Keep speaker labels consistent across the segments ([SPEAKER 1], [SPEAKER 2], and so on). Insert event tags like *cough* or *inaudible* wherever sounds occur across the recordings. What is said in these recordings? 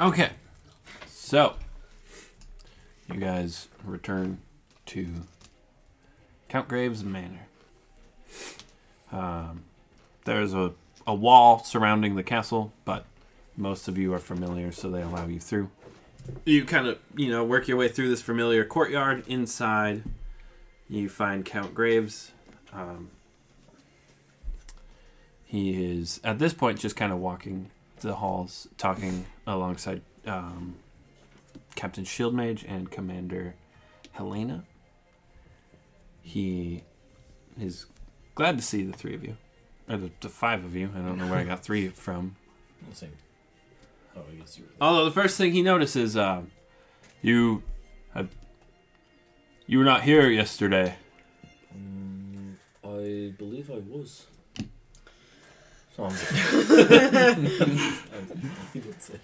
[SPEAKER 1] Okay. So, you guys return to Count Graves Manor. Um, there's a, a wall surrounding the castle, but most of you are familiar, so they allow you through. You kind of, you know, work your way through this familiar courtyard. Inside, you find Count Graves. Um, he is, at this point, just kind of walking the halls, talking alongside um, Captain Shieldmage and Commander Helena. He is glad to see the three of you, or the, the five of you. I don't know where I got three from.
[SPEAKER 2] Let's see. Oh, I guess you were
[SPEAKER 1] Although the first thing he notices, uh, you, have, you were not here yesterday.
[SPEAKER 2] Mm, I believe I was. So I'm *laughs* just- I'm- he didn't say.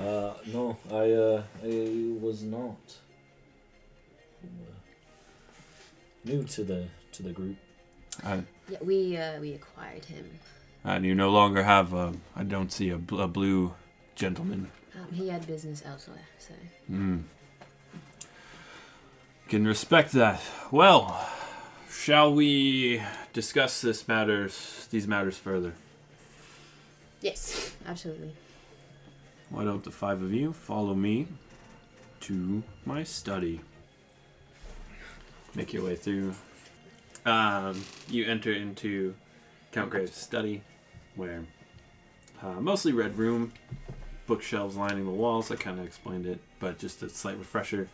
[SPEAKER 2] uh, no, I uh, I was not. I'm, uh, New to the to the group.
[SPEAKER 1] I,
[SPEAKER 3] Yeah, we uh, we acquired him.
[SPEAKER 1] and you no longer have. I I don't see a, bl- a blue gentleman.
[SPEAKER 3] Um, he had business elsewhere, so
[SPEAKER 1] Mm. Can respect that. Well, shall we discuss this matters these matters further?
[SPEAKER 3] yes, absolutely.
[SPEAKER 1] Why don't the five of you follow me to my study? Make your way through. Um, you enter into Count Graves' study, where uh, mostly red room, bookshelves lining the walls. I kind of explained it, but just a slight refresher.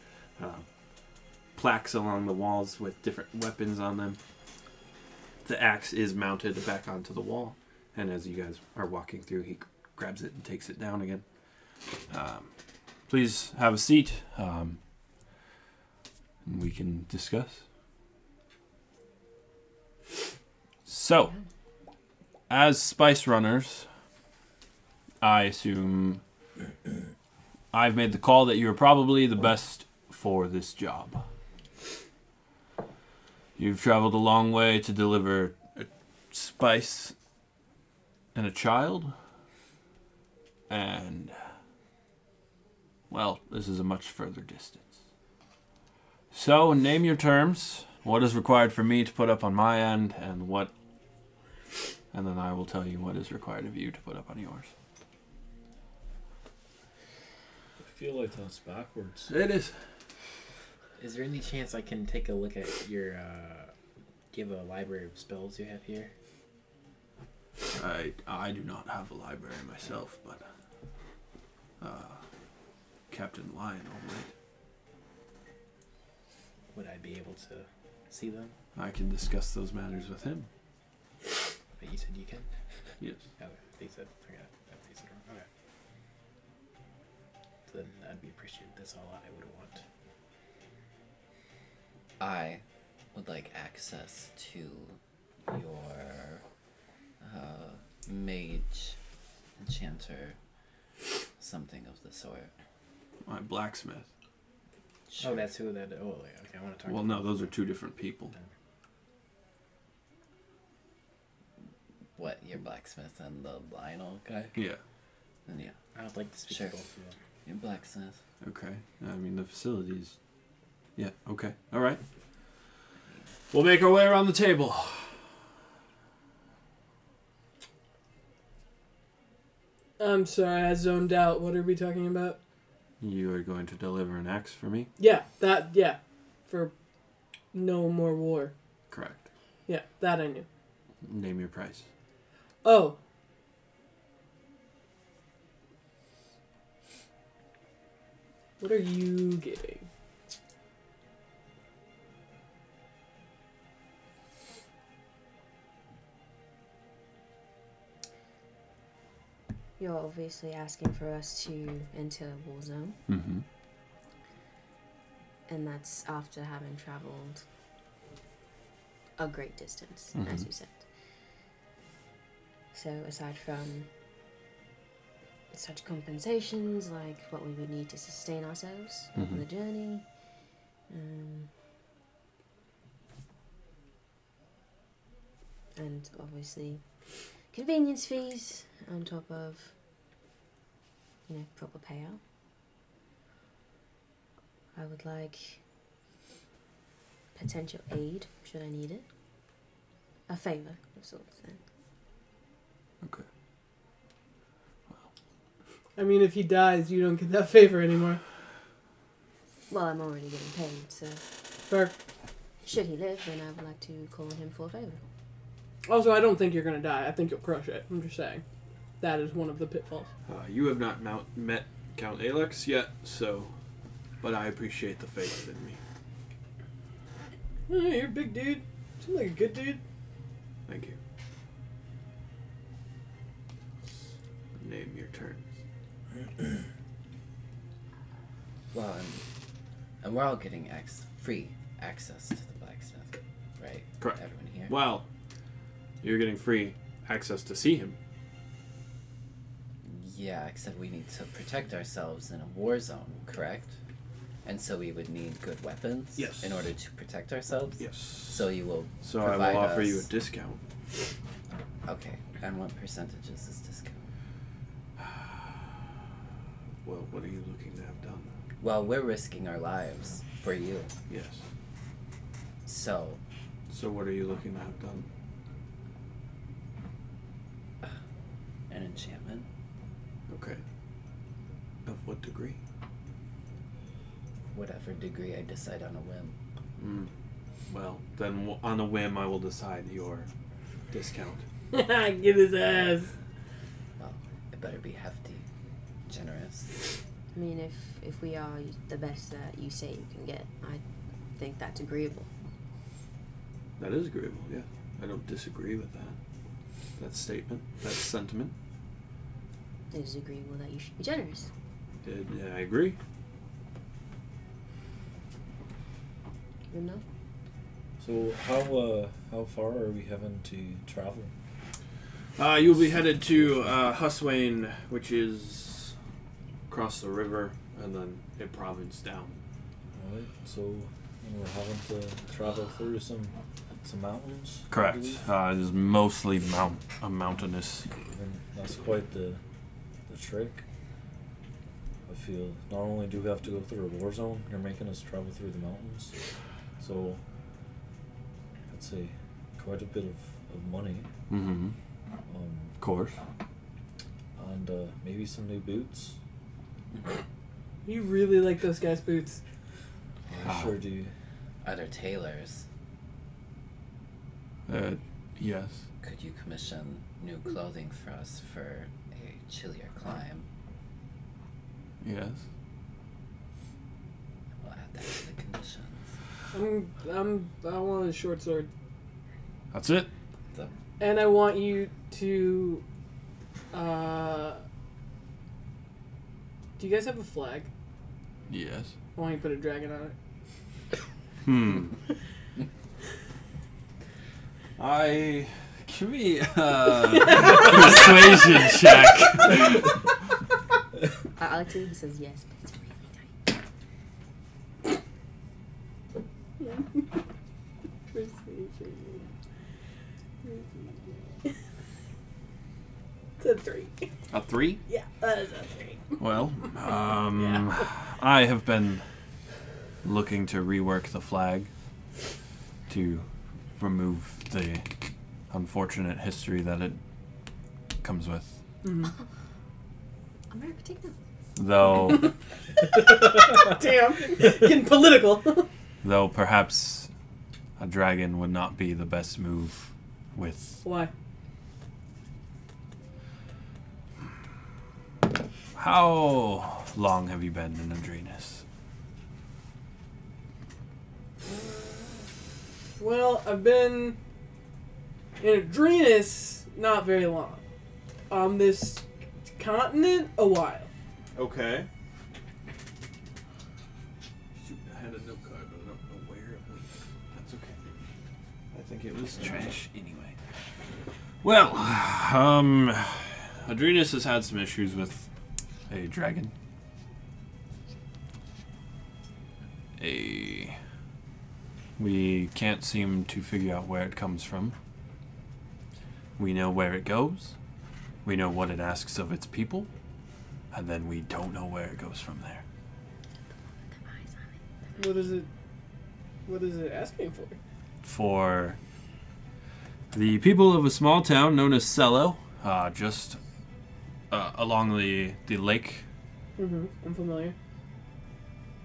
[SPEAKER 1] Uh, plaques along the walls with different weapons on them. The axe is mounted back onto the wall, and as you guys are walking through, he grabs it and takes it down again. Um, please have a seat. Um, and we can discuss. So, as spice runners, I assume I've made the call that you're probably the best for this job. You've traveled a long way to deliver a spice and a child and well, this is a much further distance. So, name your terms. What is required for me to put up on my end, and what, and then I will tell you what is required of you to put up on yours.
[SPEAKER 2] I feel like that's backwards.
[SPEAKER 1] It is.
[SPEAKER 4] Is there any chance I can take a look at your, uh, give a library of spells you have here?
[SPEAKER 1] I I do not have a library myself, but uh, Captain Lionel might.
[SPEAKER 4] Would I be able to see them?
[SPEAKER 1] I can discuss those matters with him.
[SPEAKER 4] But you said you can.
[SPEAKER 1] Yes.
[SPEAKER 4] Oh, they said I got. I they said wrong. Okay. Then I'd be appreciated. That's all I would want. Oh,
[SPEAKER 5] I would like access to your uh, mage, enchanter, something of the sort.
[SPEAKER 1] My blacksmith.
[SPEAKER 4] Oh, that's who that. Oh, like, okay. I want to talk.
[SPEAKER 1] Well,
[SPEAKER 4] to
[SPEAKER 1] no, those are two different people.
[SPEAKER 5] What, your blacksmith and the Lionel guy?
[SPEAKER 1] Yeah.
[SPEAKER 5] Then yeah,
[SPEAKER 4] I would like to speak
[SPEAKER 5] Sure.
[SPEAKER 4] to both of them.
[SPEAKER 5] your blacksmith.
[SPEAKER 1] Okay. I mean, the facilities. Yeah, okay. All right. We'll make our way around the table.
[SPEAKER 6] I'm sorry, I zoned out. What are we talking about?
[SPEAKER 1] You are going to deliver an axe for me?
[SPEAKER 6] Yeah, that, yeah. For no more war.
[SPEAKER 1] Correct.
[SPEAKER 6] Yeah, that I knew.
[SPEAKER 1] Name your price.
[SPEAKER 6] Oh. What are you getting?
[SPEAKER 3] You're obviously asking for us to enter a war zone,
[SPEAKER 1] Mm-hmm.
[SPEAKER 3] and that's after having traveled a great distance, as
[SPEAKER 1] Mhm.
[SPEAKER 3] you said. So, aside from such compensations like what we would need to sustain ourselves
[SPEAKER 1] Mhm.
[SPEAKER 3] over the journey, um, and obviously convenience fees on top of you know, proper payout. I would like potential aid, should I need it. A favor, that sort of thing.
[SPEAKER 1] Okay.
[SPEAKER 6] I mean, if he dies, you don't get that *laughs* favor anymore.
[SPEAKER 3] Well, I'm already getting paid, so
[SPEAKER 6] Fair.
[SPEAKER 3] should he live, then I would like to call on him for a favor.
[SPEAKER 6] Also, I don't think you're gonna die. I think you'll crush it. I'm just saying. That is one of the pitfalls.
[SPEAKER 1] Uh, you have not mount, met Count Alex yet, so, but I appreciate the faith in me.
[SPEAKER 6] Eh, you're a big dude. Seems like a good dude.
[SPEAKER 1] Thank you. Name your turn.
[SPEAKER 5] Well, and, and we're all getting ex- free access to the blacksmith, right?
[SPEAKER 1] Correct.
[SPEAKER 5] Everyone here.
[SPEAKER 1] Well, you're getting free access to see him.
[SPEAKER 5] Yeah, except we need to protect ourselves in a war zone, correct? And so we would need good weapons
[SPEAKER 1] Yes.
[SPEAKER 5] in order to protect ourselves.
[SPEAKER 1] Yes.
[SPEAKER 5] So you will.
[SPEAKER 1] So I
[SPEAKER 5] provide
[SPEAKER 1] will offer you a
[SPEAKER 5] us-
[SPEAKER 1] discount.
[SPEAKER 5] Okay. And what percentage is this discount?
[SPEAKER 1] Well, what are you looking to have done?
[SPEAKER 5] Well, we're risking our lives for you.
[SPEAKER 1] Yes.
[SPEAKER 5] So
[SPEAKER 1] So what are you looking to have done?
[SPEAKER 5] an enchantment.
[SPEAKER 1] Okay. Of what degree?
[SPEAKER 5] whatever degree I decide on a whim.
[SPEAKER 1] Mm. Well, then w- on a whim, I will decide your discount.
[SPEAKER 6] *laughs* Get his ass.
[SPEAKER 5] Well, it better be hefty, generous.
[SPEAKER 3] I mean, if if we are the best that you say you can get, I think that's agreeable.
[SPEAKER 1] That is agreeable, yeah. I don't disagree with that. That statement, that sentiment.
[SPEAKER 3] It is agreeable that you should be generous.
[SPEAKER 1] It, yeah, I agree.
[SPEAKER 3] You know?
[SPEAKER 2] So how uh, how far are we having to travel?
[SPEAKER 1] Uh, you'll be headed to uh, Huswain, which is across the river and then a province down.
[SPEAKER 2] Alright, so we're having to travel through some some mountains. I believe.
[SPEAKER 1] Uh, it is mostly mount a mountainous.
[SPEAKER 2] And that's quite the the trick. I feel not only do we have to go through a war zone, you're making us travel through the mountains. So I'd say quite a bit of, of money.
[SPEAKER 1] Mm-hmm.
[SPEAKER 2] Um,
[SPEAKER 1] Of course.
[SPEAKER 2] and uh, maybe some new boots.
[SPEAKER 6] You really like those guy's boots.
[SPEAKER 2] I sure do.
[SPEAKER 5] Other tailors,
[SPEAKER 1] Uh, yes.
[SPEAKER 5] could you commission new clothing for us for a chillier climb?
[SPEAKER 1] Yes.
[SPEAKER 5] We'll add that to the conditions.
[SPEAKER 6] I'm, I'm, I want a short sword,
[SPEAKER 1] That's it.
[SPEAKER 5] The,
[SPEAKER 6] and I want you to. Uh, do you guys have a flag?
[SPEAKER 1] Yes.
[SPEAKER 6] I want you to put a dragon on *laughs* it.
[SPEAKER 1] Hmm. *laughs* I give me uh, a *laughs* persuasion check.
[SPEAKER 3] I, I like to think he says yes, but it's really tight.
[SPEAKER 6] Persuasion. It's a three.
[SPEAKER 1] A three?
[SPEAKER 6] Yeah, that is a three.
[SPEAKER 1] Well,
[SPEAKER 6] *laughs*
[SPEAKER 1] um, I have been looking to rework the flag to remove the unfortunate history that it comes with.
[SPEAKER 3] America, take them.
[SPEAKER 6] *laughs*
[SPEAKER 1] Though,
[SPEAKER 6] Damn, getting political. *laughs*
[SPEAKER 1] though perhaps a dragon would not be the best move with
[SPEAKER 6] Why?
[SPEAKER 1] How long have you been in Adrenus?
[SPEAKER 6] Well, I've been in Adrenus not very long. On this continent, a while.
[SPEAKER 1] Okay. Shoot, I had a note card, but I don't know where it went. That's okay. I think it was trash anyway. Well, um, Adrenus has had some issues with a dragon. A. We can't seem to figure out where it comes from. We know where it goes. We know what it asks of its people. and then we don't know where it goes from there.
[SPEAKER 6] What is it? What is it asking for?
[SPEAKER 1] For the people of a small town known as Cello, uh, just uh, along the, the lake,
[SPEAKER 6] Mm-hmm. I'm familiar.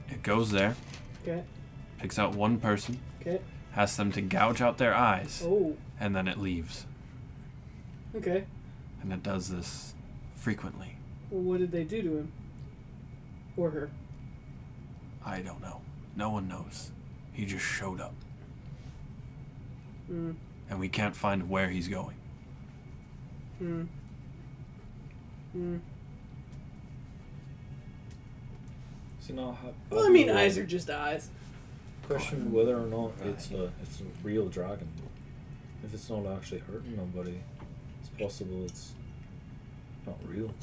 [SPEAKER 1] it goes there,
[SPEAKER 6] Okay.
[SPEAKER 1] picks out one person,
[SPEAKER 6] Okay.
[SPEAKER 1] asks them to gouge out their eyes,
[SPEAKER 6] Oh.
[SPEAKER 1] and then it leaves.
[SPEAKER 6] Okay.
[SPEAKER 1] And it does this frequently.
[SPEAKER 6] Well, what did they do to him? Or her?
[SPEAKER 1] I don't know. No one knows. He just showed up,
[SPEAKER 6] Mm.
[SPEAKER 1] and we can't find where he's going.
[SPEAKER 6] Hmm. Hmm.
[SPEAKER 2] See now. How,
[SPEAKER 6] Well, I mean, eyes are just eyes.
[SPEAKER 2] Question whether or not it's a it's a real dragon. If it's not actually hurting nobody, it's possible it's not real.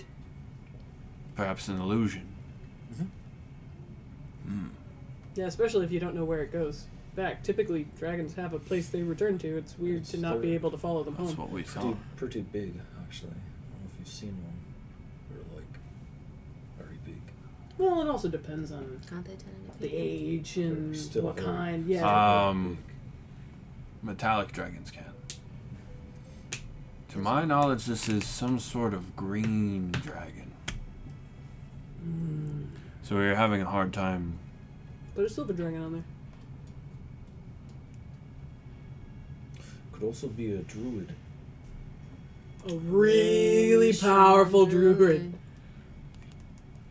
[SPEAKER 1] Perhaps an illusion.
[SPEAKER 6] Mm-hmm.
[SPEAKER 1] Hmm.
[SPEAKER 6] Yeah, especially if you don't know where it goes back. Typically, dragons have a place they return to. It's weird
[SPEAKER 2] It's
[SPEAKER 6] to not be
[SPEAKER 2] their-
[SPEAKER 6] able to follow them
[SPEAKER 1] That's
[SPEAKER 6] home.
[SPEAKER 1] what we
[SPEAKER 2] Pretty,
[SPEAKER 1] saw.
[SPEAKER 2] pretty big, actually. I don't know if you've seen one. They're like very big.
[SPEAKER 6] Well, it also depends on
[SPEAKER 3] Can't they tell
[SPEAKER 6] the age and
[SPEAKER 2] They're still
[SPEAKER 6] what
[SPEAKER 2] very-
[SPEAKER 6] kind. Yeah.
[SPEAKER 1] Um, metallic dragons can. To my knowledge, this is some sort of green dragon. So we were having a hard time.
[SPEAKER 6] There's still the dragon on there.
[SPEAKER 2] Could also be a druid.
[SPEAKER 6] A really powerful druid.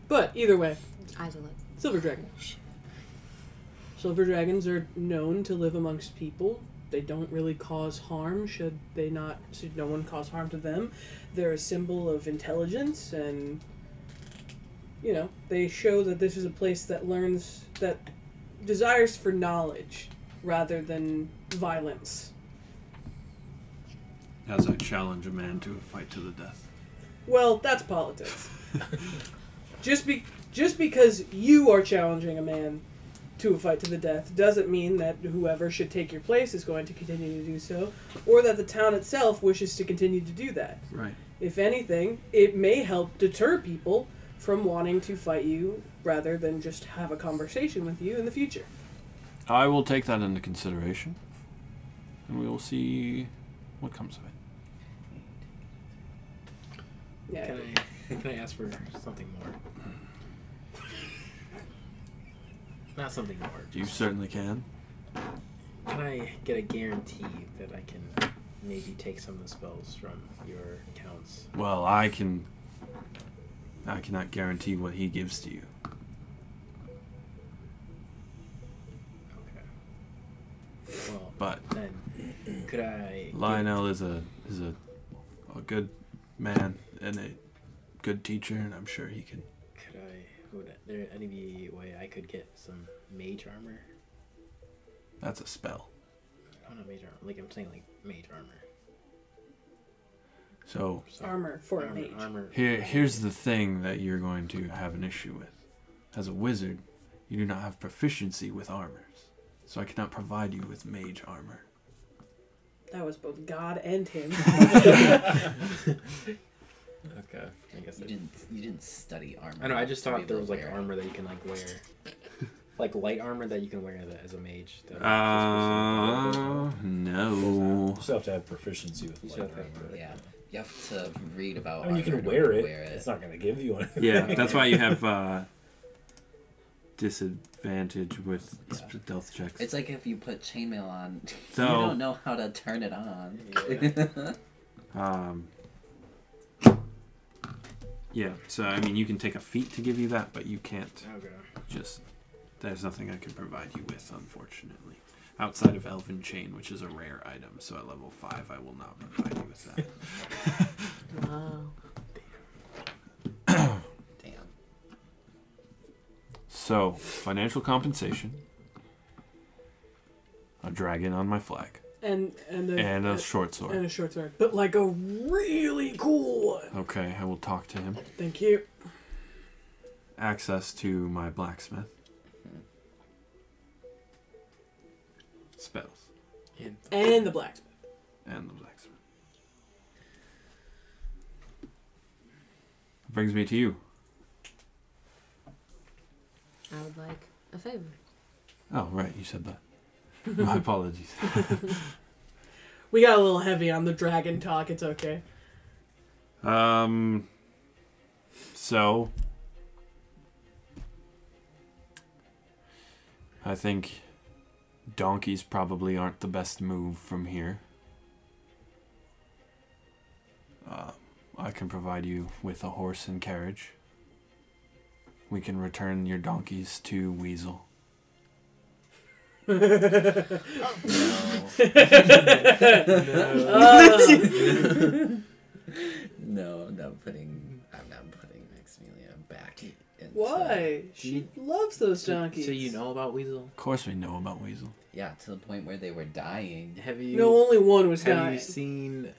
[SPEAKER 6] But either way,
[SPEAKER 3] Eyes are like.
[SPEAKER 6] silver dragon. Silver dragons are known to live amongst people. They don't really cause harm. Should they not? Should no one cause harm to them? They're a symbol of intelligence, and you know they show that this is a place that learns that desires for knowledge rather than violence.
[SPEAKER 1] As I challenge a man to a fight to the death.
[SPEAKER 6] Well, that's politics. just be just because you are challenging a man to a fight to the death doesn't mean that whoever should take your place is going to continue to do so, or that the town itself wishes to continue to do that.
[SPEAKER 1] Right.
[SPEAKER 6] If anything, it may help deter people from wanting to fight you rather than just have a conversation with you in the future.
[SPEAKER 1] I will take that into consideration, and we will see what comes of it.
[SPEAKER 6] Yeah.
[SPEAKER 4] Can I can I ask for something more? Not something more.
[SPEAKER 1] You certainly can.
[SPEAKER 4] Can I get a guarantee that I can maybe take some of the spells from your accounts?
[SPEAKER 1] Well, I can. I cannot guarantee what he gives to you.
[SPEAKER 4] Okay. Well,
[SPEAKER 1] But
[SPEAKER 4] then could I get-
[SPEAKER 1] Lionel is a is a a good man and a good teacher, and I'm sure he can.
[SPEAKER 4] Could I? Would there any be a way I could get some mage armor?
[SPEAKER 1] That's a spell.
[SPEAKER 4] Oh no, mage armor. Like I'm saying, like mage armor.
[SPEAKER 1] So
[SPEAKER 4] So-
[SPEAKER 6] Armor for a
[SPEAKER 4] armor,
[SPEAKER 6] mage.
[SPEAKER 4] Armor.
[SPEAKER 1] here
[SPEAKER 4] *laughs*
[SPEAKER 1] here's the thing that you're going to have an issue with. As a wizard, you do not have proficiency with armors, so I cannot provide you with mage armor.
[SPEAKER 6] That was both God and him.
[SPEAKER 4] *laughs* Okay. I guess.
[SPEAKER 5] You
[SPEAKER 4] I,
[SPEAKER 5] didn't. You didn't study armor.
[SPEAKER 4] I know. I just
[SPEAKER 5] to be
[SPEAKER 4] thought
[SPEAKER 5] able
[SPEAKER 4] there
[SPEAKER 5] to
[SPEAKER 4] was like
[SPEAKER 5] wear it.
[SPEAKER 4] armor that you can *laughs* like wear, like light armor that you can wear as a, as a mage. that-
[SPEAKER 1] Uh, no.
[SPEAKER 2] You still have to have proficiency with
[SPEAKER 4] You
[SPEAKER 2] light
[SPEAKER 4] still have to
[SPEAKER 2] armor.
[SPEAKER 4] have Oh,
[SPEAKER 5] Yeah, you have to read about.
[SPEAKER 2] I mean, you
[SPEAKER 5] armor
[SPEAKER 2] can
[SPEAKER 5] to
[SPEAKER 2] wear it.
[SPEAKER 5] Wear it.
[SPEAKER 2] It's not going to give you anything.
[SPEAKER 1] Yeah, that's why you have uh, disadvantage with stealth checks.
[SPEAKER 5] It's like if you put chainmail on,
[SPEAKER 1] So-
[SPEAKER 5] you don't know how to turn it on.
[SPEAKER 1] Um, yeah, so I mean, you can take a feat to give you that, but you can't
[SPEAKER 4] Okay.
[SPEAKER 1] just. There's nothing I can provide you with, unfortunately. Outside of Elven Chain, which is a rare item, so at level 5, I will not provide you with that.
[SPEAKER 3] Wow.
[SPEAKER 5] Damn.
[SPEAKER 1] so, financial compensation, a dragon on my flag,
[SPEAKER 6] and and a,
[SPEAKER 1] and a
[SPEAKER 6] and-
[SPEAKER 1] short
[SPEAKER 6] and *laughs*
[SPEAKER 1] sword.
[SPEAKER 6] a short sword. But like a really cool one.
[SPEAKER 1] Okay, I will talk to him.
[SPEAKER 6] Thank you.
[SPEAKER 1] Access to my blacksmith. Spells.
[SPEAKER 4] And
[SPEAKER 6] And the blacksmith.
[SPEAKER 1] and the blacksmith. Brings me to you,
[SPEAKER 3] I would like a favor.
[SPEAKER 1] Oh, right, you said that. *laughs* My apologies.
[SPEAKER 6] We got a little heavy on the dragon talk. It's okay.
[SPEAKER 1] Um. So, I think donkeys probably aren't the best move from here. Uh, I can provide you with a horse and carriage. We can return your donkeys to Weasel.
[SPEAKER 5] *laughs* No, I'm not putting. I'm not putting Maximilian back. Into,
[SPEAKER 6] Why? She
[SPEAKER 4] She
[SPEAKER 6] loves those
[SPEAKER 4] So-
[SPEAKER 6] donkeys.
[SPEAKER 4] So you know about Weasel?
[SPEAKER 1] Of course, we know about Weasel.
[SPEAKER 5] Yeah, to the point where they were dying.
[SPEAKER 4] Have you?
[SPEAKER 6] No, only one was
[SPEAKER 4] Have
[SPEAKER 6] dying.
[SPEAKER 4] you seen?
[SPEAKER 6] Did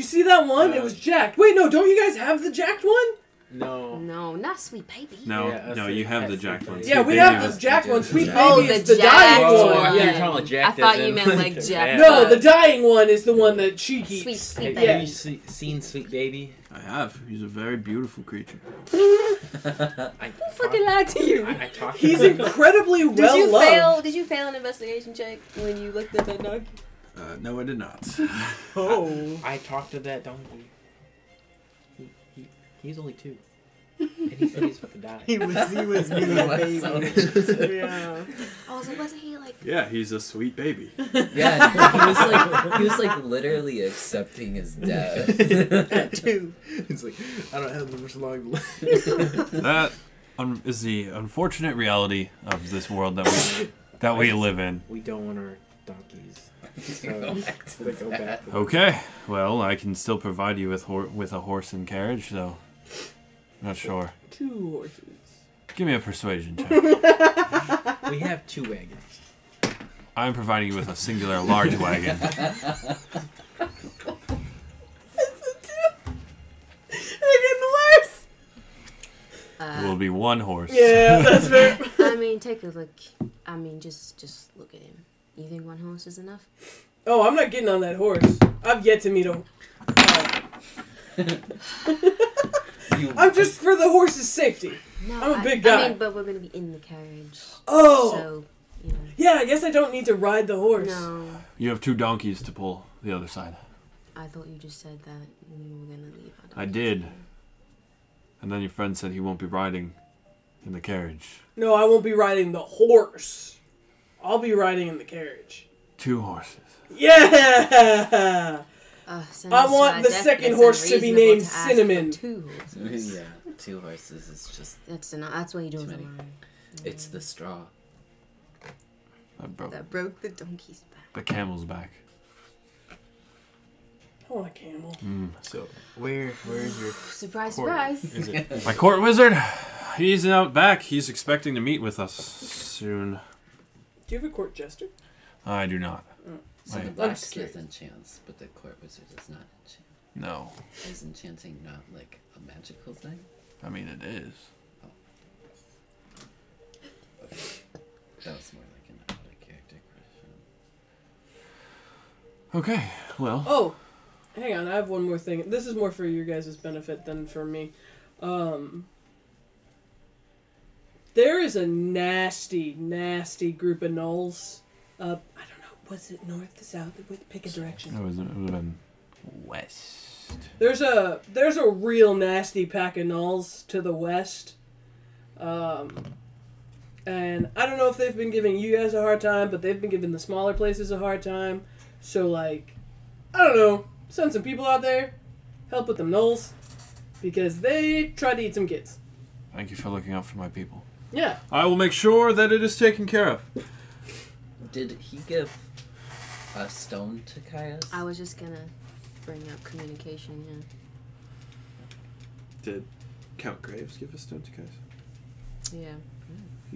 [SPEAKER 6] you see that one? it
[SPEAKER 4] Uh,
[SPEAKER 6] was jacked. Wait, no, don't you guys have the jacked one?
[SPEAKER 4] No.
[SPEAKER 3] No, not sweet baby.
[SPEAKER 1] No,
[SPEAKER 4] Yeah,
[SPEAKER 1] no,
[SPEAKER 4] that's
[SPEAKER 1] you
[SPEAKER 4] the-
[SPEAKER 1] have the
[SPEAKER 4] that's the
[SPEAKER 1] jacked
[SPEAKER 4] thing.
[SPEAKER 1] ones.
[SPEAKER 6] Yeah,
[SPEAKER 1] Sweet
[SPEAKER 6] we
[SPEAKER 1] baby
[SPEAKER 6] have
[SPEAKER 1] was-
[SPEAKER 6] the jacked one. Sweet baby
[SPEAKER 3] Oh,
[SPEAKER 6] is
[SPEAKER 3] the
[SPEAKER 6] the, dying
[SPEAKER 3] jacked
[SPEAKER 4] Oh,
[SPEAKER 6] one.
[SPEAKER 3] one.
[SPEAKER 4] I
[SPEAKER 6] Yeah.
[SPEAKER 4] thought you were calling
[SPEAKER 3] I
[SPEAKER 4] Jack.
[SPEAKER 3] thought
[SPEAKER 4] as
[SPEAKER 3] you
[SPEAKER 4] in,
[SPEAKER 3] meant like Jack.
[SPEAKER 4] that.
[SPEAKER 6] No, the dying one is the one that she keeps.
[SPEAKER 3] Sweet, sweet
[SPEAKER 4] Have
[SPEAKER 3] baby.
[SPEAKER 6] Yeah.
[SPEAKER 4] you se- seen Sweet Baby?
[SPEAKER 1] I have. He's a very beautiful creature.
[SPEAKER 4] I
[SPEAKER 3] Who fucking lied to you?
[SPEAKER 4] I, I talked. *laughs*
[SPEAKER 6] He's
[SPEAKER 4] about it.
[SPEAKER 6] incredibly
[SPEAKER 3] Did
[SPEAKER 6] well
[SPEAKER 3] you
[SPEAKER 6] loved.
[SPEAKER 3] fail? Did you fail an investigation check when you looked at that dog?
[SPEAKER 1] Uh, no, I did not.
[SPEAKER 6] Oh. *laughs*
[SPEAKER 4] I talked to that donkey. He, he, he's only two, and he said he's about to die.
[SPEAKER 7] He was he was being a
[SPEAKER 5] What's up?
[SPEAKER 7] baby. yeah.
[SPEAKER 3] I was like, Oh, wasn't he like?
[SPEAKER 1] *laughs* Yeah, he's a sweet baby.
[SPEAKER 5] Yeah, he was like he was like literally accepting his
[SPEAKER 4] *laughs*
[SPEAKER 7] At
[SPEAKER 5] death.
[SPEAKER 7] two.
[SPEAKER 4] It's like I don't have much long left.
[SPEAKER 1] *laughs* That un- is the unfortunate reality of this world that we that we live in.
[SPEAKER 4] We don't want our donkeys.
[SPEAKER 5] *laughs* Go back to
[SPEAKER 4] They go
[SPEAKER 5] that.
[SPEAKER 4] back.
[SPEAKER 1] Okay, well, I can still provide you with hor- with a horse and carriage, though. Not sure.
[SPEAKER 6] Two horses.
[SPEAKER 1] Give me a persuasion
[SPEAKER 6] *laughs*
[SPEAKER 1] check.
[SPEAKER 4] We have two wagons.
[SPEAKER 1] I'm providing you with a singular large wagon.
[SPEAKER 6] *laughs* It's
[SPEAKER 1] It will be one horse.
[SPEAKER 6] Yeah, that's fair.
[SPEAKER 3] *laughs* I mean, take a look. I mean, just just look at him. You think one horse is enough?
[SPEAKER 6] Oh, I'm not getting on that horse. I've yet to meet a. Uh,
[SPEAKER 5] You-
[SPEAKER 6] I'm just for the horse's safety.
[SPEAKER 3] No,
[SPEAKER 6] I'm a
[SPEAKER 3] I-
[SPEAKER 6] big
[SPEAKER 3] I
[SPEAKER 6] guy.
[SPEAKER 3] mean, but we're gonna be in the carriage.
[SPEAKER 6] Oh.
[SPEAKER 3] So you know.
[SPEAKER 6] Yeah, I guess I don't need to ride the horse.
[SPEAKER 3] No,
[SPEAKER 1] You have two donkeys to pull the other side,
[SPEAKER 3] I thought you just said that we were gonna leave. our
[SPEAKER 1] I
[SPEAKER 3] dogs
[SPEAKER 1] did.
[SPEAKER 3] here.
[SPEAKER 1] and then your friend said he won't be riding in the carriage.
[SPEAKER 6] No, I won't be riding the horse. I'll be riding in the carriage.
[SPEAKER 1] Two horses.
[SPEAKER 6] Yeah. *laughs*
[SPEAKER 3] Ugh, since
[SPEAKER 6] I want
[SPEAKER 3] my
[SPEAKER 6] the
[SPEAKER 3] death,
[SPEAKER 6] second
[SPEAKER 3] it's
[SPEAKER 6] horse to be
[SPEAKER 3] unreasonable
[SPEAKER 6] named
[SPEAKER 3] to ask for
[SPEAKER 6] Cinnamon.
[SPEAKER 3] Two horses.
[SPEAKER 5] yeah, two horses is just
[SPEAKER 3] That's not. That's why you draw
[SPEAKER 5] Too
[SPEAKER 3] the
[SPEAKER 5] many.
[SPEAKER 3] line.
[SPEAKER 5] it's the straw.
[SPEAKER 1] I broke
[SPEAKER 3] That broke the donkey's back.
[SPEAKER 1] the camel's back.
[SPEAKER 6] I want a camel.
[SPEAKER 4] So where where is your
[SPEAKER 3] Surprise,
[SPEAKER 4] Corey.
[SPEAKER 3] surprise.
[SPEAKER 4] is it?
[SPEAKER 1] My court wizard, he's out back. He's expecting to meet with us soon.
[SPEAKER 6] Do you have a court jester?
[SPEAKER 1] I do not.
[SPEAKER 5] So the
[SPEAKER 1] Wait.
[SPEAKER 5] blacksmith
[SPEAKER 6] curious.
[SPEAKER 5] enchants, but the court wizard does not enchant.
[SPEAKER 1] No,
[SPEAKER 5] Is enchanting not like a magical thing?
[SPEAKER 1] I mean it is.
[SPEAKER 5] That was more like an out of character question.
[SPEAKER 1] Okay, well,
[SPEAKER 6] Oh, hang on. I have one more thing. This is more for your guys' benefit than for me. Um, there is a nasty, nasty group of gnolls up. I don't know. Was it north, south? Wait, Pick a direction.
[SPEAKER 1] it was it would have been west.
[SPEAKER 6] There's a there's a real nasty pack of gnolls to the west. Um, and I don't know if they've been giving you guys a hard time, but they've been giving the smaller places a hard time. So like, I don't know, send some people out there, help with them gnolls, because they tried to eat some kids.
[SPEAKER 1] Thank you for looking out for my people.
[SPEAKER 6] Yeah,
[SPEAKER 1] I will make sure that it is taken care of.
[SPEAKER 5] Did he give a stone to Caius?
[SPEAKER 3] I was just gonna bring up communication. Yeah.
[SPEAKER 1] Did Count Graves give a stone to Kaiser?
[SPEAKER 3] Yeah.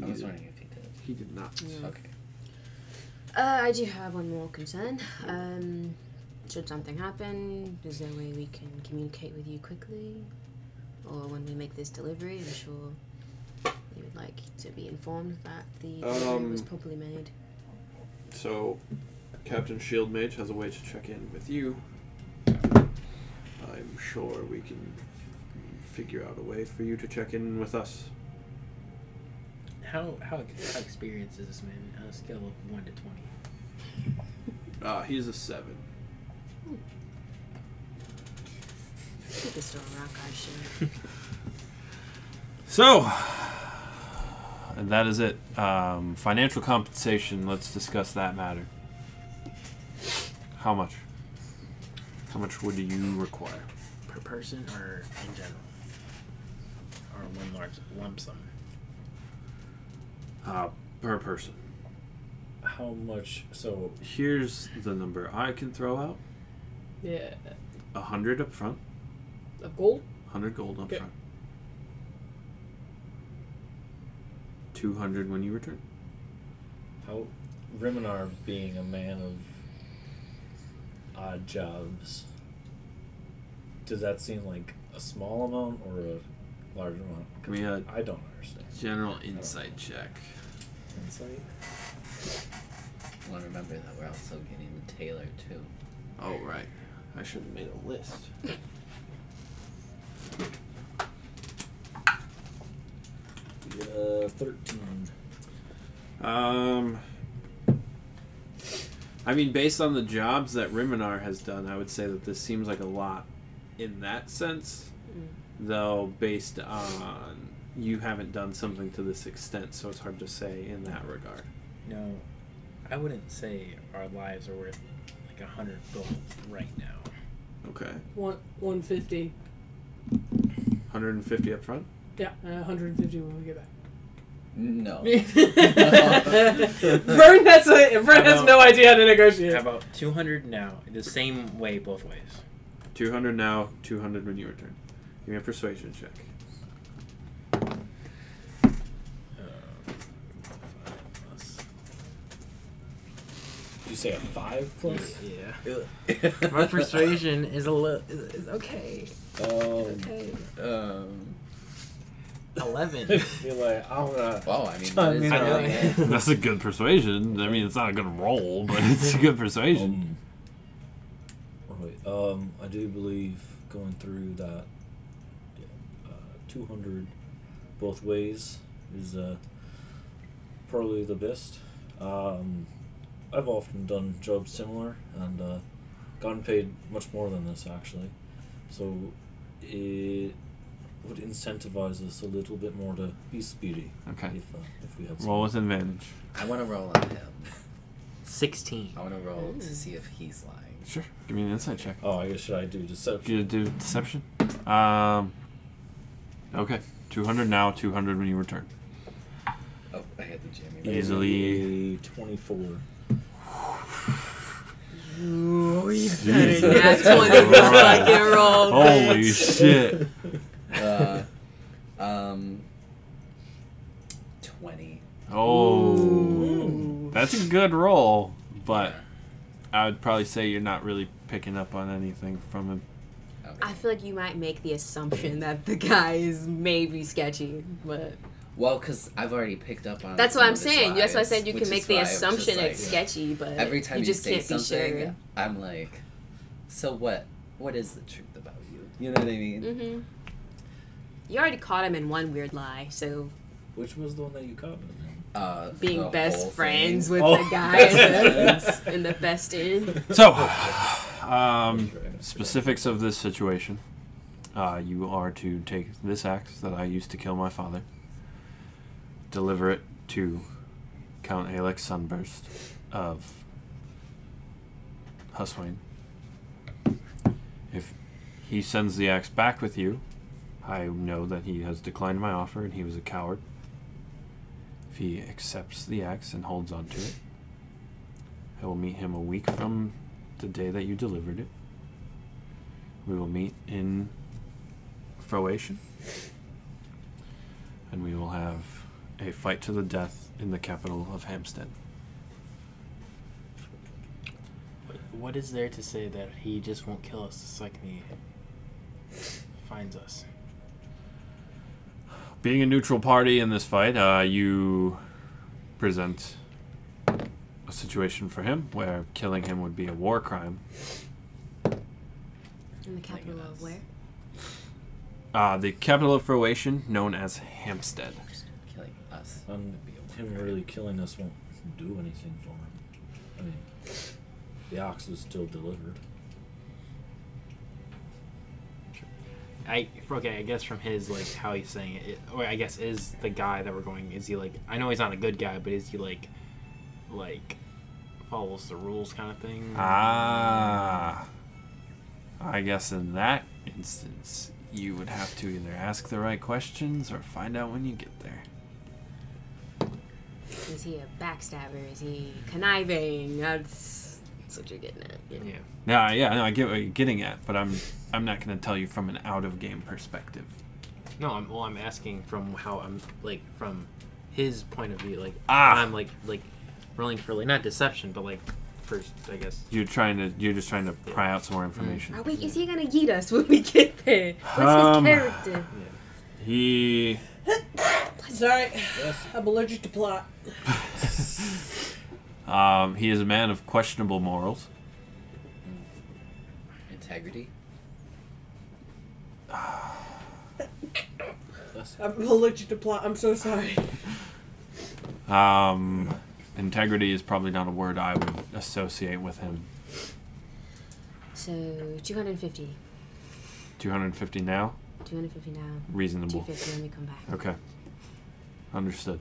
[SPEAKER 5] I was wondering if he did.
[SPEAKER 1] He did not.
[SPEAKER 3] yeah.
[SPEAKER 5] Okay.
[SPEAKER 3] Uh, I do have one more concern. Um, should something happen, is there a way we can communicate with you quickly? Or when we make this delivery, I'm sure you would like to be informed that the delivery was
[SPEAKER 1] Um,
[SPEAKER 3] properly made.
[SPEAKER 1] So, Captain Shield Mage has a way to check in with you. I'm sure we can figure out a way for you to check in with us.
[SPEAKER 4] How how how experienced is this man? On a scale of one to twenty.
[SPEAKER 1] Ah, he's a seven.
[SPEAKER 3] You can still rock our shit.
[SPEAKER 1] So, and that is it. Um, financial compensation. Let's discuss that matter. How much? How much would you require?
[SPEAKER 4] per person or in general? Or one large lump sum?
[SPEAKER 1] Uh, per person.
[SPEAKER 2] How much? So
[SPEAKER 1] Here's the number I can throw out:
[SPEAKER 6] Yeah.
[SPEAKER 1] a hundred up front,
[SPEAKER 6] Of gold?
[SPEAKER 1] hundred gold up
[SPEAKER 6] Okay.
[SPEAKER 1] front, two hundred when you return.
[SPEAKER 2] How Riminar being a man of odd jobs, does that seem like a small amount or a large amount?
[SPEAKER 1] Give me a
[SPEAKER 2] I don't understand.
[SPEAKER 1] general insight check.
[SPEAKER 2] Insight?
[SPEAKER 5] Well, remember that we're also getting the tailor too.
[SPEAKER 1] Oh right, I should have made a list.
[SPEAKER 2] Yeah, thirteen.
[SPEAKER 1] Um, I mean, based on the jobs that Riminar has done, I would say that this seems like a lot in that sense. Though, based on you haven't done something to this extent, so it's hard to say in that regard.
[SPEAKER 4] No, I wouldn't say our lives are worth like a hundred gold right now.
[SPEAKER 1] Okay,
[SPEAKER 6] One, 150.
[SPEAKER 1] 150 up front.
[SPEAKER 6] Yeah, and 150 when we get back. *laughs*
[SPEAKER 5] No.
[SPEAKER 6] Vern has, a, Vern has no idea how to negotiate.
[SPEAKER 4] How about two hundred now? The same way both ways.
[SPEAKER 1] 200 now, 200 when you return. Give me a persuasion check.
[SPEAKER 2] Did you say a five plus?
[SPEAKER 4] Yeah.
[SPEAKER 5] My
[SPEAKER 4] My *laughs* persuasion is a little is, is okay.
[SPEAKER 2] Um,
[SPEAKER 4] Okay.
[SPEAKER 5] Um.
[SPEAKER 2] I
[SPEAKER 4] Eleven.
[SPEAKER 2] feel like I'm gonna.
[SPEAKER 5] Well, Oh, *laughs* I mean, uh,
[SPEAKER 2] I
[SPEAKER 5] that is
[SPEAKER 2] mean,
[SPEAKER 5] not
[SPEAKER 4] I-
[SPEAKER 5] bad. *laughs*
[SPEAKER 1] That's a good persuasion. I mean, it's not a good roll, but it's a good persuasion.
[SPEAKER 2] Um, alright, um, I do believe going through that uh, 200 both ways is uh, probably the best. Um, I've often done jobs similar and uh, gotten paid much more than this actually. So it would incentivize us a little bit more to be speedy
[SPEAKER 1] Okay.
[SPEAKER 2] if, uh, if we had
[SPEAKER 1] Roll with advantage.
[SPEAKER 5] I want to roll on him.
[SPEAKER 4] Sixteen.
[SPEAKER 5] I want to roll
[SPEAKER 3] Ooh.
[SPEAKER 5] to see if he's lying.
[SPEAKER 1] Sure. Give me an insight check.
[SPEAKER 2] Oh, I guess should I do deception?
[SPEAKER 1] You do deception. Um. Okay, two hundred now, two hundred when you return.
[SPEAKER 5] Oh, I had the Jamie.
[SPEAKER 1] Yeah. Easily.
[SPEAKER 2] 24.
[SPEAKER 1] *laughs* Jesus.
[SPEAKER 3] *laughs* That's what they look like they roll,
[SPEAKER 1] Holy
[SPEAKER 3] bitch.
[SPEAKER 1] shit!
[SPEAKER 5] Uh, um, 20.
[SPEAKER 1] Oh, that's a good roll, but I would probably say you're not really picking up on anything from him.
[SPEAKER 5] Okay.
[SPEAKER 3] I feel like you might make the assumption that the guy is maybe sketchy, but
[SPEAKER 5] well, because I've already picked up on
[SPEAKER 3] that's
[SPEAKER 5] some
[SPEAKER 3] what
[SPEAKER 5] of
[SPEAKER 3] I'm
[SPEAKER 5] his
[SPEAKER 3] saying. That's why I
[SPEAKER 5] lies,
[SPEAKER 3] said you
[SPEAKER 5] which
[SPEAKER 3] can
[SPEAKER 5] is
[SPEAKER 3] make the
[SPEAKER 5] why I was just
[SPEAKER 3] assumption
[SPEAKER 5] like-
[SPEAKER 3] it's sketchy, but
[SPEAKER 5] Every time you,
[SPEAKER 3] you just
[SPEAKER 5] say
[SPEAKER 3] can't be
[SPEAKER 5] something,
[SPEAKER 3] sure.
[SPEAKER 5] I'm like, so what? What is the truth about you? You know what I mean?
[SPEAKER 3] Mm-hmm. You already caught him in one weird lie, so
[SPEAKER 2] Which was the one that you caught?
[SPEAKER 5] Uh,
[SPEAKER 3] being
[SPEAKER 5] the whole
[SPEAKER 3] best friends
[SPEAKER 5] thing.
[SPEAKER 3] with
[SPEAKER 2] Oh.
[SPEAKER 3] the guy
[SPEAKER 5] *laughs*
[SPEAKER 3] in the, in the best inn.
[SPEAKER 1] So, *sighs*
[SPEAKER 2] *laughs*
[SPEAKER 1] um, specifics of this situation. Uh, you are to take this axe that I used to kill my father, deliver it to Count Alex Sunburst of Huswain. If he sends the axe back with you, I know that he has declined my offer and he was a coward. If he accepts the axe and holds on to it, I will meet him a week from the day that you delivered it. We will meet in Croatian. And we will have a fight to the death in the capital of Hampstead.
[SPEAKER 4] What is there to say that he just won't kill us the second he finds us?
[SPEAKER 1] Being a neutral party in this fight, uh, you present a situation for him where killing him would be a war crime.
[SPEAKER 3] In the capital of where?
[SPEAKER 1] Uh, the capital of Croatian, known as Hampstead.
[SPEAKER 5] like us.
[SPEAKER 2] Um,
[SPEAKER 5] would be able to
[SPEAKER 2] him
[SPEAKER 5] grab.
[SPEAKER 2] really killing us won't do anything for him. I mean, the ox was still delivered.
[SPEAKER 4] I okay, I guess from his like how he's saying it, or I guess is the guy that we're going. Is he like? I know he's not a good guy, but is he like, like, follows the rules kind of thing?
[SPEAKER 1] Ah. I guess in that instance, you would have to either ask the right questions or find out when you get there.
[SPEAKER 3] Is he a backstabber? Is he conniving? That's, that's what you're getting at. Yeah.
[SPEAKER 4] yeah.
[SPEAKER 1] Yeah, yeah, no, I get what you're getting at, but I'm I'm not going to tell you from an out of game perspective.
[SPEAKER 4] No, I'm. Well, I'm asking from how I'm like from his point of view. Like
[SPEAKER 1] Ah.
[SPEAKER 4] I'm like like rolling for like not deception, but like first I guess.
[SPEAKER 1] You're trying to you're just trying to pry out some more information.
[SPEAKER 3] Oh, wait, is he gonna yeet us when we get there? What's
[SPEAKER 1] Um,
[SPEAKER 3] his character?
[SPEAKER 1] He
[SPEAKER 6] Sorry, I'm allergic to plot.
[SPEAKER 1] um, he is a man of questionable morals.
[SPEAKER 5] Integrity.
[SPEAKER 2] That's
[SPEAKER 6] I'm *laughs* allergic to plot. I'm so sorry.
[SPEAKER 1] Um, integrity is probably not a word I would associate with him.
[SPEAKER 3] So, 250.
[SPEAKER 1] 250 now,
[SPEAKER 3] 250 now.
[SPEAKER 1] reasonable.
[SPEAKER 3] 250 when we come back.
[SPEAKER 1] Okay. Understood.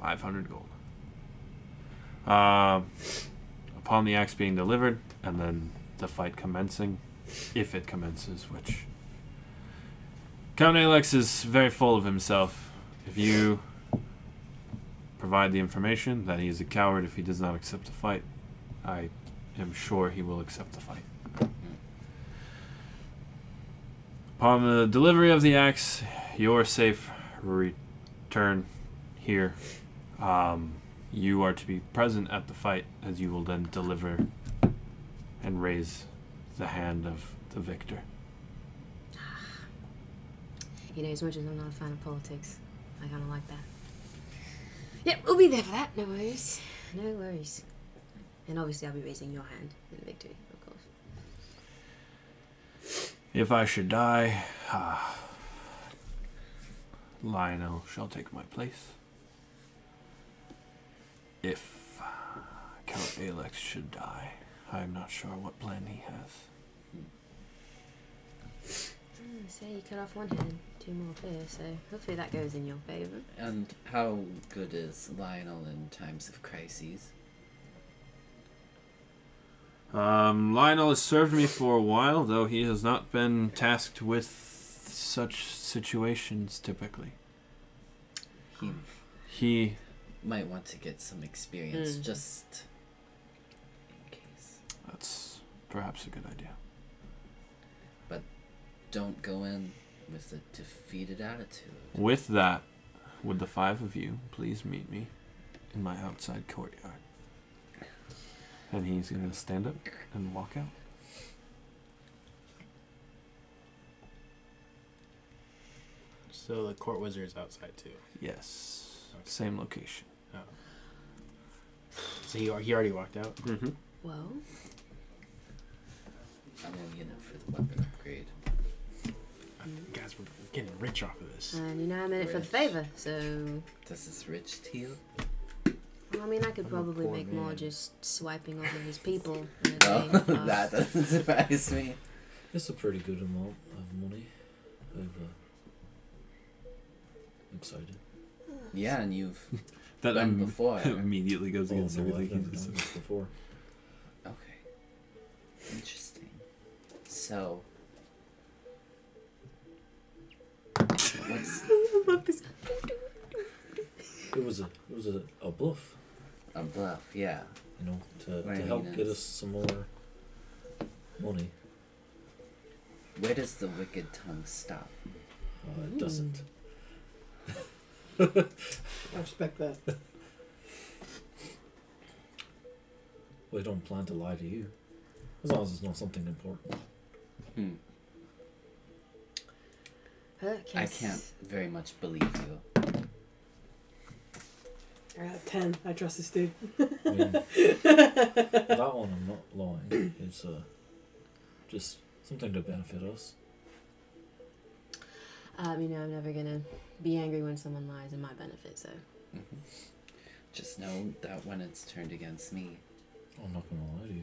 [SPEAKER 1] 500 gold. Um, upon the axe being delivered, and then the fight commencing, if it commences, which. Count Alex is very full of himself. If you provide the information that he is a coward if he does not accept the fight, I am sure he will accept the fight. Upon the delivery of the axe, your safe return here. Um, you are to be present at the fight as you will then deliver and raise the hand of the victor.
[SPEAKER 3] You know, as much as I'm not a fan of politics, I kind of like that. Yep, we'll be there for that. No worries. No worries. And obviously, I'll be raising your hand in victory, of course.
[SPEAKER 1] If I should die, ah, Lionel shall take my place. If Count Alex should die, I am not sure what plan he has.
[SPEAKER 3] Mm, say you cut off one hand, two more appear, so hopefully that goes in your favour.
[SPEAKER 5] And how good is Lionel in times of crises?
[SPEAKER 1] Um, Lionel has served me for a while, though he has not been tasked with such situations typically.
[SPEAKER 5] He
[SPEAKER 1] He,
[SPEAKER 5] might want to get some experience
[SPEAKER 3] Mm.
[SPEAKER 5] just in case.
[SPEAKER 1] that's perhaps a good idea.
[SPEAKER 5] Don't go in with a defeated attitude.
[SPEAKER 1] With that, would the five of you please meet me in my outside courtyard? And he's gonna stand up and walk out.
[SPEAKER 4] So the court wizard's outside too.
[SPEAKER 1] Yes, same location.
[SPEAKER 4] So he he already walked out.
[SPEAKER 1] Mm-hmm.
[SPEAKER 3] Well,
[SPEAKER 5] I'm only in it for the weapon upgrade.
[SPEAKER 4] Guys, we're getting rich off of this.
[SPEAKER 3] and you know I'm in it for the favour, so.
[SPEAKER 5] Does this rich *laughs* teal?
[SPEAKER 3] well, I mean, I could
[SPEAKER 4] I'm a
[SPEAKER 3] probably
[SPEAKER 4] poor
[SPEAKER 3] make more
[SPEAKER 4] man.
[SPEAKER 3] just swiping over his *laughs* people. in a
[SPEAKER 5] Oh,
[SPEAKER 3] day,
[SPEAKER 4] *laughs*
[SPEAKER 3] uh,
[SPEAKER 5] *laughs* that doesn't surprise me.
[SPEAKER 2] It's a pretty good amount of money. i am uh, excited.
[SPEAKER 5] Yeah, and you've
[SPEAKER 1] That
[SPEAKER 5] done
[SPEAKER 1] im-
[SPEAKER 5] before.
[SPEAKER 1] *laughs*
[SPEAKER 5] okay.
[SPEAKER 1] immediately goes
[SPEAKER 2] Oh,
[SPEAKER 1] against
[SPEAKER 2] no, I've
[SPEAKER 1] everything
[SPEAKER 2] never
[SPEAKER 1] he
[SPEAKER 2] done
[SPEAKER 1] just
[SPEAKER 2] this before.
[SPEAKER 5] Interesting. So. What's
[SPEAKER 2] It was a it was a, a bluff,
[SPEAKER 5] a bluff? Yeah.
[SPEAKER 2] you know, to,
[SPEAKER 5] Right,
[SPEAKER 2] to help
[SPEAKER 5] he
[SPEAKER 2] get
[SPEAKER 5] knows.
[SPEAKER 2] us some more money.
[SPEAKER 5] Where does the wicked tongue stop?
[SPEAKER 2] Uh, it doesn't.
[SPEAKER 6] *laughs* I respect that.
[SPEAKER 2] We don't plan to lie to you, as long as it's not something important.
[SPEAKER 5] Hmm.
[SPEAKER 3] Hercules.
[SPEAKER 5] I can't very much believe you.
[SPEAKER 6] You're at ten. I trust this dude.
[SPEAKER 2] I
[SPEAKER 6] *laughs*
[SPEAKER 2] mean, that one I'm not lying. It's uh, just something to benefit us.
[SPEAKER 3] Um, you know, I'm never gonna be angry when someone lies in my benefit, so.
[SPEAKER 5] Just know that when it's turned against me,
[SPEAKER 2] I'm not gonna lie to you.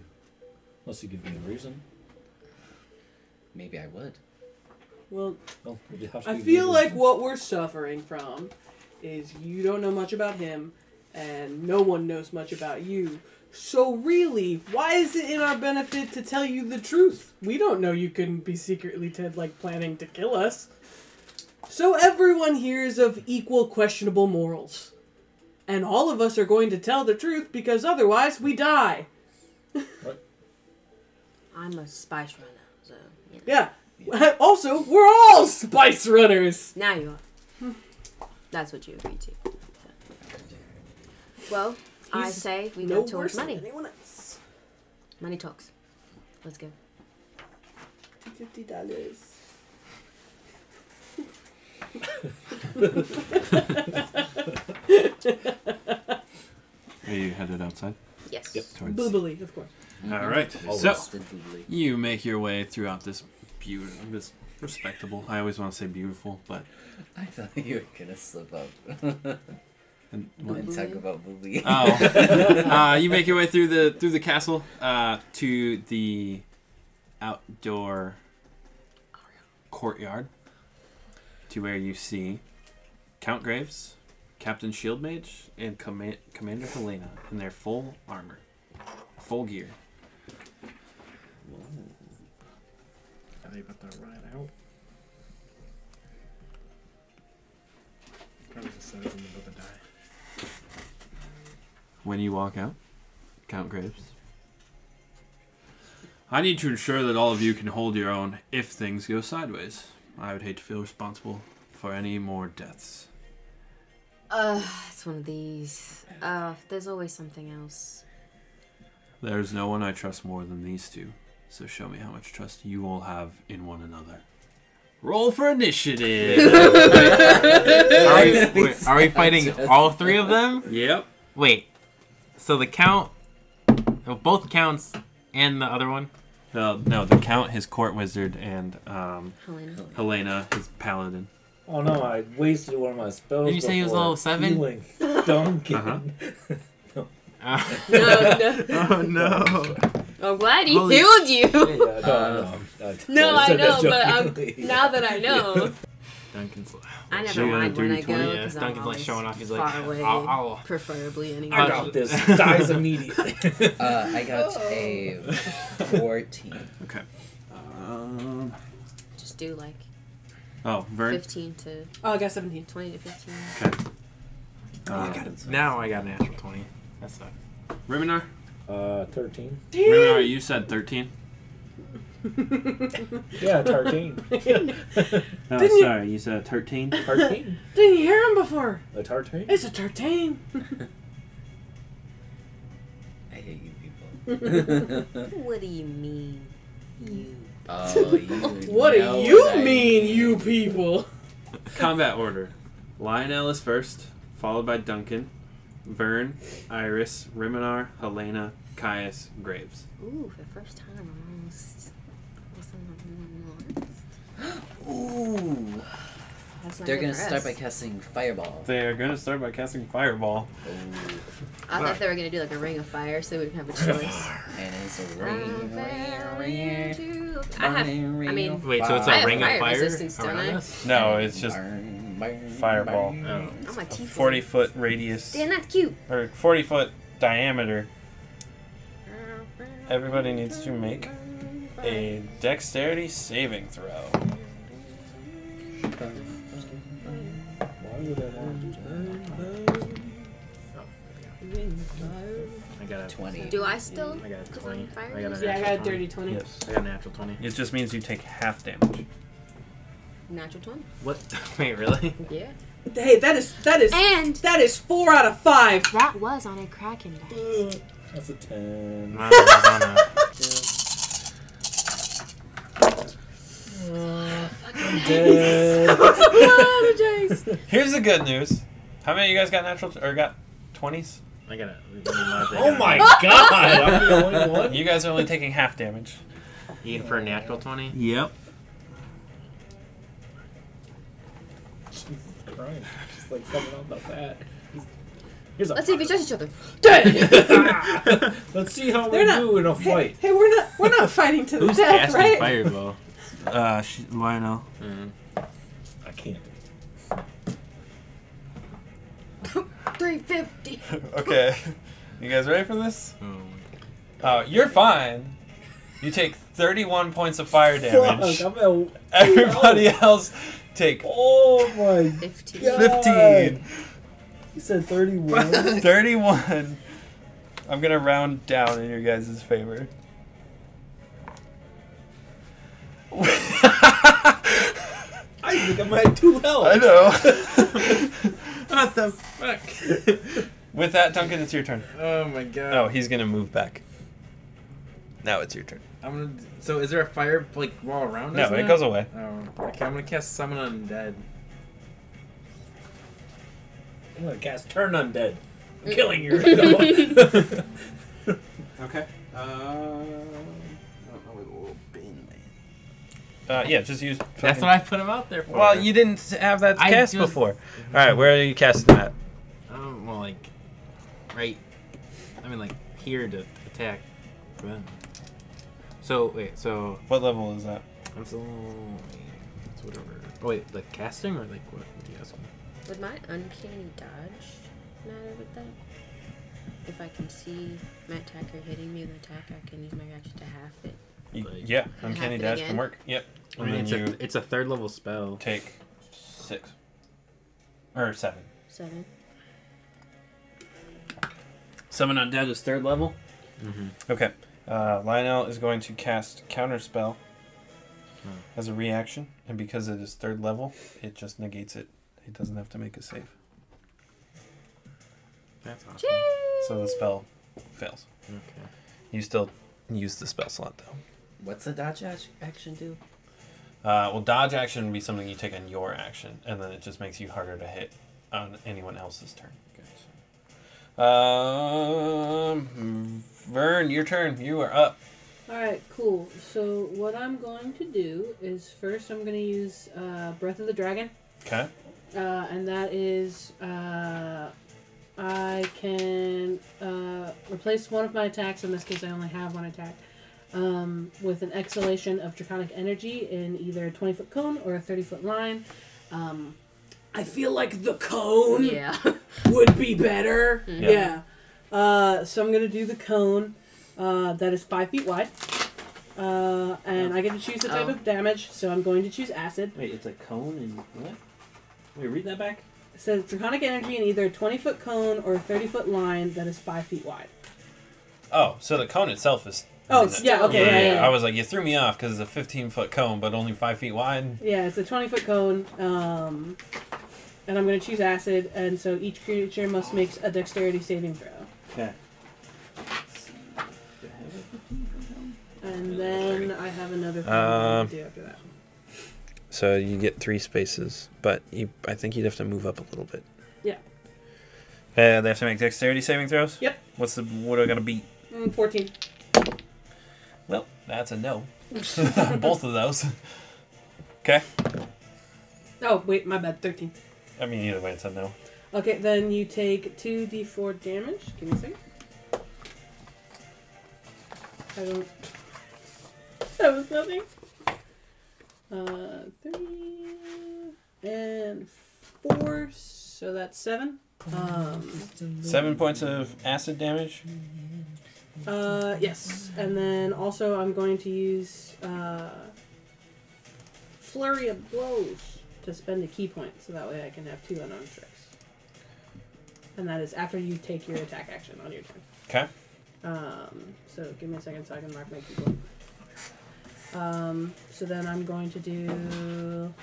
[SPEAKER 2] Unless you give me a reason.
[SPEAKER 5] maybe I would.
[SPEAKER 6] Well,
[SPEAKER 2] Well, you have to
[SPEAKER 6] I
[SPEAKER 2] give me a
[SPEAKER 6] feel like
[SPEAKER 2] reason.
[SPEAKER 6] what we're suffering from is you don't know much about him, and no one knows much about you. So really, why is it in our benefit to tell you the truth? We don't know you couldn't be secretly Ted like planning to kill us. So everyone here is of equal questionable morals. And all of us are going to tell the truth because otherwise we die.
[SPEAKER 3] I'm a spice runner, so. You know.
[SPEAKER 6] Yeah. *laughs* also, we're all spice runners.
[SPEAKER 3] Now you are. That's what you agreed to. so. Well, I
[SPEAKER 6] He's
[SPEAKER 3] say we
[SPEAKER 6] no
[SPEAKER 3] go
[SPEAKER 6] worse
[SPEAKER 3] towards money.
[SPEAKER 6] than anyone else.
[SPEAKER 3] Money talks. Let's go.
[SPEAKER 6] Fifty dollars.
[SPEAKER 1] Are you headed outside?
[SPEAKER 3] Yes.
[SPEAKER 1] Towards...
[SPEAKER 6] Boobily, of course.
[SPEAKER 1] All right. So
[SPEAKER 5] Always did believe.
[SPEAKER 1] you make your way throughout this beautiful, this respectable. I always want to say beautiful, but
[SPEAKER 5] I thought you were gonna slip up
[SPEAKER 1] and, what-
[SPEAKER 5] and talk about booby.
[SPEAKER 1] oh, uh, you make your way through the through the castle uh, to the outdoor courtyard to where you see Count Graves, Captain Shieldmage, and Command- Commander Helena in their full armor, full gear.
[SPEAKER 7] Are they about to ride out? I was just saying I'm about to die.
[SPEAKER 1] When you walk out, Count Graves. I need to ensure that all of you can hold your own if things go sideways. I would hate to feel responsible for any more deaths.
[SPEAKER 3] Uh, it's one of these. Uh, there's always something else.
[SPEAKER 1] There's no one I trust more than these two, so show me how much trust you all have in one another. Roll for
[SPEAKER 6] *laughs*
[SPEAKER 1] initiative!
[SPEAKER 4] Are we, wait, are we fighting all three of them?
[SPEAKER 1] yep.
[SPEAKER 4] Wait. So the count, oh, both counts, and the other one. *laughs*
[SPEAKER 1] Uh, no, the Count, his court wizard, and um,
[SPEAKER 3] Helena.
[SPEAKER 1] Helena, his paladin.
[SPEAKER 2] Oh no, I wasted one of my spells.
[SPEAKER 4] Didn't you say he was
[SPEAKER 2] before
[SPEAKER 4] level seven?
[SPEAKER 6] *laughs*
[SPEAKER 2] Healing Duncan.
[SPEAKER 1] Uh-huh. Oh
[SPEAKER 3] No, no.
[SPEAKER 4] Uh, *laughs*
[SPEAKER 1] no!
[SPEAKER 3] I'm glad he
[SPEAKER 4] Holy
[SPEAKER 3] healed you.
[SPEAKER 2] Yeah, no,
[SPEAKER 5] Uh,
[SPEAKER 2] no, I-
[SPEAKER 3] *laughs* No, I
[SPEAKER 2] said
[SPEAKER 3] know,
[SPEAKER 2] that
[SPEAKER 3] but
[SPEAKER 2] jokingly. *laughs*
[SPEAKER 4] *laughs*
[SPEAKER 3] I'm, now that I know,
[SPEAKER 4] Duncan's.
[SPEAKER 3] I never
[SPEAKER 1] Showing
[SPEAKER 3] mind when I
[SPEAKER 1] 30,
[SPEAKER 3] go.
[SPEAKER 1] 20.
[SPEAKER 4] Yeah,
[SPEAKER 3] 'cause I'm
[SPEAKER 4] Duncan's like
[SPEAKER 3] always
[SPEAKER 4] showing off. He's like,
[SPEAKER 3] far away,
[SPEAKER 4] I'll, I'll.
[SPEAKER 3] *laughs* preferably anyway.
[SPEAKER 2] I got this. Dies immediately.
[SPEAKER 5] Uh, I got
[SPEAKER 3] Oh.
[SPEAKER 5] a fourteen.
[SPEAKER 1] Okay. Um,
[SPEAKER 3] Just do like
[SPEAKER 1] oh, Vern.
[SPEAKER 3] 15 to
[SPEAKER 6] Oh, I got 17.
[SPEAKER 3] 20 to 15.
[SPEAKER 1] Uh,
[SPEAKER 4] Now Oh, I got an natural twenty. That's not.
[SPEAKER 1] Riminar?
[SPEAKER 2] Uh, thirteen.
[SPEAKER 1] Riminar, you said 13?
[SPEAKER 2] Yeah, tartine.
[SPEAKER 3] *laughs*
[SPEAKER 1] Oh,
[SPEAKER 6] Didn't you-
[SPEAKER 1] sorry, you said 13?
[SPEAKER 2] Tartine.
[SPEAKER 6] *laughs* Didn't you hear him before?
[SPEAKER 2] A tartine.
[SPEAKER 6] It's a tartane.
[SPEAKER 5] I hate you
[SPEAKER 3] *laughs*
[SPEAKER 5] people. *laughs*
[SPEAKER 3] What do you mean? You. *laughs*
[SPEAKER 5] oh, you
[SPEAKER 6] What
[SPEAKER 5] know
[SPEAKER 6] do you
[SPEAKER 5] what I
[SPEAKER 6] mean, you people?
[SPEAKER 1] Combat order. Lionel is first, followed by Duncan, Vern, Iris, Riminar, Helena, Caius, Graves.
[SPEAKER 3] Ooh, for the first time, I'm almost. almost on the-
[SPEAKER 5] Ooh,
[SPEAKER 3] That's not
[SPEAKER 5] they're
[SPEAKER 3] good
[SPEAKER 5] gonna
[SPEAKER 3] for
[SPEAKER 5] start
[SPEAKER 3] us.
[SPEAKER 5] by casting fireball.
[SPEAKER 1] They are going to start by casting Fireball.
[SPEAKER 5] Ooh,
[SPEAKER 3] I thought they were gonna do like a ring of fire, so we didn't have a choice.
[SPEAKER 5] and it's a *laughs* ring, ring, ring,
[SPEAKER 3] I have.
[SPEAKER 5] ring
[SPEAKER 3] I mean-
[SPEAKER 5] of
[SPEAKER 4] Wait, so it's
[SPEAKER 3] I
[SPEAKER 4] a
[SPEAKER 3] have
[SPEAKER 4] ring of
[SPEAKER 3] fire
[SPEAKER 4] fire
[SPEAKER 3] resistance, don't
[SPEAKER 4] around
[SPEAKER 3] I?
[SPEAKER 4] us?
[SPEAKER 1] No, it's just
[SPEAKER 5] Burn, burn,
[SPEAKER 1] fireball.
[SPEAKER 5] burn.
[SPEAKER 4] Oh.
[SPEAKER 3] I'm a tiefling.
[SPEAKER 1] foot radius,
[SPEAKER 3] Damn, that's cute.
[SPEAKER 1] or 40 foot diameter. Everybody needs to make a dexterity saving throw.
[SPEAKER 2] Why would I want to
[SPEAKER 4] I got a.
[SPEAKER 5] Twenty.
[SPEAKER 3] Do I still?
[SPEAKER 4] I got a
[SPEAKER 3] Because
[SPEAKER 4] twenty.
[SPEAKER 3] I'm
[SPEAKER 4] I
[SPEAKER 3] fire
[SPEAKER 4] got a
[SPEAKER 3] resistant.
[SPEAKER 4] natural
[SPEAKER 6] Yeah, I got a
[SPEAKER 4] 20.
[SPEAKER 6] dirty 20.
[SPEAKER 1] Yes.
[SPEAKER 4] I got a natural twenty.
[SPEAKER 1] It just means you take half damage.
[SPEAKER 3] Natural twenty.
[SPEAKER 4] What? *laughs* Wait, really?
[SPEAKER 3] Yeah.
[SPEAKER 6] Hey, that is that is
[SPEAKER 3] And
[SPEAKER 6] that is four out of five.
[SPEAKER 3] that was on a kraken die.
[SPEAKER 2] do that? That's a ten.
[SPEAKER 4] No, it's on a-
[SPEAKER 3] *laughs*
[SPEAKER 2] Dead.
[SPEAKER 1] Here's the good news. How many of you guys got natural, or got 20s?
[SPEAKER 4] I got a. Oh
[SPEAKER 2] oh my god! I'm the *laughs* only one.
[SPEAKER 1] You guys are only taking half damage.
[SPEAKER 4] Even for
[SPEAKER 8] *laughs*
[SPEAKER 4] a natural twenty.
[SPEAKER 1] Yep.
[SPEAKER 2] crying. Just like coming off the bat. Here's a
[SPEAKER 3] Let's see if we judge each other.
[SPEAKER 2] Let's see how
[SPEAKER 6] They're
[SPEAKER 2] we
[SPEAKER 6] not-
[SPEAKER 2] do in a
[SPEAKER 6] Hey,
[SPEAKER 2] fight.
[SPEAKER 6] hey, we're not we're not fighting to the
[SPEAKER 9] Who's
[SPEAKER 6] death,
[SPEAKER 9] casting
[SPEAKER 6] right?
[SPEAKER 9] fireball?
[SPEAKER 8] Oh
[SPEAKER 1] Uh, she, Lionel.
[SPEAKER 2] I can't.
[SPEAKER 3] 350.
[SPEAKER 1] Okay. *laughs* You guys ready for this?
[SPEAKER 4] Oh,
[SPEAKER 1] Uh, you're fine. You take 31 points of fire
[SPEAKER 4] *laughs*
[SPEAKER 1] damage.
[SPEAKER 2] Fuck, I'm at-
[SPEAKER 1] Everybody else take
[SPEAKER 2] oh my.
[SPEAKER 3] 15.
[SPEAKER 2] Yeah.
[SPEAKER 1] 15.
[SPEAKER 2] He said *laughs* 31.
[SPEAKER 1] 31. I'm gonna round down in your guys'
[SPEAKER 4] *laughs*
[SPEAKER 1] favor.
[SPEAKER 2] Isaac, I'm at two
[SPEAKER 1] I
[SPEAKER 2] health.
[SPEAKER 1] know.
[SPEAKER 4] *laughs* What the fuck?
[SPEAKER 1] *laughs* With that, Duncan, it's your turn.
[SPEAKER 8] Oh my god.
[SPEAKER 1] No, he's gonna move back. Now it's your turn.
[SPEAKER 8] I'm gonna. So is there a fire like wall around
[SPEAKER 1] No,
[SPEAKER 8] us?
[SPEAKER 1] it
[SPEAKER 8] now?
[SPEAKER 1] goes away.
[SPEAKER 8] Oh, okay. I'm gonna cast summon undead.
[SPEAKER 2] I'm gonna cast Turn Undead. I'm killing you right now.
[SPEAKER 9] Okay. Uh, I don't know where the little bin is.
[SPEAKER 1] Uh, yeah, just use.
[SPEAKER 4] That's
[SPEAKER 1] fucking-
[SPEAKER 4] what I put him out there for.
[SPEAKER 1] Well, you didn't have that
[SPEAKER 4] I
[SPEAKER 1] cast
[SPEAKER 4] just-
[SPEAKER 1] before. All right, where are you casting at?
[SPEAKER 4] Um, well, like, right. I mean, like here to attack. them. So wait, so
[SPEAKER 1] What level is that?
[SPEAKER 4] I'm still. It's whatever. Oh, wait, like casting or like what? What are you asking?
[SPEAKER 3] Would my uncanny dodge matter with that? If I can see my attacker hitting me with an attack, I can use my reaction to half it.
[SPEAKER 1] You,
[SPEAKER 4] Like-
[SPEAKER 1] yeah, uncanny
[SPEAKER 3] Happen
[SPEAKER 1] dash
[SPEAKER 3] again?
[SPEAKER 1] can work. Yep.
[SPEAKER 4] I mean,
[SPEAKER 1] and
[SPEAKER 4] it's
[SPEAKER 1] then you
[SPEAKER 4] a it's a third level spell.
[SPEAKER 1] take six or seven.
[SPEAKER 3] Seven.
[SPEAKER 9] Summon undead is third level.
[SPEAKER 1] Okay. Uh, Lionel is going to cast Counter Spell as a reaction, and because it is third level, it just negates it. He doesn't have to make a save,
[SPEAKER 4] That's awesome.
[SPEAKER 1] so the spell fails.
[SPEAKER 4] Okay.
[SPEAKER 1] You still use the spell slot though.
[SPEAKER 5] What's the dodge ac- action do?
[SPEAKER 1] Uh, well, dodge action would be something you take on your action, and then it just makes you harder to hit on anyone else's turn. Um, Vern, your turn. You are up.
[SPEAKER 10] All right, cool. So what I'm going to do is first I'm going to use uh, Breath of the Dragon,
[SPEAKER 1] Okay.
[SPEAKER 10] uh, and that is uh, I can uh, replace one of my attacks. In this case, I only have one attack. Um, with an exhalation of draconic energy in either a 20 foot cone or a 30 foot line. Um,
[SPEAKER 6] I feel like the
[SPEAKER 3] *laughs*
[SPEAKER 6] cone
[SPEAKER 3] Yeah. Mm-hmm.
[SPEAKER 6] would be better.
[SPEAKER 1] Yeah.
[SPEAKER 6] Yeah. Uh, so I'm gonna do the cone uh, that is five feet wide, uh, and I get to choose the type
[SPEAKER 3] Oh.
[SPEAKER 6] of damage. So I'm going to choose acid.
[SPEAKER 9] Wait, it's a cone and what? Wait, read that back.
[SPEAKER 6] It says draconic energy in either a 20 foot cone or a 30 foot line that is five feet wide.
[SPEAKER 1] Oh, so the cone itself is.
[SPEAKER 6] Oh
[SPEAKER 1] is it?
[SPEAKER 6] yeah, okay, yeah, yeah.
[SPEAKER 1] I
[SPEAKER 6] yeah.
[SPEAKER 1] was like, you threw me off because it's a 15 foot cone, but only five feet wide.
[SPEAKER 6] Yeah, it's a 20 foot cone, um, and I'm gonna choose acid, and so each creature must make a dexterity saving throw.
[SPEAKER 9] Okay.
[SPEAKER 6] And then I have another thing
[SPEAKER 1] Um,
[SPEAKER 6] I to do after that.
[SPEAKER 1] So you get three spaces, but you, I think you'd have to move up a little bit.
[SPEAKER 6] Yeah.
[SPEAKER 1] Uh, they have to make dexterity saving throws.
[SPEAKER 6] Yep.
[SPEAKER 1] What's the what are I gonna beat?
[SPEAKER 6] Mm, 14.
[SPEAKER 1] Well, that's a *laughs* no. Both of those. Okay.
[SPEAKER 6] Oh, wait, my bad. 13.
[SPEAKER 1] I mean, either way, it's a no.
[SPEAKER 6] Okay, then you take 2d4 damage. Give me a second. I don't. *laughs* That was nothing. Uh, 3 and 4, so that's 7. Um,
[SPEAKER 1] Seven points of acid damage.
[SPEAKER 6] uh, yes. And then also I'm going to use uh, Flurry of Blows to spend a key point, so that way I can have two unarmed strikes. And that is after you take your attack action on your turn.
[SPEAKER 1] Okay.
[SPEAKER 6] Um, so give me a second so I can mark my people. Um, so then I'm going to do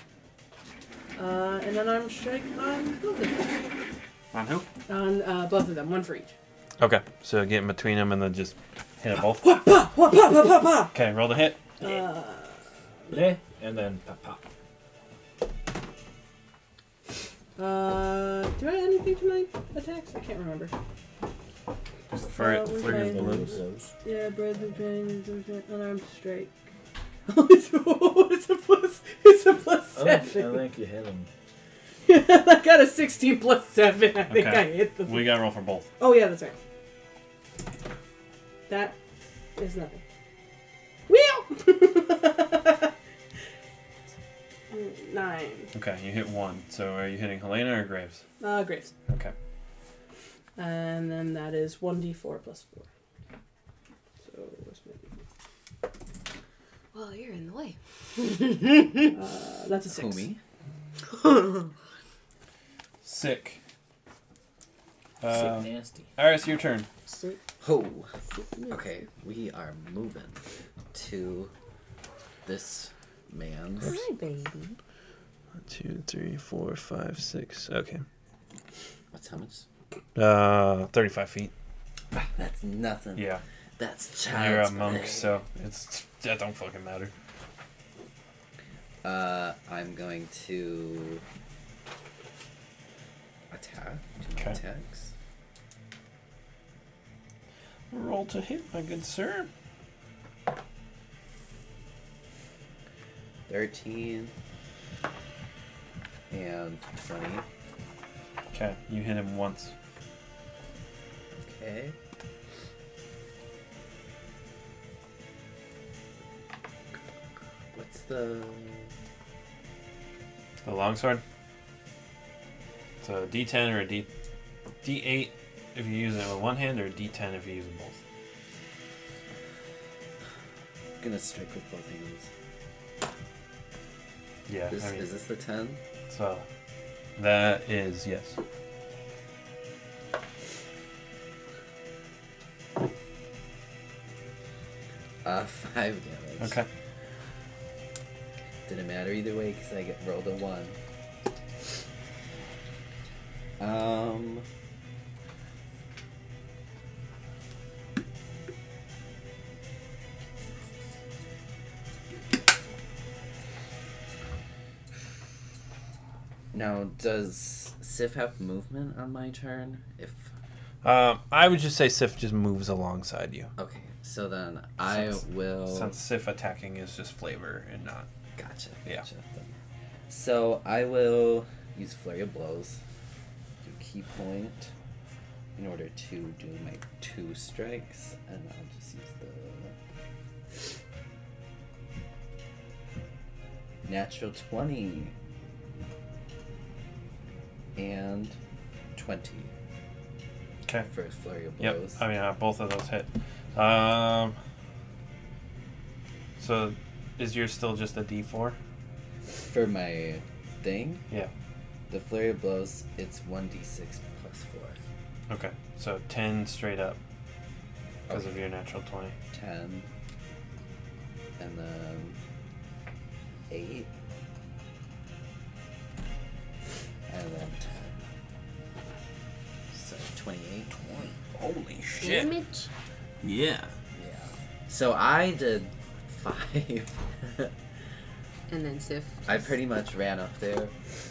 [SPEAKER 6] uh, an unarmed strike on both of them.
[SPEAKER 9] On who?
[SPEAKER 6] On uh, both of them, one for each.
[SPEAKER 1] Okay. So get in between them and then just hit them both.
[SPEAKER 6] Pa, pa, pa, pa, pa, *laughs* pa.
[SPEAKER 1] *gasps* Okay. Roll the hit.
[SPEAKER 6] Uh,
[SPEAKER 2] Bleh, and then pop pop.
[SPEAKER 6] uh, do I add anything to my attacks? I can't remember.
[SPEAKER 9] For
[SPEAKER 6] Uh, we're
[SPEAKER 9] flurry of
[SPEAKER 6] fine.
[SPEAKER 9] blows.
[SPEAKER 6] Yeah, breath of dragon, unarmed strike. it's a plus. It's a plus
[SPEAKER 2] I think, I
[SPEAKER 1] Oh,
[SPEAKER 6] seven.
[SPEAKER 2] think you hit him.
[SPEAKER 6] *laughs* I got a 16 plus 7. I think
[SPEAKER 1] Okay.
[SPEAKER 6] I hit the.
[SPEAKER 1] We gotta roll for both.
[SPEAKER 6] Oh, yeah, that's right. That is nothing.
[SPEAKER 10] *laughs*
[SPEAKER 6] Wheel! Nine.
[SPEAKER 1] Okay, you hit one. So are you hitting Helena or Graves?
[SPEAKER 6] Uh, Graves.
[SPEAKER 1] Okay.
[SPEAKER 6] And then that is 1d4 plus 4. So, what's my
[SPEAKER 3] Well, you're in the way.
[SPEAKER 6] uh, That's a 6.
[SPEAKER 5] Homie.
[SPEAKER 1] Sick. Um,
[SPEAKER 5] nasty.
[SPEAKER 1] Iris, your turn.
[SPEAKER 5] Ho. Okay, we are moving to this man's.
[SPEAKER 3] Hi, baby.
[SPEAKER 1] Two, three, four, five, six. Okay.
[SPEAKER 5] What's how much?
[SPEAKER 1] Uh, 35 feet.
[SPEAKER 5] *laughs* That's nothing.
[SPEAKER 1] Yeah.
[SPEAKER 5] That's
[SPEAKER 1] And You're a
[SPEAKER 5] child's
[SPEAKER 1] monk,
[SPEAKER 5] play.
[SPEAKER 1] so it's that don't fucking matter.
[SPEAKER 5] Uh, I'm going to attack. Do my
[SPEAKER 1] Okay.
[SPEAKER 5] attacks.
[SPEAKER 1] Roll to hit, my good sir.
[SPEAKER 5] 13 and 20.
[SPEAKER 1] Okay, you hit him once.
[SPEAKER 5] Okay. What's the.
[SPEAKER 1] The longsword. It's a D10 or a D, D8 if you use it with one hand, or a D10 if you use them both.
[SPEAKER 5] gonna strike with both hands.
[SPEAKER 1] Yeah,
[SPEAKER 5] This,
[SPEAKER 1] I mean,
[SPEAKER 5] is this the 10?
[SPEAKER 1] so that is yes.
[SPEAKER 5] Uh, *laughs* 5 damage.
[SPEAKER 1] Okay.
[SPEAKER 5] Didn't matter either way because I get rolled a 1. Um. Now, does Sif have movement on my turn? If
[SPEAKER 1] Um, I would just say Sif just moves alongside you.
[SPEAKER 5] okay, so then I
[SPEAKER 1] Sounds-
[SPEAKER 5] will.
[SPEAKER 1] Since Sif attacking is just flavor and not.
[SPEAKER 5] Gotcha.
[SPEAKER 1] Yeah.
[SPEAKER 5] Gotcha. So I will use flurry of blows, do key point, in order to do my two strikes, and I'll just use the natural twenty and twenty
[SPEAKER 1] Okay.
[SPEAKER 5] for a flurry of
[SPEAKER 1] Yep.
[SPEAKER 5] blows.
[SPEAKER 1] I mean, uh, both of those hit. Um. So, is yours still just a D4?
[SPEAKER 5] For my thing,
[SPEAKER 1] Yeah.
[SPEAKER 5] the flurry of blows, it's one d six plus four.
[SPEAKER 1] Okay. So ten straight up because of your natural twenty.
[SPEAKER 5] 10 and then 8 and then 10 so 28
[SPEAKER 1] Holy
[SPEAKER 3] Damage.
[SPEAKER 11] Yeah.
[SPEAKER 5] yeah so i did 5
[SPEAKER 3] And then Sif.
[SPEAKER 5] *laughs* i pretty much ran up there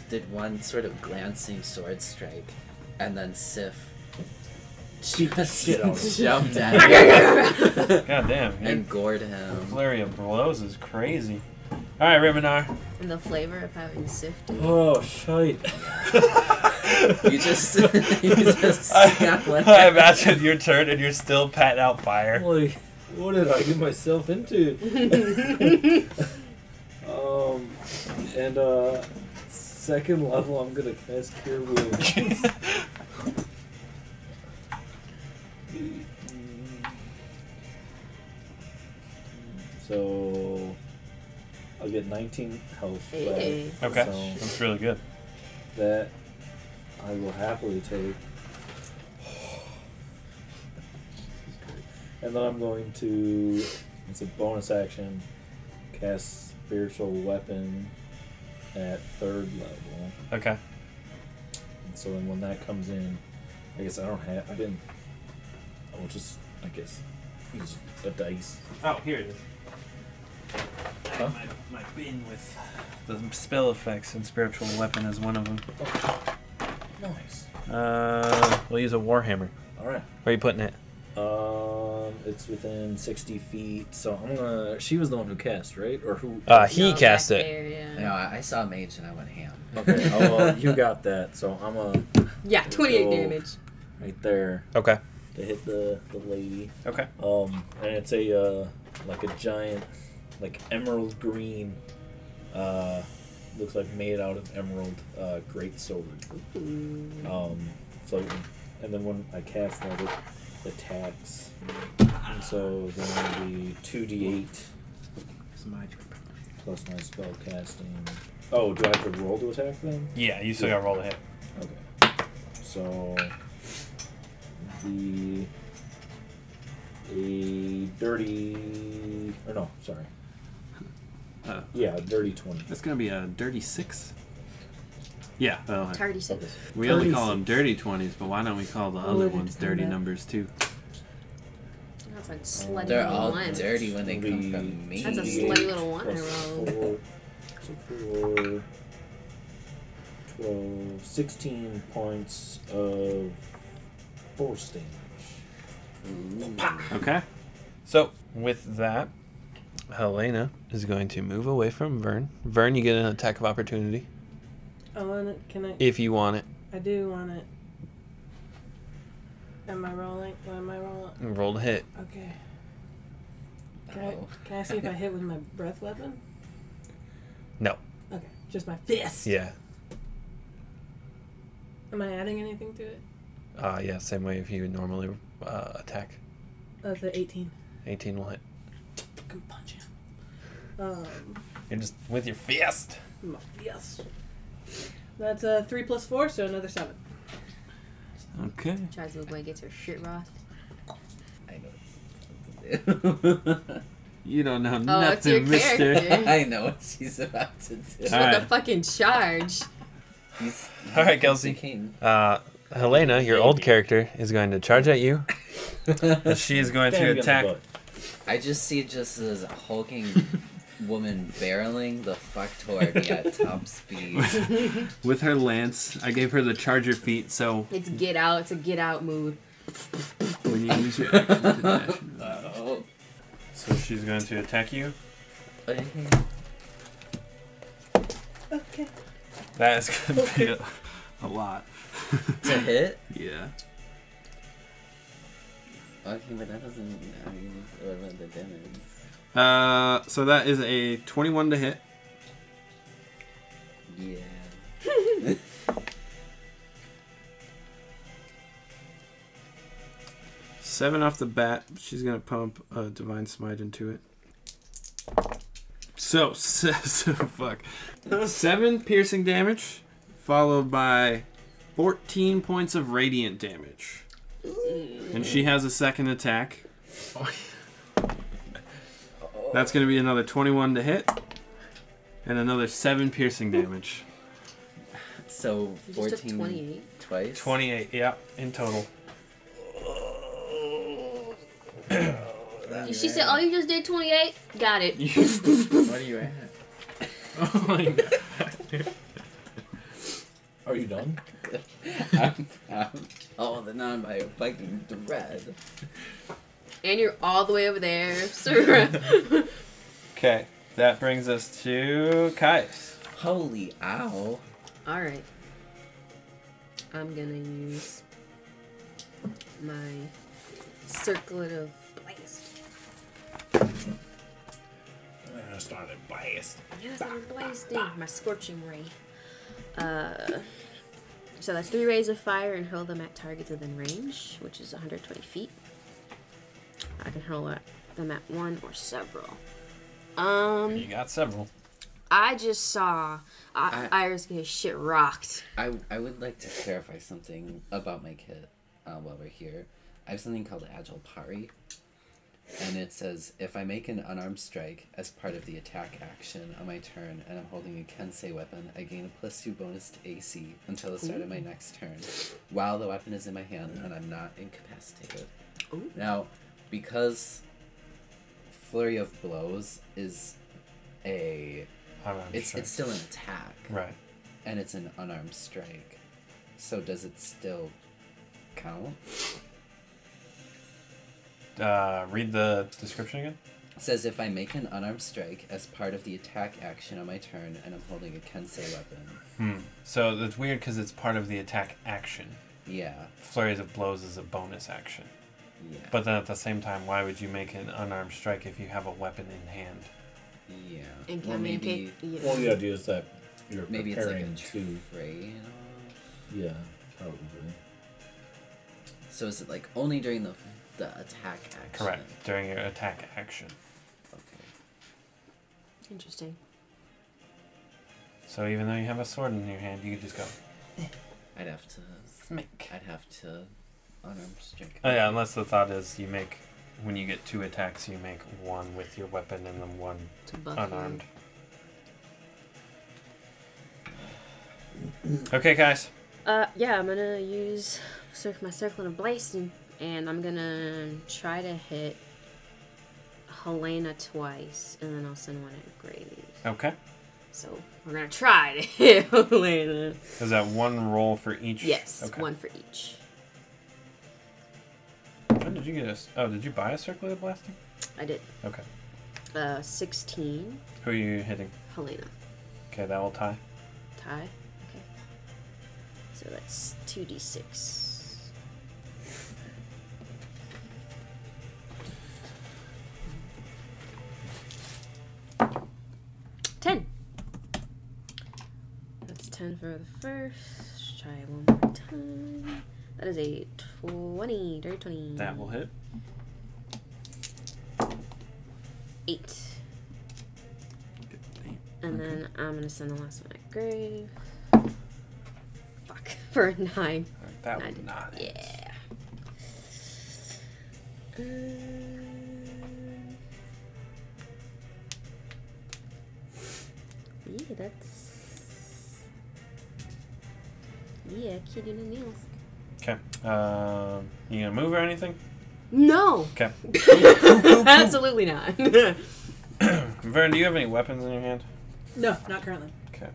[SPEAKER 5] did one sort of glancing sword strike and then sif just
[SPEAKER 1] *laughs*
[SPEAKER 5] jumped at him
[SPEAKER 1] God damn. Your
[SPEAKER 5] and gored him
[SPEAKER 1] flurry of blows is crazy. All right, Riminar.
[SPEAKER 3] And the flavor of having Sif do.
[SPEAKER 2] Oh, shite.
[SPEAKER 5] you just *laughs* you just got
[SPEAKER 1] I,
[SPEAKER 5] one
[SPEAKER 1] *laughs* I imagine your turn and you're still patting out fire.
[SPEAKER 2] Like, what did I get myself
[SPEAKER 1] *laughs*
[SPEAKER 2] into? um, and uh, second level, I'm gonna cast Cure Wounds. *laughs* So I'll get 19 health. back.
[SPEAKER 3] Hey.
[SPEAKER 1] Okay,
[SPEAKER 2] So
[SPEAKER 1] that's really good.
[SPEAKER 2] that I will happily take. And then I'm going to, it's a bonus action, cast Spiritual Weapon at third level.
[SPEAKER 1] Okay.
[SPEAKER 2] And so then when that comes in, I guess I don't have, I didn't, I will just, I guess, use a dice.
[SPEAKER 1] Oh, here it is. My, my bin with the spell effects and spiritual weapon is one of them.
[SPEAKER 2] Nice.
[SPEAKER 1] Uh, we'll use a warhammer. Where
[SPEAKER 2] Alright.
[SPEAKER 1] are you putting it?
[SPEAKER 2] Um, it's within sixty feet, so I'm gonna. She was the one who cast, right? Or who?
[SPEAKER 12] Uh, he
[SPEAKER 3] No,
[SPEAKER 12] cast
[SPEAKER 3] back
[SPEAKER 12] it.
[SPEAKER 3] there, yeah.
[SPEAKER 5] No, I, I saw mage and I went *laughs* ham.
[SPEAKER 2] Okay. *laughs* Oh, well, you got that. So I'm a
[SPEAKER 3] Yeah, 28
[SPEAKER 2] Go.
[SPEAKER 3] damage.
[SPEAKER 2] right there
[SPEAKER 12] Okay.
[SPEAKER 2] to hit the the lady.
[SPEAKER 13] Okay.
[SPEAKER 2] Um, and it's a uh, like a giant, like emerald green. Uh, looks like made out of emerald. Uh, great sword. um, floating. And then when I cast that, it attacks. And so then it'll be 2d8
[SPEAKER 4] It's my turn.
[SPEAKER 2] plus my spell casting. Oh, do I have to roll to attack them?
[SPEAKER 13] Yeah, you still got to roll a hit.
[SPEAKER 2] Okay. So the a dirty or no, sorry.
[SPEAKER 1] Uh.
[SPEAKER 2] yeah, a dirty twenty.
[SPEAKER 1] That's gonna be a dirty six. Yeah. Well,
[SPEAKER 3] Tardy six.
[SPEAKER 1] we only call them dirty twenties, but why don't we call the other
[SPEAKER 10] Dirty
[SPEAKER 1] ones dirty
[SPEAKER 10] 20.
[SPEAKER 1] numbers too?
[SPEAKER 3] That's a slutty
[SPEAKER 5] *laughs* They're
[SPEAKER 3] little
[SPEAKER 5] all
[SPEAKER 3] one.
[SPEAKER 5] dirty when they come
[SPEAKER 2] Be-
[SPEAKER 5] from me.
[SPEAKER 3] That's a
[SPEAKER 2] slave.
[SPEAKER 3] slutty little one. I
[SPEAKER 2] Plus
[SPEAKER 3] rolled.
[SPEAKER 2] four, so four, 12, 16 points of force damage.
[SPEAKER 1] Okay.
[SPEAKER 13] So with that, Helena is going to move away from Vern. Vern, you get an attack of opportunity
[SPEAKER 10] I want it. Oh, Can I?
[SPEAKER 13] if you want it.
[SPEAKER 10] I do want it. Am I rolling? Am I rolling?
[SPEAKER 13] Roll to hit.
[SPEAKER 10] Okay. Can,
[SPEAKER 5] Oh.
[SPEAKER 10] I, can I see if I hit with my breath weapon?
[SPEAKER 13] No.
[SPEAKER 10] Okay, just my fist.
[SPEAKER 13] Yeah.
[SPEAKER 10] Am I adding anything to it?
[SPEAKER 13] Uh, yeah. Same way if you would normally uh, attack.
[SPEAKER 10] Oh, the 18.
[SPEAKER 13] 18 will hit.
[SPEAKER 10] Fucking punch him. Um,
[SPEAKER 13] You're just with your fist.
[SPEAKER 10] my fist. That's a 3 plus 4, so another 7.
[SPEAKER 1] Okay.
[SPEAKER 3] Tries to move away, gets her shit rocked.
[SPEAKER 5] I know. what to do.
[SPEAKER 1] You don't know
[SPEAKER 3] Oh, it's your
[SPEAKER 1] nothing, Mister.
[SPEAKER 5] *laughs*
[SPEAKER 3] character.
[SPEAKER 5] I know what she's about to do.
[SPEAKER 3] She's
[SPEAKER 1] All
[SPEAKER 3] about to
[SPEAKER 1] right.
[SPEAKER 3] fucking charge.
[SPEAKER 5] He's,
[SPEAKER 13] All right,
[SPEAKER 5] he's
[SPEAKER 13] Kelsey.
[SPEAKER 5] the king.
[SPEAKER 13] *laughs* Uh, Helena, your old character, is going to charge at
[SPEAKER 3] *laughs*
[SPEAKER 13] you. And she is going
[SPEAKER 2] Stab you
[SPEAKER 13] to
[SPEAKER 2] in the
[SPEAKER 13] attack.
[SPEAKER 2] butt.
[SPEAKER 5] I just see just this *laughs* hulking woman barreling the fuck toward me at *laughs* top speed.
[SPEAKER 1] With her lance, I gave her the charger feet, so
[SPEAKER 3] It's get out. It's a get out mood.
[SPEAKER 1] when you use your action to dash.
[SPEAKER 5] oh.
[SPEAKER 13] So she's going to attack you.
[SPEAKER 10] Okay.
[SPEAKER 13] That is going to be a,
[SPEAKER 1] A lot.
[SPEAKER 5] to hit?
[SPEAKER 1] Yeah.
[SPEAKER 5] Okay, but that doesn't. I mean, what about the damage?
[SPEAKER 1] Uh, so that is a 21 to hit.
[SPEAKER 5] Yeah.
[SPEAKER 1] Seven off the bat. She's gonna pump a divine smite into it. So, *laughs* se- so fuck. Seven piercing damage, followed by fourteen points of radiant damage. And she has a second attack. That's gonna be another twenty-one to hit, and another seven piercing damage.
[SPEAKER 5] So
[SPEAKER 3] You just took
[SPEAKER 5] 14
[SPEAKER 3] 28.
[SPEAKER 5] twice?
[SPEAKER 13] 28, yeah, in total.
[SPEAKER 3] She said, "Oh, you just did 28. Got it."
[SPEAKER 5] What are you at?
[SPEAKER 4] Oh my god.
[SPEAKER 2] Are you done?
[SPEAKER 5] I'm, I'm *laughs* all the non by fucking dread.
[SPEAKER 3] and you're all the way over there, sir.
[SPEAKER 13] Okay, that brings us to Kai's.
[SPEAKER 5] Holy ow.
[SPEAKER 3] all right. I'm gonna use my circlet of blast. Yes, I'm blasting my scorching ray. Uh, so that's three rays of fire and hurl them at targets within range, which is 120 feet. I can hurl at them at one or several. Um,
[SPEAKER 13] You got several.
[SPEAKER 3] I just saw I-
[SPEAKER 5] I-
[SPEAKER 3] Iris get his shit rocked.
[SPEAKER 5] I, I would like to clarify something about my kit uh, while we're here. I have something called Agile Pari, and it says if I make an unarmed strike as part of the attack action on my turn and I'm holding a Kensei weapon, I gain a plus two bonus to AC until the start of my next turn while the weapon is in my hand and I'm not incapacitated.
[SPEAKER 3] Ooh.
[SPEAKER 5] Now, because Flurry of Blows is a.
[SPEAKER 13] I'm not
[SPEAKER 5] It's,
[SPEAKER 13] sure.
[SPEAKER 5] it's still an attack
[SPEAKER 13] right.
[SPEAKER 5] and it's an unarmed strike. So does it still count?
[SPEAKER 1] Uh, read the description again.
[SPEAKER 5] says if I make an unarmed strike as part of the attack action on my turn and I'm holding a Kensei weapon.
[SPEAKER 1] Hmm. So that's weird because it's part of the attack action.
[SPEAKER 5] Yeah,
[SPEAKER 1] Flurries of blows is a bonus action.
[SPEAKER 5] yeah,
[SPEAKER 1] But then at the same time, why would you make an unarmed strike if you have a weapon in hand?
[SPEAKER 5] yeah.
[SPEAKER 3] And
[SPEAKER 5] Well,
[SPEAKER 3] can we
[SPEAKER 5] maybe,
[SPEAKER 3] pick? Yeah.
[SPEAKER 2] Well, the idea is that you're
[SPEAKER 5] maybe it's like
[SPEAKER 2] preparing
[SPEAKER 5] a
[SPEAKER 2] to.
[SPEAKER 5] trade
[SPEAKER 2] Yeah, probably.
[SPEAKER 5] So is it like only during the the attack action?
[SPEAKER 1] Correct. During your attack action.
[SPEAKER 5] Okay.
[SPEAKER 3] Interesting.
[SPEAKER 1] So even though you have a sword in your hand, you could just go.
[SPEAKER 5] I'd have to. Smick. I'd have to unarmed strike.
[SPEAKER 1] Oh yeah, unless the thought is you make when you get two attacks, you make one with your weapon and then one
[SPEAKER 3] To buff you.
[SPEAKER 1] unarmed. Okay, guys.
[SPEAKER 3] Uh, yeah, I'm gonna use cir- my circlet of blasting, and I'm gonna try to hit Helena twice, and then I'll send one at Graves.
[SPEAKER 1] Okay.
[SPEAKER 3] So we're gonna try to *laughs* hit Helena.
[SPEAKER 1] Is that one roll for each?
[SPEAKER 3] Yes,
[SPEAKER 1] Okay.
[SPEAKER 3] one for each.
[SPEAKER 1] When did you get a? s- Oh, did you buy a circlet of blasting?
[SPEAKER 3] I did
[SPEAKER 1] Okay.
[SPEAKER 3] uh 16
[SPEAKER 1] Who are you hitting?
[SPEAKER 3] Helena
[SPEAKER 1] Okay, that will tie.
[SPEAKER 3] tie. Okay, so that's two d six. Ten. That's ten for the first. Try one more time. That is a twenty. Dirty twenty.
[SPEAKER 1] That will hit.
[SPEAKER 3] Eight. And then I'm gonna send the last one at grave. Fuck. *laughs* For a nine.
[SPEAKER 1] Alright, That
[SPEAKER 3] I
[SPEAKER 1] will
[SPEAKER 3] did-
[SPEAKER 1] not. hit.
[SPEAKER 3] Yeah. Um, yeah, that's. Yeah, Keaton and Neil.
[SPEAKER 1] Okay. Um, you gonna move or anything?
[SPEAKER 3] No!
[SPEAKER 1] Okay.
[SPEAKER 3] *laughs* Absolutely not.
[SPEAKER 1] Vern, do you have any weapons in your hand?
[SPEAKER 10] No, not currently.
[SPEAKER 1] Okay.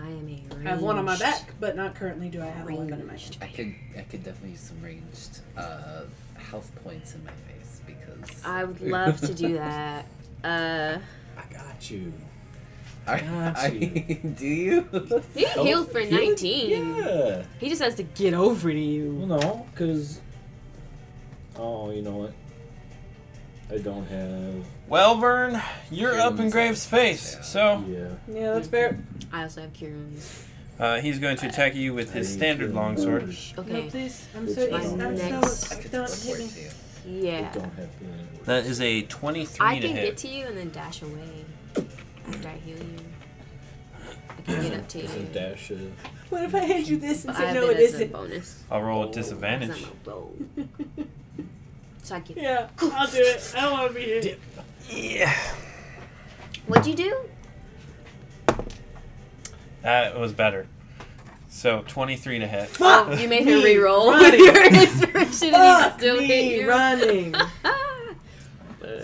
[SPEAKER 3] I am a
[SPEAKER 10] I have one on my
[SPEAKER 3] ranged-
[SPEAKER 10] back, but not currently do I have a weapon in my hand.
[SPEAKER 3] ranged
[SPEAKER 5] I could I could definitely use some ranged uh, health points in my face because
[SPEAKER 3] I would love to do that. Uh,
[SPEAKER 2] I got you.
[SPEAKER 5] I, *laughs* I, do you? *laughs*
[SPEAKER 3] he
[SPEAKER 2] Oh,
[SPEAKER 3] healed for
[SPEAKER 2] healed?
[SPEAKER 3] 19.
[SPEAKER 2] Yeah.
[SPEAKER 3] He just has to get over to
[SPEAKER 2] Well,
[SPEAKER 3] you.
[SPEAKER 2] no, because. Oh, you know what? I don't have.
[SPEAKER 1] Well, Vern, you're
[SPEAKER 5] Yeah,
[SPEAKER 1] up in
[SPEAKER 5] let's-
[SPEAKER 1] Graves' face,
[SPEAKER 5] yeah.
[SPEAKER 1] so
[SPEAKER 2] Yeah.
[SPEAKER 10] Yeah, that's fair.
[SPEAKER 3] I also have cure wounds.
[SPEAKER 1] uh, he's going to attack you with his
[SPEAKER 2] I
[SPEAKER 1] standard
[SPEAKER 2] can-
[SPEAKER 1] longsword.
[SPEAKER 10] No,
[SPEAKER 3] Okay.
[SPEAKER 10] please. I'm
[SPEAKER 2] It's
[SPEAKER 10] so easy.
[SPEAKER 2] fine.
[SPEAKER 10] I'm
[SPEAKER 3] Next.
[SPEAKER 10] so.
[SPEAKER 5] I could
[SPEAKER 10] Don't hit
[SPEAKER 5] teleport
[SPEAKER 10] me.
[SPEAKER 5] to you.
[SPEAKER 2] I
[SPEAKER 3] Yeah.
[SPEAKER 2] don't have the-
[SPEAKER 1] That is a 23
[SPEAKER 3] I
[SPEAKER 1] to
[SPEAKER 3] can
[SPEAKER 1] hit.
[SPEAKER 3] get to you and then dash away. After I heal you. I can get up to you.
[SPEAKER 2] Isn't dash
[SPEAKER 10] *laughs*
[SPEAKER 2] a-
[SPEAKER 10] What if I hand you this and
[SPEAKER 3] But I
[SPEAKER 10] say
[SPEAKER 3] have it
[SPEAKER 10] no, it
[SPEAKER 3] as a
[SPEAKER 10] isn't?
[SPEAKER 3] bonus.
[SPEAKER 1] I'll roll with
[SPEAKER 3] It's
[SPEAKER 1] disadvantage.
[SPEAKER 3] not my roll.
[SPEAKER 10] *laughs*
[SPEAKER 3] So I get.
[SPEAKER 10] Yeah, I'll do it. I don't want to be here.
[SPEAKER 3] What'd you do?
[SPEAKER 1] That was better. So 23 to hit.
[SPEAKER 3] Oh, you made her
[SPEAKER 10] me
[SPEAKER 3] re-roll *laughs*
[SPEAKER 10] running.
[SPEAKER 3] your inspiration and he
[SPEAKER 10] Fuck
[SPEAKER 3] still hit
[SPEAKER 10] me
[SPEAKER 3] you. *laughs*
[SPEAKER 10] running.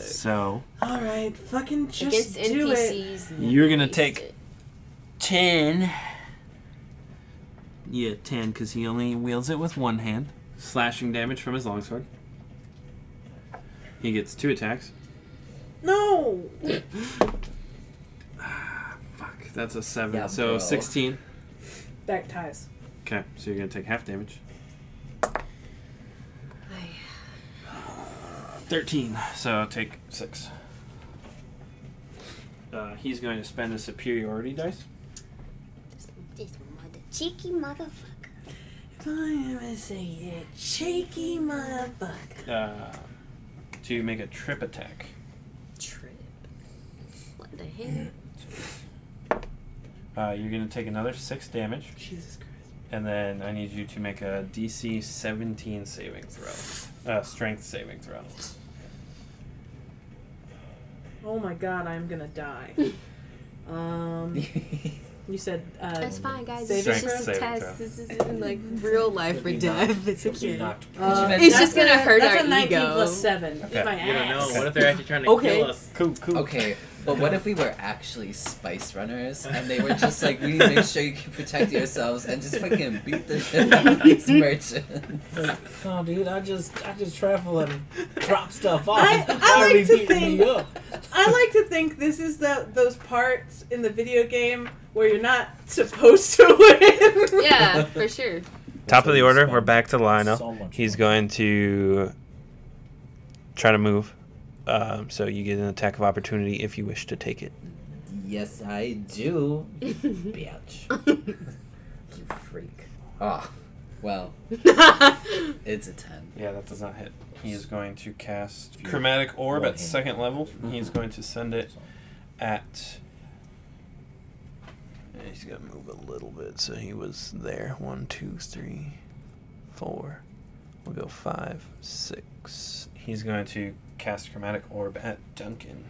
[SPEAKER 1] So
[SPEAKER 10] All right, fucking just
[SPEAKER 3] Against
[SPEAKER 10] do it.
[SPEAKER 3] NPCs.
[SPEAKER 14] You're gonna
[SPEAKER 3] nice.
[SPEAKER 14] take- 10. Yeah, 10, because he only wields it with one hand. Slashing damage from his longsword. He gets two attacks.
[SPEAKER 10] No.
[SPEAKER 14] *laughs* Ah, Fuck, that's a 7.
[SPEAKER 5] Yeah,
[SPEAKER 14] so
[SPEAKER 5] bro.
[SPEAKER 14] 16.
[SPEAKER 10] Back ties.
[SPEAKER 14] Okay, so you're gonna take half damage. 13.
[SPEAKER 1] so take six.
[SPEAKER 14] Uh, he's going to spend a superiority dice.
[SPEAKER 3] This mother cheeky motherfucker.
[SPEAKER 10] If I am a say
[SPEAKER 3] *laughs*
[SPEAKER 10] cheeky motherfucker.
[SPEAKER 1] Uh, to make a trip attack.
[SPEAKER 3] Trip. What the hell?
[SPEAKER 1] Uh, you're going to take another six damage,
[SPEAKER 10] Jesus Christ.
[SPEAKER 1] and then I need you to make a DC 17 saving throw. Uh, strength saving throw.
[SPEAKER 10] Oh my God, I'm gonna die. Um, you said uh,
[SPEAKER 3] That's fine, guys.
[SPEAKER 10] Saving
[SPEAKER 3] This
[SPEAKER 10] throw?
[SPEAKER 3] is just a
[SPEAKER 1] Saving
[SPEAKER 3] test.
[SPEAKER 1] throw.
[SPEAKER 3] This isn't like real life or
[SPEAKER 2] You'll be
[SPEAKER 3] death.
[SPEAKER 2] knocked-
[SPEAKER 3] It's a
[SPEAKER 2] you'll be
[SPEAKER 3] kid. *laughs*
[SPEAKER 2] knocked
[SPEAKER 5] *laughs*
[SPEAKER 10] Uh,
[SPEAKER 5] It's
[SPEAKER 10] that's
[SPEAKER 5] just
[SPEAKER 10] a-
[SPEAKER 3] gonna hurt
[SPEAKER 10] that's
[SPEAKER 3] our
[SPEAKER 10] a 19
[SPEAKER 3] ego.
[SPEAKER 10] plus 7.
[SPEAKER 1] Okay.
[SPEAKER 10] In my
[SPEAKER 4] You don't know.
[SPEAKER 10] ass.
[SPEAKER 4] What if they're actually trying to
[SPEAKER 3] Okay.
[SPEAKER 4] kill us?
[SPEAKER 1] Cool, cool.
[SPEAKER 5] Okay, But what if we were actually spice runners and they were just like, we need to make sure you can protect yourselves and just fucking beat the shit out of these merchants?
[SPEAKER 2] No, dude, I just I just travel and
[SPEAKER 10] *laughs*
[SPEAKER 2] drop stuff off.
[SPEAKER 10] I- I
[SPEAKER 2] Why are
[SPEAKER 10] like
[SPEAKER 2] these
[SPEAKER 10] to
[SPEAKER 2] beating me
[SPEAKER 10] think-
[SPEAKER 2] up?
[SPEAKER 10] I like to think this is the those parts in the video game where you're not supposed to *laughs* win.
[SPEAKER 3] Yeah, for sure.
[SPEAKER 2] That's
[SPEAKER 1] Top of
[SPEAKER 2] what
[SPEAKER 1] the
[SPEAKER 2] you
[SPEAKER 1] order,
[SPEAKER 2] spend
[SPEAKER 1] we're back to
[SPEAKER 2] so
[SPEAKER 1] Lionel.
[SPEAKER 2] much
[SPEAKER 1] He's
[SPEAKER 2] money.
[SPEAKER 1] going to try to move. Um, so you get an attack of opportunity if you wish to take it.
[SPEAKER 5] yes, I do. Bitch. you freak. Ah, well, it's a 10.
[SPEAKER 1] Yeah, that does not hit. He is going to cast Mm-hmm. Chromatic Orb
[SPEAKER 2] One
[SPEAKER 1] at
[SPEAKER 2] hand.
[SPEAKER 1] second level. He's going to send it at. and He's going to move a little bit, so he was there. One, two, three, four. We'll go five, six. He's going to cast Chromatic Orb at Duncan.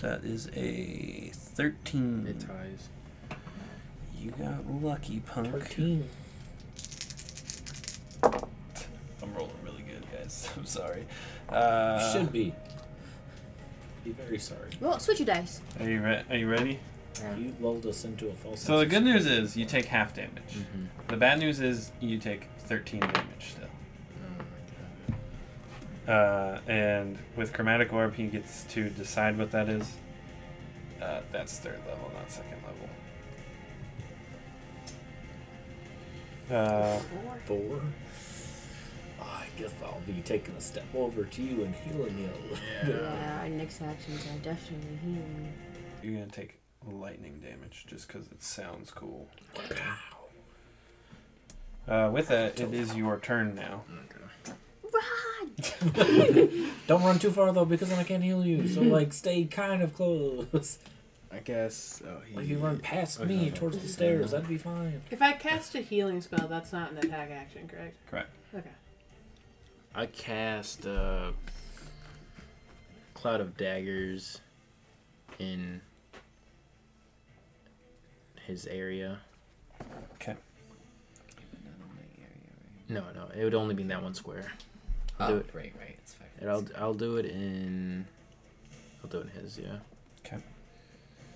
[SPEAKER 1] That is a 13.
[SPEAKER 15] It ties.
[SPEAKER 1] You got lucky, punk.
[SPEAKER 2] Thirteen.
[SPEAKER 1] I'm rolling really good, guys. *laughs* I'm sorry. Uh,
[SPEAKER 2] Should be. Be very sorry.
[SPEAKER 3] *laughs* well, switch your dice.
[SPEAKER 1] Are you re- Are you ready?
[SPEAKER 2] You lulled us into a false.
[SPEAKER 1] So the good
[SPEAKER 2] sense
[SPEAKER 1] news
[SPEAKER 2] of
[SPEAKER 1] is you take half damage. The bad news is you take 13 damage still. Uh, and with chromatic orb, he gets to decide what that is. Uh, that's third level, not second level. Uh,
[SPEAKER 2] four. I guess I'll be taking a step over to you and healing you. a little bit.
[SPEAKER 3] Yeah, our next actions are definitely healing.
[SPEAKER 1] you're gonna take lightning damage just because it sounds cool. Uh, with that, it is your turn now.
[SPEAKER 2] Don't run too far though, because then I can't heal you. *laughs* So like, stay kind of close.
[SPEAKER 15] I guess. Oh, he.
[SPEAKER 2] Like you run past
[SPEAKER 15] Okay.
[SPEAKER 2] me towards the stairs, that'd be fine.
[SPEAKER 10] If I cast a healing spell, that's not an attack action, correct?
[SPEAKER 1] Correct.
[SPEAKER 10] Okay.
[SPEAKER 4] I cast uh, Cloud of Daggers in his area.
[SPEAKER 1] Okay.
[SPEAKER 4] No, no, it would only be in that one square.
[SPEAKER 5] Oh,
[SPEAKER 4] Do
[SPEAKER 5] right,
[SPEAKER 4] it.
[SPEAKER 5] right. It's fine.
[SPEAKER 4] And I'll I'll do it in I'll do it in his, yeah.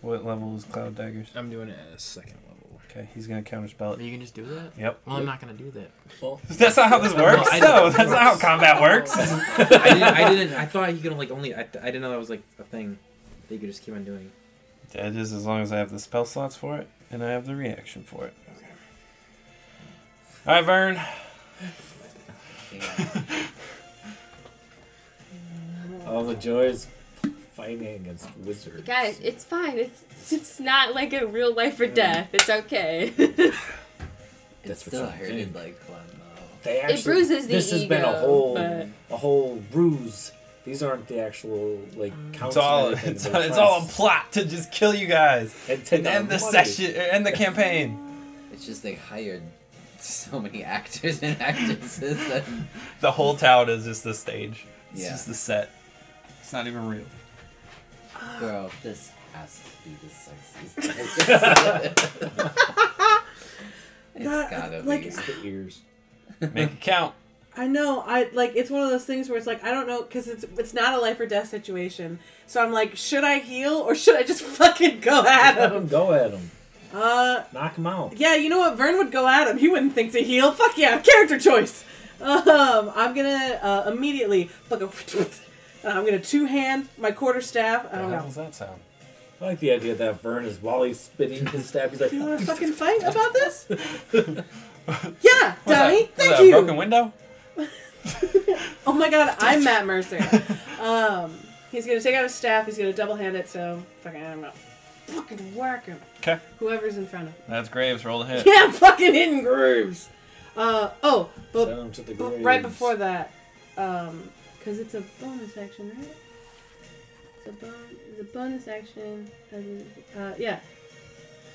[SPEAKER 1] What level is Cloud Daggers?
[SPEAKER 15] I'm doing it at a second level.
[SPEAKER 1] Okay, he's gonna counterspell it.
[SPEAKER 4] You can just do that?
[SPEAKER 1] Yep.
[SPEAKER 4] Well, I'm not gonna do that.
[SPEAKER 2] Well,
[SPEAKER 1] That's not how this works.
[SPEAKER 15] I-
[SPEAKER 1] No, that's not how combat *laughs* works.
[SPEAKER 15] I, didn't, I didn't. I thought you could like only. I, I didn't know that was like a thing. That you could just keep on doing.
[SPEAKER 1] It is as long as I have the spell slots for it and I have the reaction for it. Okay. All right, Vern.
[SPEAKER 5] *laughs* Yeah.
[SPEAKER 2] all the joys fighting against wizards.
[SPEAKER 3] Guys, it's fine. It's it's not like a real life or death. It's okay. *laughs*
[SPEAKER 5] It's
[SPEAKER 2] That's
[SPEAKER 5] still
[SPEAKER 2] what's up,
[SPEAKER 5] hurted
[SPEAKER 2] dude.
[SPEAKER 5] like one, though.
[SPEAKER 2] They actually,
[SPEAKER 3] bruises the
[SPEAKER 2] This has been a
[SPEAKER 3] ego,
[SPEAKER 2] whole
[SPEAKER 3] but-
[SPEAKER 2] a whole ruse. These aren't the actual like counts.
[SPEAKER 1] It's all
[SPEAKER 2] and everything,
[SPEAKER 1] it's,
[SPEAKER 2] they're
[SPEAKER 1] it's all a
[SPEAKER 2] plans.
[SPEAKER 1] plot to just kill you *laughs* guys
[SPEAKER 2] And take
[SPEAKER 1] and
[SPEAKER 2] our
[SPEAKER 1] end the
[SPEAKER 2] money.
[SPEAKER 1] session or end the campaign.
[SPEAKER 5] It's just they hired so many *laughs* actors and actresses. *gasps* That,
[SPEAKER 1] The whole town is just the stage. It's
[SPEAKER 5] Yeah.
[SPEAKER 1] just the set. It's not even *laughs* real.
[SPEAKER 5] girl, this has to be the *laughs* sexiest. it's
[SPEAKER 10] That-
[SPEAKER 5] gotta
[SPEAKER 10] like,
[SPEAKER 5] be.
[SPEAKER 2] It's the ears.
[SPEAKER 1] Make it count.
[SPEAKER 10] I know. I like it's one of those things where it's like I don't know because it's it's not a life or death situation. So I'm like, should I heal or should I just *laughs* fucking go at
[SPEAKER 2] Let
[SPEAKER 10] him?
[SPEAKER 2] them go at them.
[SPEAKER 10] Uh,
[SPEAKER 2] Knock them out.
[SPEAKER 10] yeah. You know what? Vern would go at him. He wouldn't think to heal. Fuck yeah, character choice. Um, I'm gonna uh, immediately fucking. and I'm gonna two hand my quarter staff. I don't
[SPEAKER 1] How
[SPEAKER 10] know.
[SPEAKER 1] does that sound?
[SPEAKER 2] I like the idea that Vern is while he's spinning his staff, he's like, *laughs*
[SPEAKER 10] Do you want to fucking fight about this? yeah, dummy.
[SPEAKER 1] What's
[SPEAKER 10] Thank
[SPEAKER 1] that, a
[SPEAKER 10] you.
[SPEAKER 1] broken window?
[SPEAKER 10] Oh my god, I'm Matt Mercer. um, he's gonna take out his staff. He's gonna double hand it. So fucking, I'm gonna fucking whack him.
[SPEAKER 1] 'Kay.
[SPEAKER 10] Whoever's in front of him. *laughs*
[SPEAKER 1] That's Graves. Roll a hit.
[SPEAKER 10] Yeah, I'm fucking hitting grooves. Uh oh, but,
[SPEAKER 2] down to the
[SPEAKER 10] but
[SPEAKER 2] grave.
[SPEAKER 10] right before that, um, because it's a bonus action, right? It's a, bon- it's a bonus action. Uh, yeah.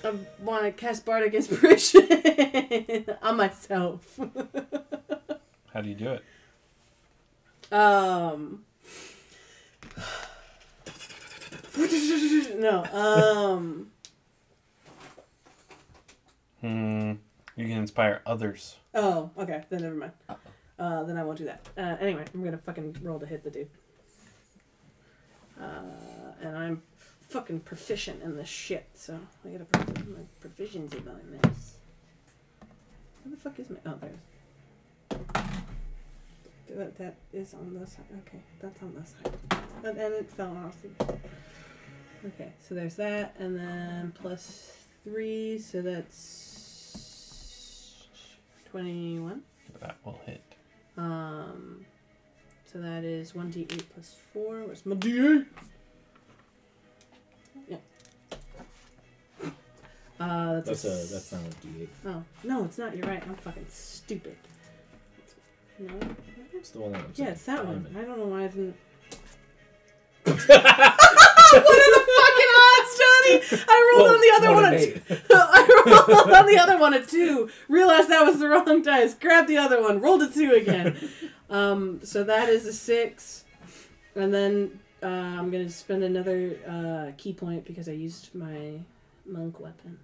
[SPEAKER 10] I want to cast Bardic Inspiration *laughs* on myself.
[SPEAKER 1] How do you do it?
[SPEAKER 10] Um. no. Um.
[SPEAKER 1] Hmm. You can inspire others.
[SPEAKER 10] Oh, okay. Then never mind. uh, then I won't do that. Uh, anyway, I'm gonna fucking roll to hit the dude. Uh, and I'm fucking proficient in this shit, so I got a prof- my proficiency bonus. Where the fuck is my? Oh, there's. That, that is on this side. Okay, that's on this side. But then it fell off. Okay, so there's that, and then plus three, so that's twenty-one.
[SPEAKER 1] That will hit.
[SPEAKER 10] Um, so that is 1d8 plus 4. Where's my d8? Yeah. Uh, that's,
[SPEAKER 2] That's a
[SPEAKER 10] s-
[SPEAKER 2] that's not a D8.
[SPEAKER 10] Oh, no, it's not. You're right. I'm fucking stupid. No?
[SPEAKER 2] It's the one that looks
[SPEAKER 10] Yeah,
[SPEAKER 2] like
[SPEAKER 10] it's that one.
[SPEAKER 2] diamond.
[SPEAKER 10] I don't know why
[SPEAKER 2] *laughs*
[SPEAKER 10] I didn't. what are the fucking odds, Johnny? I rolled on the other one.
[SPEAKER 2] One
[SPEAKER 10] at
[SPEAKER 2] of eight.
[SPEAKER 10] *laughs* I rolled on the other one a two. Realized that was the wrong dice. Grabbed the other one. Rolled a two again. Um, so that is a six. And then uh, I'm gonna spend another uh, key point because I used my monk weapon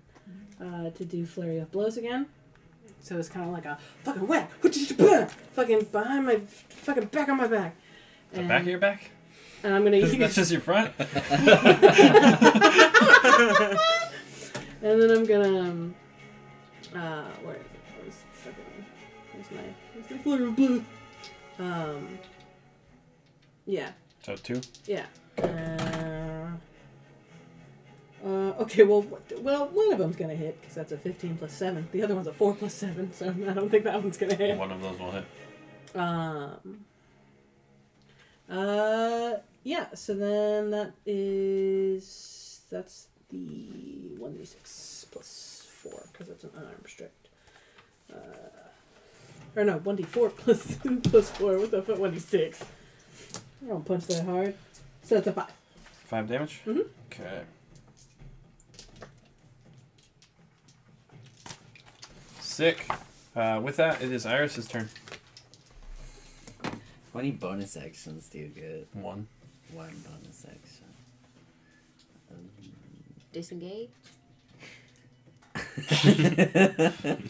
[SPEAKER 10] uh, to do flurry of blows again. So it's kind of like a fucking whack, fucking behind my fucking back on my back.
[SPEAKER 1] The back of your back?
[SPEAKER 10] and I'm gonna use
[SPEAKER 1] That's just your front?
[SPEAKER 10] And then I'm gonna, um, uh, where is it? Where's fucking, where's my, where's my flare of blue? Um, yeah,
[SPEAKER 1] So two.
[SPEAKER 10] yeah. Uh, uh, okay, well, what- well, one of them's gonna hit because that's a 15 plus seven. The other one's a four plus seven, so I don't think that one's gonna hit.
[SPEAKER 1] One of those will hit.
[SPEAKER 10] Um. Uh. Yeah. So then that is that's the one d six plus four because it's an unarmed strike. Uh, or no, one d four *laughs* plus plus four. What the fuck? One d six. I don't punch that hard. So that's a five.
[SPEAKER 1] Five damage?
[SPEAKER 10] Mhm.
[SPEAKER 1] Okay. Sick. Uh, with that, it is Iris's turn.
[SPEAKER 5] How many bonus actions do you get?
[SPEAKER 1] One.
[SPEAKER 5] One bonus action. Um,
[SPEAKER 3] Disengage.
[SPEAKER 5] *laughs*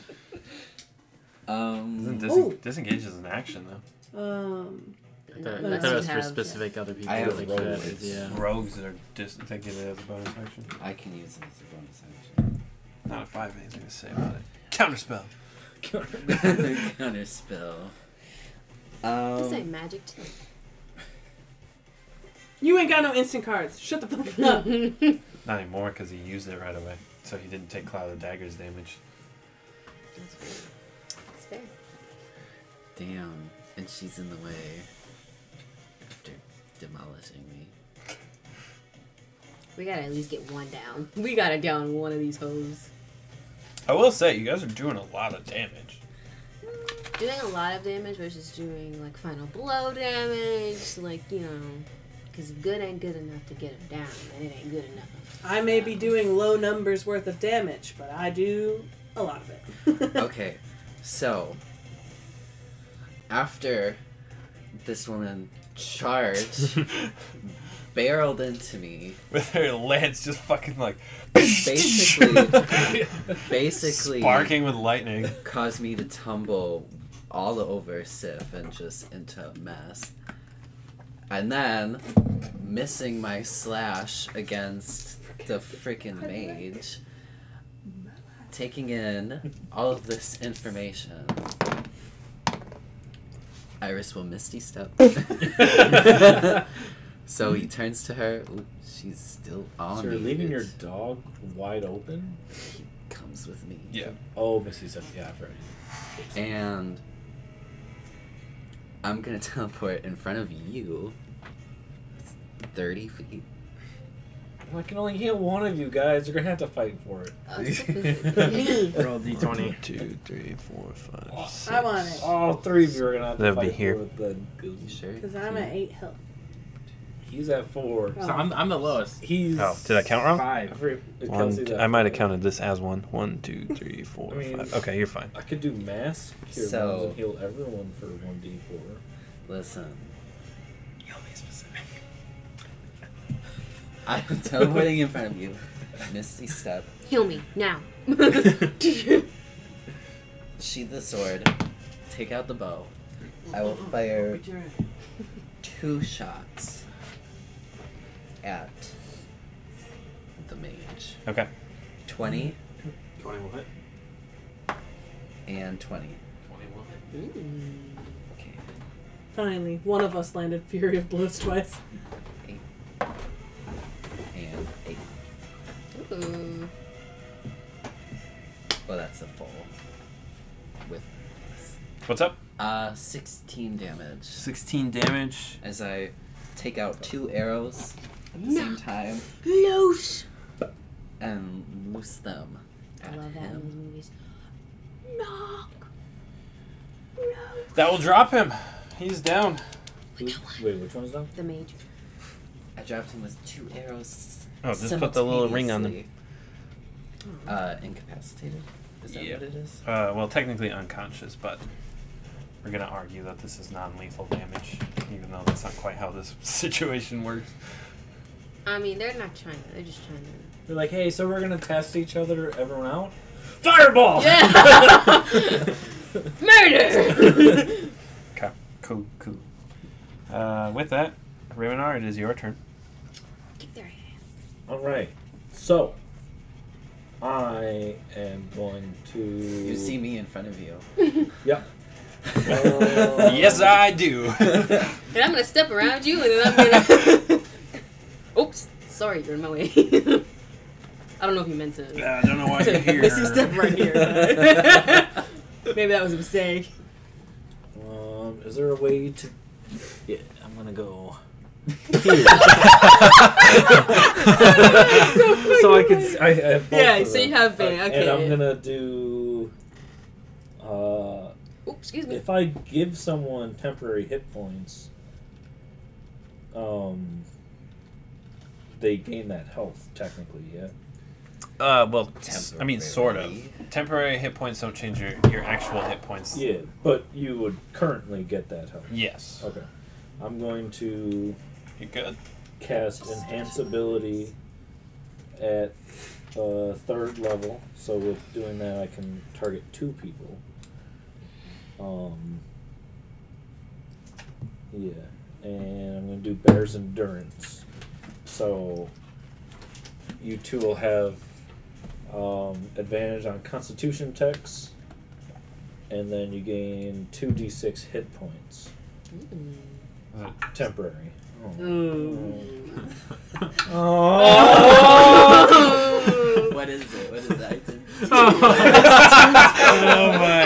[SPEAKER 5] um,
[SPEAKER 1] Isn't dis-
[SPEAKER 10] Ooh.
[SPEAKER 1] disengage is an action, though.
[SPEAKER 10] Um.
[SPEAKER 4] I thought,
[SPEAKER 10] No,
[SPEAKER 4] I thought it was
[SPEAKER 3] you
[SPEAKER 4] for
[SPEAKER 3] have-
[SPEAKER 4] specific other people.
[SPEAKER 5] I have
[SPEAKER 4] like uh,
[SPEAKER 2] rolled
[SPEAKER 4] that.
[SPEAKER 2] it.
[SPEAKER 4] Yeah.
[SPEAKER 1] Rogues are dis- they get it as a bonus action.
[SPEAKER 5] I can use it as a bonus action.
[SPEAKER 1] Not a five, anything to say about it. Counterspell.
[SPEAKER 5] *laughs* Counter spell.
[SPEAKER 3] This
[SPEAKER 5] Um,
[SPEAKER 3] ain't magic. Too.
[SPEAKER 10] You ain't got no instant cards. Shut the fuck up.
[SPEAKER 1] Not anymore, because he used it right away. So he didn't take Cloud of Daggers damage.
[SPEAKER 3] That's fair. That's fair.
[SPEAKER 5] damn, and she's in the way after demolishing me.
[SPEAKER 3] We gotta at least get one down. *laughs* We gotta down one of these hoes.
[SPEAKER 1] I will say, you guys are doing a lot of damage. *laughs*
[SPEAKER 3] Doing a lot of damage versus doing like final blow damage, like you know, because good ain't good enough to get him down, and it ain't good enough.
[SPEAKER 10] I may be doing low numbers worth of damage, but I do a lot of
[SPEAKER 5] *laughs*
[SPEAKER 10] it.
[SPEAKER 5] okay, so after this woman charged, barreled into me,
[SPEAKER 1] With her lance just fucking like. *laughs*
[SPEAKER 5] Basically- basically
[SPEAKER 1] Sparking with lightning.
[SPEAKER 5] caused me to tumble all over Sif and just into a mess. And then missing my slash against the freaking mage, taking in all of this information. Iris will
[SPEAKER 2] *laughs*
[SPEAKER 5] misty step. *laughs* so he turns to her. Ooh, she's still on
[SPEAKER 2] So you're
[SPEAKER 5] me,
[SPEAKER 2] leaving your
[SPEAKER 5] bitch.
[SPEAKER 2] dog wide open?
[SPEAKER 5] comes with me.
[SPEAKER 1] Yeah.
[SPEAKER 2] Oh, Missy said, yeah, I've already.
[SPEAKER 5] And I'm gonna *laughs* teleport in front of you. It's 30 feet.
[SPEAKER 2] I can only hit one of you guys. You're gonna have to fight for it.
[SPEAKER 3] Oh, Me.
[SPEAKER 4] Roll d20.
[SPEAKER 1] Two, three, four, five.
[SPEAKER 10] I want it.
[SPEAKER 2] All three of you are gonna have to
[SPEAKER 1] That'd be
[SPEAKER 2] fight
[SPEAKER 1] here.
[SPEAKER 2] for it. Then.
[SPEAKER 5] You
[SPEAKER 2] 'cause
[SPEAKER 5] sure?
[SPEAKER 10] Because I'm at eight health. Oh,
[SPEAKER 2] He's at four.
[SPEAKER 4] So I'm, I'm the lowest.
[SPEAKER 2] He's.
[SPEAKER 1] Oh, did I count wrong?
[SPEAKER 2] I, *laughs*
[SPEAKER 4] Five.
[SPEAKER 1] One,
[SPEAKER 2] forget- Kelsey's
[SPEAKER 1] t-
[SPEAKER 2] at
[SPEAKER 1] I might have
[SPEAKER 2] four.
[SPEAKER 1] counted this as one. One, two, three, four,
[SPEAKER 2] I mean-
[SPEAKER 1] five. Okay, you're fine.
[SPEAKER 2] I could do mass cure
[SPEAKER 5] So-
[SPEAKER 2] wounds and heal everyone for one d four.
[SPEAKER 5] Listen. You'll be specific. *laughs* I'm teleporting in front of you. Misty step.
[SPEAKER 3] *laughs* Heal me now. Mm.
[SPEAKER 5] Sheath the sword. Take out the bow. I
[SPEAKER 10] Uh-uh.
[SPEAKER 5] will fire two shots at the mage.
[SPEAKER 1] Okay.
[SPEAKER 5] 20
[SPEAKER 4] Twenty will hit.
[SPEAKER 5] and 20.
[SPEAKER 4] Twenty will hit.
[SPEAKER 5] Okay.
[SPEAKER 10] Finally, one of us landed Fury of Blows twice.
[SPEAKER 5] And 8.
[SPEAKER 3] Ooh.
[SPEAKER 5] Well, that's a full. With.
[SPEAKER 1] What's up?
[SPEAKER 5] Uh, 16 damage.
[SPEAKER 16] 16 damage.
[SPEAKER 5] As I take out two arrows at the same time
[SPEAKER 3] Loose.
[SPEAKER 5] and loose them at
[SPEAKER 3] I love that in
[SPEAKER 5] him.
[SPEAKER 3] these movies. Knock. No.
[SPEAKER 1] That will drop him. He's down.
[SPEAKER 2] Wait, which one's down?
[SPEAKER 3] The mage.
[SPEAKER 5] I dropped him with two arrows.
[SPEAKER 1] Oh, just put the little ring on them.
[SPEAKER 5] simultaneously. Uh, incapacitated. Is that
[SPEAKER 1] Yeah.
[SPEAKER 5] what it is?
[SPEAKER 1] Uh, well, technically unconscious, but we're gonna argue that this is non-lethal damage, even though that's not quite how this *laughs* situation works.
[SPEAKER 3] I mean, they're not trying. They're just *laughs* trying to.
[SPEAKER 2] They're like, hey, so we're gonna test each other, everyone out.
[SPEAKER 1] Fireball.
[SPEAKER 3] Yeah. Murder.
[SPEAKER 1] Okay. Cool. Cool. Uh, with that, Ravenar, it is your turn.
[SPEAKER 3] Kick their ass.
[SPEAKER 2] All right. So I am going to.
[SPEAKER 5] You
[SPEAKER 2] *laughs*
[SPEAKER 5] see me in front of you.
[SPEAKER 2] Yep.
[SPEAKER 5] Oh.
[SPEAKER 1] Yes, *laughs* I do.
[SPEAKER 3] And I'm gonna step around you, and then I'm *laughs* gonna. Oops. Sorry, you're in my way. *laughs* I don't know if you meant *laughs* to.
[SPEAKER 1] I don't know why
[SPEAKER 3] to
[SPEAKER 1] you're here.
[SPEAKER 3] This is step right here. Maybe that was a mistake.
[SPEAKER 2] Um, is there a way to? Yeah, I'm gonna *laughs* go. so I can. I, I have both
[SPEAKER 3] Yeah,
[SPEAKER 2] of
[SPEAKER 3] so you
[SPEAKER 2] them.
[SPEAKER 3] have been,
[SPEAKER 2] Uh,
[SPEAKER 3] okay.
[SPEAKER 2] And I'm gonna do. Uh,
[SPEAKER 3] Oops. Excuse me.
[SPEAKER 2] if I give someone temporary hit points, um, they gain that health technically. Yeah.
[SPEAKER 1] Uh, well, s- I mean, sort of.
[SPEAKER 5] Temporarily.
[SPEAKER 1] Temporary hit points don't change your, your actual hit points.
[SPEAKER 2] Yeah, but you would currently get that health.
[SPEAKER 1] Yes.
[SPEAKER 2] Okay. I'm going to
[SPEAKER 1] You good?
[SPEAKER 2] cast enhance ability at uh, third level. So with doing that, I can target two people. Um, yeah, and I'm going to do bear's endurance. So you two will have um, advantage on Constitution checks, and then you gain two d6 hit points
[SPEAKER 3] Mm.
[SPEAKER 2] temporary.
[SPEAKER 5] *laughs* What is it? What is that? I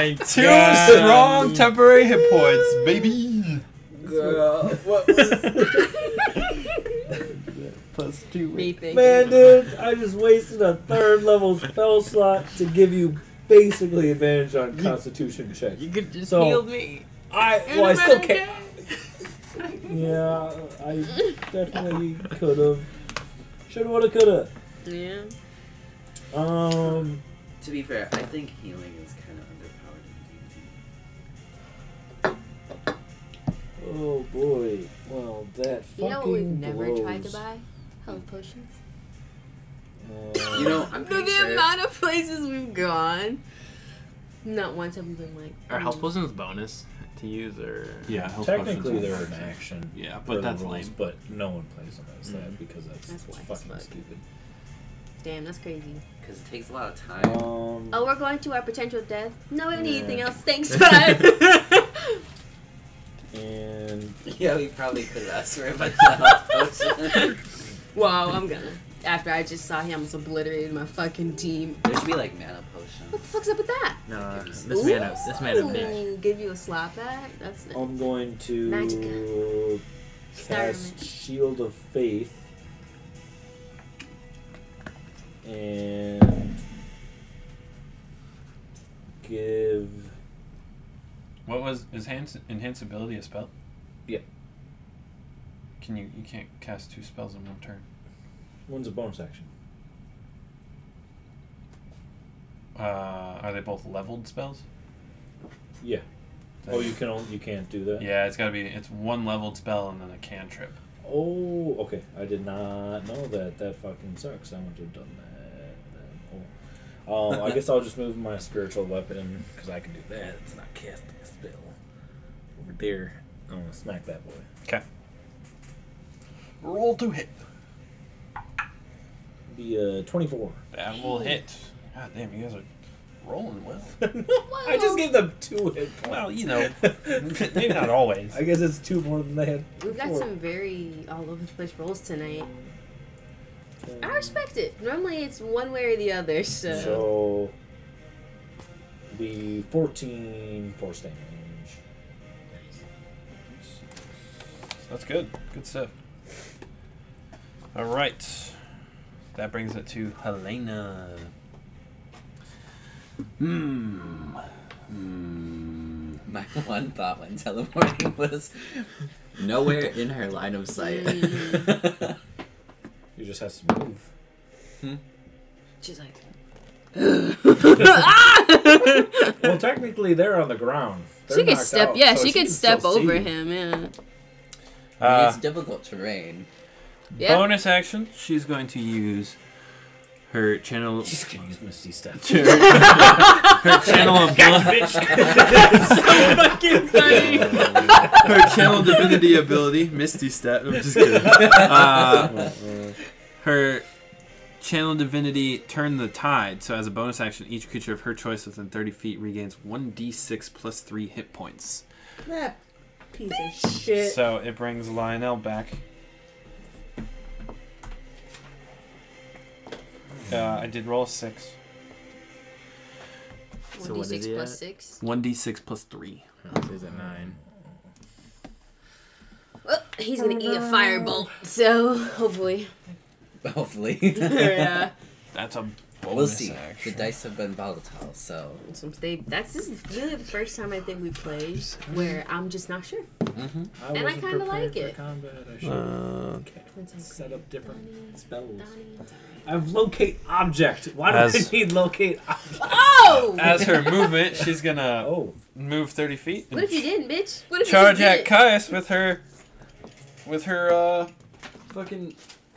[SPEAKER 1] *laughs*
[SPEAKER 5] didn't
[SPEAKER 1] oh my
[SPEAKER 5] see it.
[SPEAKER 1] Two strong temporary hit points, baby.
[SPEAKER 5] Girl, what was
[SPEAKER 1] Plus two.
[SPEAKER 3] Me thinking.
[SPEAKER 2] Man, dude, I just wasted a third level spell slot to give you basically advantage on Constitution check.
[SPEAKER 4] could just
[SPEAKER 2] So-
[SPEAKER 4] heal me.
[SPEAKER 2] I well, I still can't. Yeah, I definitely could have. Shoulda, woulda, coulda.
[SPEAKER 3] Yeah.
[SPEAKER 2] Um,
[SPEAKER 5] To be fair, I think healing is kind of underpowered. in D&D.
[SPEAKER 2] oh boy. Well, that fucking
[SPEAKER 3] You know what we've never
[SPEAKER 2] blows.
[SPEAKER 3] tried to buy? Health potions.
[SPEAKER 2] Uh,
[SPEAKER 5] You know,
[SPEAKER 3] Look
[SPEAKER 5] I'm
[SPEAKER 3] at
[SPEAKER 5] pretty
[SPEAKER 3] the
[SPEAKER 5] sure.
[SPEAKER 3] amount of places we've gone. Not once have we been like.
[SPEAKER 4] Are health
[SPEAKER 3] mm.
[SPEAKER 4] potions bonus to use or?
[SPEAKER 16] Yeah, health
[SPEAKER 2] technically
[SPEAKER 16] potions.
[SPEAKER 2] they're an action.
[SPEAKER 16] Yeah,
[SPEAKER 2] per
[SPEAKER 16] but
[SPEAKER 2] the
[SPEAKER 16] that's
[SPEAKER 2] rules,
[SPEAKER 16] lame.
[SPEAKER 2] But no one plays them as that
[SPEAKER 4] Mm.
[SPEAKER 2] because that's,
[SPEAKER 3] That's whack as
[SPEAKER 2] fucking
[SPEAKER 3] fuck.
[SPEAKER 2] stupid.
[SPEAKER 3] Damn, that's crazy.
[SPEAKER 5] Because it takes a lot of time.
[SPEAKER 2] Um,
[SPEAKER 3] Oh, we're going to our potential death. No, we don't need
[SPEAKER 2] Yeah.
[SPEAKER 3] anything else. Thanks, bye.
[SPEAKER 2] *laughs*
[SPEAKER 3] *laughs*
[SPEAKER 2] and
[SPEAKER 5] *laughs* Yeah, we probably could ask *laughs* for a bunch of health potions.
[SPEAKER 3] wow, I'm gonna. After I just saw him, just obliterated my fucking team.
[SPEAKER 5] *laughs* There should be like mana potions.
[SPEAKER 3] What the fuck's up with that?
[SPEAKER 5] Uh,
[SPEAKER 4] No, this man, a, this man a bitch.
[SPEAKER 3] Ooh, Give you a slap back. That's nice.
[SPEAKER 2] I'm going to
[SPEAKER 3] Magicka.
[SPEAKER 2] cast
[SPEAKER 3] Starmage.
[SPEAKER 2] Shield of Faith. And give.
[SPEAKER 1] What was is enhance, enhance ability a spell?
[SPEAKER 2] Yeah.
[SPEAKER 1] Can you you can't cast two spells in one turn?
[SPEAKER 2] One's a bonus action.
[SPEAKER 1] Uh, are they both leveled spells?
[SPEAKER 2] Yeah. Oh, you can only, you can't do that.
[SPEAKER 1] Yeah, it's gotta be. It's one leveled spell and then a cantrip.
[SPEAKER 2] Oh, okay. I did not know that. That fucking sucks. I would have done that. Oh. Um, I guess I'll just move my spiritual weapon because I can do that. It's not casting a spell. over there. I'm gonna smack that boy.
[SPEAKER 13] Okay. Roll to hit.
[SPEAKER 2] Be a 24.
[SPEAKER 13] That will hit. God damn, you guys are rolling
[SPEAKER 1] *laughs*
[SPEAKER 13] well.
[SPEAKER 2] I just gave them *laughs* two hit points.
[SPEAKER 13] Well, you know, maybe not
[SPEAKER 1] *laughs*
[SPEAKER 13] always.
[SPEAKER 2] I guess it's two more than they had.
[SPEAKER 3] We've got
[SPEAKER 2] before.
[SPEAKER 3] some very all over the place rolls tonight.
[SPEAKER 2] Um,
[SPEAKER 3] I respect it. Normally it's one way or the other, so.
[SPEAKER 2] So, be 14 force damage.
[SPEAKER 13] That's good. Good stuff. All right. That brings it to Helena. Hmm. Hmm.
[SPEAKER 5] My *laughs* one thought when teleporting was nowhere in her line of sight. *laughs*
[SPEAKER 2] He just has to move.
[SPEAKER 3] She's like,
[SPEAKER 2] well, technically, they're on the ground. They're
[SPEAKER 3] she could
[SPEAKER 2] knocked
[SPEAKER 3] step.
[SPEAKER 2] out,
[SPEAKER 3] yeah,
[SPEAKER 2] so
[SPEAKER 3] she, could step
[SPEAKER 2] still see.
[SPEAKER 3] over him. Yeah.
[SPEAKER 5] I mean,
[SPEAKER 13] Uh,
[SPEAKER 5] it's difficult terrain. *laughs*
[SPEAKER 3] Yeah.
[SPEAKER 1] Bonus action. She's going to use her channel.
[SPEAKER 2] She's gonna use Misty Step.
[SPEAKER 1] her channel of
[SPEAKER 13] *laughs*
[SPEAKER 1] her channel divinity ability, Misty Step. I'm just kidding. Uh, her channel divinity, Turn the Tide. So, as a bonus action, each creature of her choice within 30 feet regains 1d6 plus 3 hit points.
[SPEAKER 6] That piece of shit.
[SPEAKER 13] So it brings Lionel back. Uh, I did roll a six.
[SPEAKER 4] So what is
[SPEAKER 3] 1d6
[SPEAKER 4] he
[SPEAKER 3] plus
[SPEAKER 4] at?
[SPEAKER 3] 6.
[SPEAKER 1] 1d6 plus 3.
[SPEAKER 4] Is it nine?
[SPEAKER 3] Well, Oh, he's gonna eat a firebolt, so
[SPEAKER 4] *laughs*
[SPEAKER 3] hopefully.
[SPEAKER 5] Hopefully.
[SPEAKER 3] *laughs* yeah.
[SPEAKER 13] That's a bonus
[SPEAKER 5] we'll see.
[SPEAKER 13] action.
[SPEAKER 5] The dice have been volatile, so. *laughs*
[SPEAKER 3] Since they, that's this is really the first time I think we played where I'm just not sure.
[SPEAKER 2] and
[SPEAKER 3] I kinda like it.
[SPEAKER 2] Combat. I should
[SPEAKER 13] Uh,
[SPEAKER 2] set up different spells.
[SPEAKER 3] Donnie.
[SPEAKER 2] I've locate object. Why do
[SPEAKER 13] As-
[SPEAKER 2] I need locate? ob-
[SPEAKER 3] Oh!
[SPEAKER 13] as her movement, she's gonna
[SPEAKER 2] Oh,
[SPEAKER 13] move thirty feet.
[SPEAKER 3] what if you didn't, bitch? What if
[SPEAKER 13] charge
[SPEAKER 3] you
[SPEAKER 13] at
[SPEAKER 3] just did?
[SPEAKER 13] Caius with her, with her uh, fucking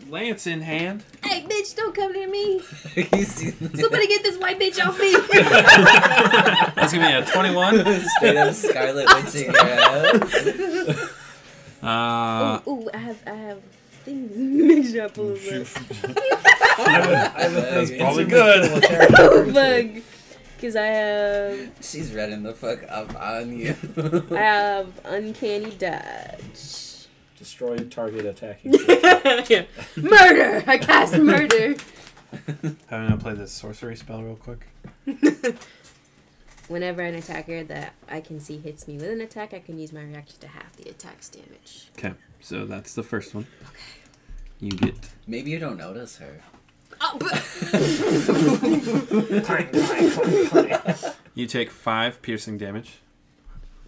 [SPEAKER 13] lance in hand.
[SPEAKER 3] Hey, bitch, don't come near me.
[SPEAKER 5] you see the *laughs*
[SPEAKER 3] Somebody get this white bitch off me.
[SPEAKER 13] That's gonna be a twenty-one.
[SPEAKER 5] straight up Scarlet Witching your ass.
[SPEAKER 13] *laughs*
[SPEAKER 1] Uh,
[SPEAKER 3] ooh, ooh, I have, I have things mixed up a little bit.
[SPEAKER 5] Like,
[SPEAKER 13] Probably *laughs* good.
[SPEAKER 3] Oh, bug. Because I have,
[SPEAKER 5] She's running the fuck up
[SPEAKER 1] *laughs*
[SPEAKER 5] on you.
[SPEAKER 3] I have uncanny dodge.
[SPEAKER 2] destroy target attacking.
[SPEAKER 3] *laughs* yeah. Murder! I cast murder.
[SPEAKER 13] I'm gonna play this sorcery spell real quick.
[SPEAKER 3] Whenever an attacker that I can see hits me with an attack, I can use my reaction to half the attack's damage.
[SPEAKER 1] okay, so that's the first one. You get.
[SPEAKER 5] Maybe you don't notice her.
[SPEAKER 3] Oh, but
[SPEAKER 1] You take five piercing damage.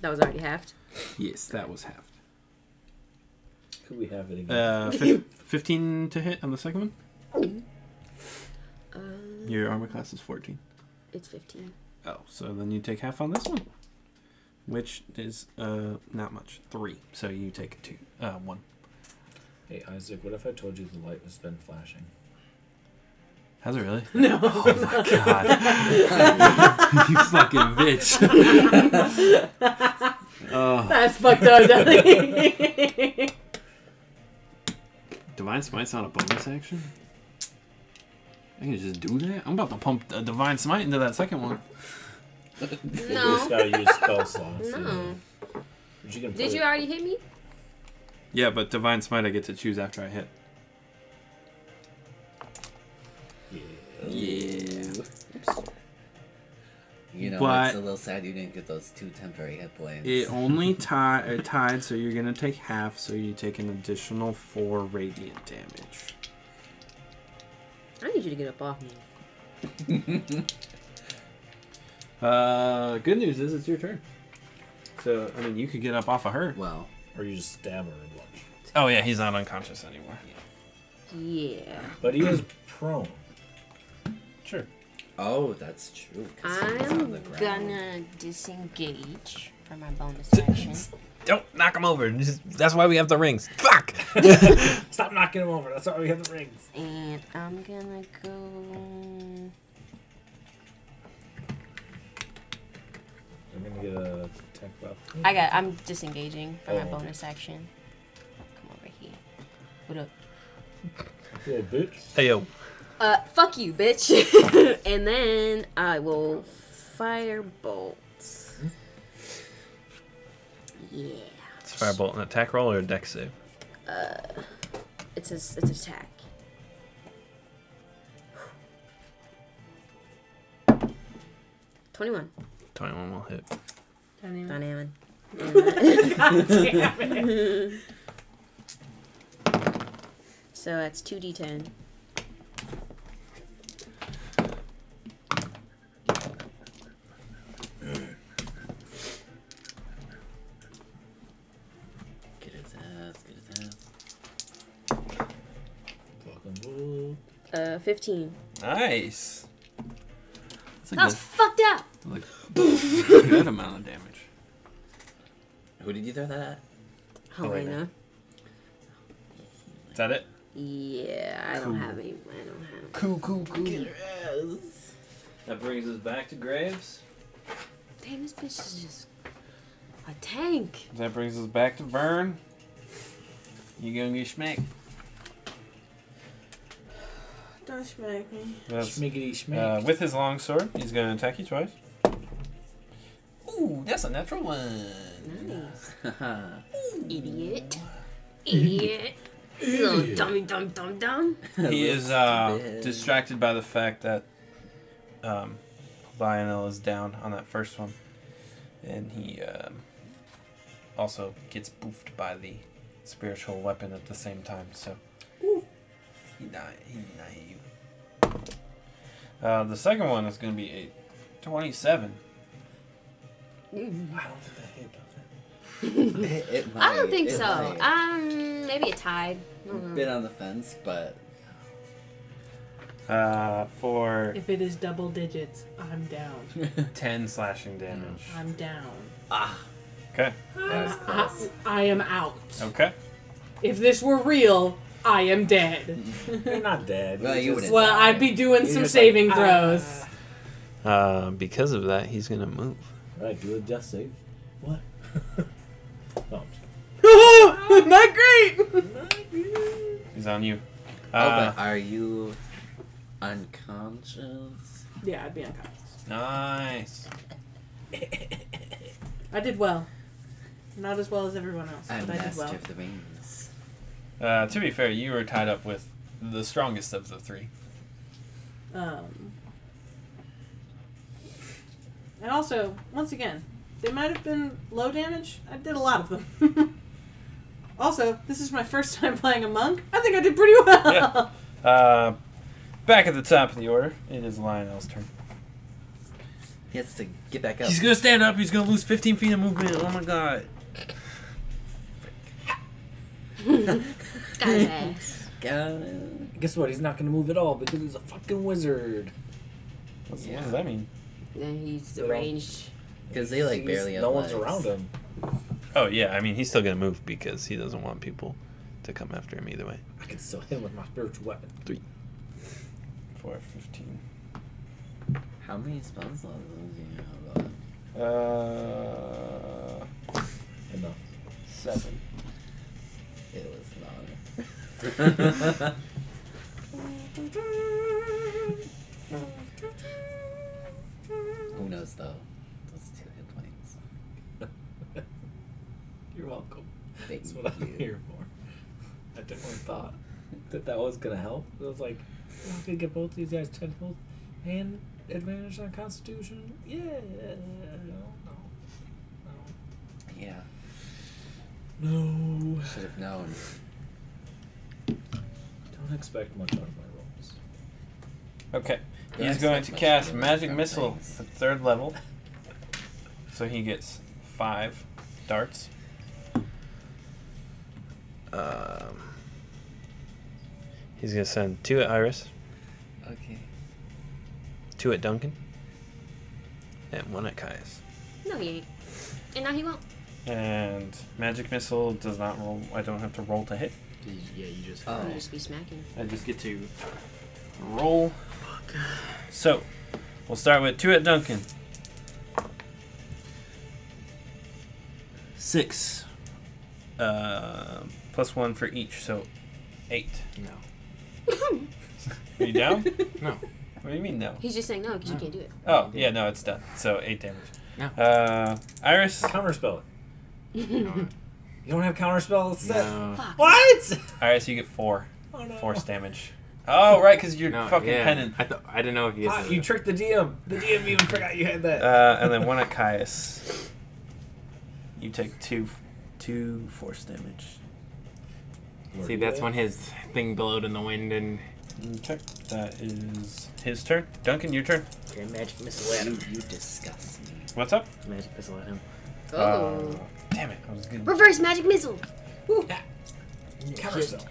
[SPEAKER 3] that was already halved.
[SPEAKER 1] Yes, that was halved.
[SPEAKER 2] Could we have it again?
[SPEAKER 1] Uh, fif- 15 to hit on the second one.
[SPEAKER 3] Uh,
[SPEAKER 1] Your armor class is 14.
[SPEAKER 3] it's 15.
[SPEAKER 1] Oh, so then you take half on this one, which is uh not much, three. So you take two, uh, one.
[SPEAKER 2] hey Isaac, what if I told you the light has been flashing?
[SPEAKER 1] Has it
[SPEAKER 6] *laughs*
[SPEAKER 1] really? No. Oh my *laughs* god. you fucking bitch.
[SPEAKER 6] *laughs*
[SPEAKER 1] Oh,
[SPEAKER 6] That's fucked up, Dudley.
[SPEAKER 1] *laughs* divine smite's not a bonus action. I can just do that. I'm about to pump a divine smite into that second one.
[SPEAKER 5] *laughs*
[SPEAKER 2] You just
[SPEAKER 3] No.
[SPEAKER 2] gotta use spell slots.
[SPEAKER 3] No.
[SPEAKER 2] But you can put
[SPEAKER 3] Did you
[SPEAKER 2] it-
[SPEAKER 3] already hit me?
[SPEAKER 1] Yeah, but divine smite I get to choose after I hit.
[SPEAKER 5] Yeah. You know,
[SPEAKER 1] But-
[SPEAKER 5] it's a little sad you didn't get those two temporary hit points.
[SPEAKER 1] It only tie or tied, so you're gonna take half. So you take an additional four radiant damage.
[SPEAKER 3] I need you to get up off me.
[SPEAKER 1] Uh, good news is it's your turn. So I mean, you could get up off of her.
[SPEAKER 5] Well,
[SPEAKER 2] or you just stab her a bunch.
[SPEAKER 1] Oh yeah, he's not unconscious anymore.
[SPEAKER 3] Yeah.
[SPEAKER 2] But he is prone.
[SPEAKER 13] Sure.
[SPEAKER 5] oh, that's true. 'cause he was on
[SPEAKER 3] I'm
[SPEAKER 5] the ground.
[SPEAKER 3] gonna disengage for my
[SPEAKER 5] *laughs*
[SPEAKER 3] bonus action.
[SPEAKER 13] Don't knock him over. That's why we have the rings. Fuck.
[SPEAKER 2] Stop knocking him over. That's why we have the rings.
[SPEAKER 3] And I'm gonna go.
[SPEAKER 2] I'm gonna get a tech buff.
[SPEAKER 3] I got. I'm disengaging for my
[SPEAKER 2] Oh.
[SPEAKER 3] bonus action. Come over here. What up?
[SPEAKER 2] Little bitch.
[SPEAKER 17] Hey yo,
[SPEAKER 3] Uh, fuck you, bitch. *laughs* and then I will firebolt. Yeah.
[SPEAKER 1] It's firebolt, an attack roll or a deck save.
[SPEAKER 3] It's his. It's an attack. Twenty-one.
[SPEAKER 1] Twenty-one will hit.
[SPEAKER 10] Dynamic.
[SPEAKER 3] Dynamic. *laughs* So that's two d10.
[SPEAKER 5] Get his ass, get his ass.
[SPEAKER 2] Fucking bull.
[SPEAKER 3] Uh, fifteen.
[SPEAKER 1] Nice. That's a
[SPEAKER 3] That was fucked up.
[SPEAKER 18] Like, good amount of damage.
[SPEAKER 5] Who did you throw that at?
[SPEAKER 3] Oh, Helena.
[SPEAKER 1] Is that it?
[SPEAKER 3] Yeah, I don't have any. I don't have.
[SPEAKER 1] Cool, cool, cool.
[SPEAKER 5] Yes.
[SPEAKER 1] That brings us back to Graves.
[SPEAKER 3] Damn, this bitch is just a tank.
[SPEAKER 1] That brings us back to Vern. You gonna get schmacked?
[SPEAKER 19] Don't smack me.
[SPEAKER 1] That's-
[SPEAKER 2] Schmiggity schmig.
[SPEAKER 1] Uh, with his long sword, he's gonna attack you twice. Ooh, that's a natural one. *laughs*
[SPEAKER 3] Nice.
[SPEAKER 5] Haha.
[SPEAKER 3] Idiot. Idiot. Little dummy, dumb, dumb, dumb.
[SPEAKER 5] *laughs*
[SPEAKER 1] He is uh,
[SPEAKER 5] Stupid.
[SPEAKER 1] distracted by the fact that um, Lionel is down on that first one, and he um, also gets boofed by the spiritual weapon at the same time. So he not he not hit you. Uh, the second one is gonna be a twenty-seven.
[SPEAKER 2] I don't think that hit does it.
[SPEAKER 5] *laughs* It- it
[SPEAKER 3] I don't
[SPEAKER 5] might,
[SPEAKER 3] think
[SPEAKER 5] it
[SPEAKER 3] so.
[SPEAKER 5] might.
[SPEAKER 3] Um, maybe a tide. I don't know.
[SPEAKER 5] Been on the fence, but
[SPEAKER 1] Uh, for
[SPEAKER 10] If it is double digits, I'm down.
[SPEAKER 1] ten slashing damage.
[SPEAKER 10] I'm down.
[SPEAKER 1] Okay.
[SPEAKER 5] that was close.
[SPEAKER 10] I am out.
[SPEAKER 1] Okay.
[SPEAKER 10] If this were real, I am dead.
[SPEAKER 2] You're not dead.
[SPEAKER 5] Well,
[SPEAKER 2] You're
[SPEAKER 5] you
[SPEAKER 2] just-
[SPEAKER 5] wouldn't.
[SPEAKER 10] Well, I'd be doing
[SPEAKER 2] You're
[SPEAKER 10] some
[SPEAKER 2] just like,
[SPEAKER 10] saving throws. *laughs*
[SPEAKER 1] Uh, because of that, he's gonna move.
[SPEAKER 2] Right, do a death save. What? oh,
[SPEAKER 10] Not great. *laughs*
[SPEAKER 1] He's on you.
[SPEAKER 5] oh,
[SPEAKER 1] Uh,
[SPEAKER 5] but are you unconscious?
[SPEAKER 10] Yeah, I'd be unconscious.
[SPEAKER 1] Nice.
[SPEAKER 10] I did well. Not as well as everyone else,
[SPEAKER 5] I'm
[SPEAKER 10] but I did
[SPEAKER 5] master
[SPEAKER 10] well.
[SPEAKER 5] of the rings.
[SPEAKER 1] Uh, to be fair, you were tied up with the strongest of the three.
[SPEAKER 10] Um, and also, once again, they might have been low damage. I did a lot of them. *laughs* also, this is my first time playing a monk. I think I did pretty well.
[SPEAKER 1] Yeah. Uh, back at the top of the order, it is Lionel's turn.
[SPEAKER 5] He has to get back up.
[SPEAKER 1] He's gonna stand up. He's gonna lose 15 feet of movement. Oh my god. *laughs*
[SPEAKER 3] Got his ass.
[SPEAKER 5] Go.
[SPEAKER 2] guess what? He's not gonna move at all because he's a fucking wizard.
[SPEAKER 1] What's,
[SPEAKER 5] Yeah.
[SPEAKER 1] What does that mean?
[SPEAKER 3] Then he's
[SPEAKER 2] Yeah.
[SPEAKER 3] arranged.
[SPEAKER 5] Because they like
[SPEAKER 2] He's-
[SPEAKER 5] barely have
[SPEAKER 2] No one's
[SPEAKER 5] legs.
[SPEAKER 2] around him.
[SPEAKER 1] Oh yeah, I mean he's still gonna move because he doesn't want people to come after him either way.
[SPEAKER 2] I can still hit him with my spiritual weapon.
[SPEAKER 1] Four, 15.
[SPEAKER 5] How many spells levels do you have? left?
[SPEAKER 1] Uh,
[SPEAKER 2] Enough.
[SPEAKER 1] seven.
[SPEAKER 5] It
[SPEAKER 2] *laughs*
[SPEAKER 5] was not. Who knows though? Those two hit points.
[SPEAKER 2] *laughs* You're welcome.
[SPEAKER 5] Thank
[SPEAKER 2] That's *laughs* what I'm
[SPEAKER 5] you.
[SPEAKER 2] here for. I definitely thought that that was gonna help. I was like, I'm gonna get both these guys ten health and advantage on Constitution. Yeah. No.
[SPEAKER 5] *laughs* Yeah,
[SPEAKER 2] No. No.
[SPEAKER 5] should have known.
[SPEAKER 2] Don't expect much out of my rolls.
[SPEAKER 1] Okay.
[SPEAKER 5] Yeah,
[SPEAKER 1] He's
[SPEAKER 5] I
[SPEAKER 1] going
[SPEAKER 5] said
[SPEAKER 1] to
[SPEAKER 5] much
[SPEAKER 1] cast
[SPEAKER 5] better
[SPEAKER 1] Magic
[SPEAKER 5] than
[SPEAKER 1] Missile
[SPEAKER 5] things.
[SPEAKER 1] at third level. So he gets five darts. Um, he's going to send two at Iris,
[SPEAKER 5] Okay.
[SPEAKER 1] two at Duncan, and one at Caius.
[SPEAKER 3] No, he ain't. And now he won't.
[SPEAKER 1] And Magic Missile does not roll. I don't have to roll to hit.
[SPEAKER 20] Yeah, you just.
[SPEAKER 5] Oh,
[SPEAKER 3] I'll just be smacking.
[SPEAKER 1] I just get to roll. So, we'll start with two at Duncan. Six. Uh, plus one for each, so eight.
[SPEAKER 4] No.
[SPEAKER 1] Are you down?
[SPEAKER 4] No.
[SPEAKER 1] What do you mean *laughs* no?
[SPEAKER 3] He's just saying no because you
[SPEAKER 1] *laughs*
[SPEAKER 3] can't do it.
[SPEAKER 1] Oh, yeah, no, it's done. So eight damage.
[SPEAKER 4] No.
[SPEAKER 1] Uh, Iris.
[SPEAKER 2] Counterspell it.
[SPEAKER 4] No.
[SPEAKER 2] You don't have counterspell it's set.
[SPEAKER 4] No.
[SPEAKER 3] Fuck.
[SPEAKER 1] Uh.
[SPEAKER 2] What?
[SPEAKER 1] Iris, you get four
[SPEAKER 2] Oh, no.
[SPEAKER 1] force damage. Oh, right, because you're
[SPEAKER 4] No,
[SPEAKER 1] fucking
[SPEAKER 4] yeah.
[SPEAKER 1] pennon.
[SPEAKER 4] I, th- I didn't know if you.
[SPEAKER 2] Ah,
[SPEAKER 4] guys
[SPEAKER 2] you tricked the DM. The DM even forgot you had that.
[SPEAKER 1] Uh, and then one at Caius. You take two, two force damage.
[SPEAKER 4] See, that's when his thing blowed in the wind and
[SPEAKER 1] Okay, that is his turn. Duncan, your turn.
[SPEAKER 5] Your magic missile at him. You disgust me.
[SPEAKER 1] What's up?
[SPEAKER 4] magic missile at him.
[SPEAKER 3] Oh.
[SPEAKER 1] Uh, damn it, I was good.
[SPEAKER 3] Reverse magic missile.
[SPEAKER 2] Counterspell.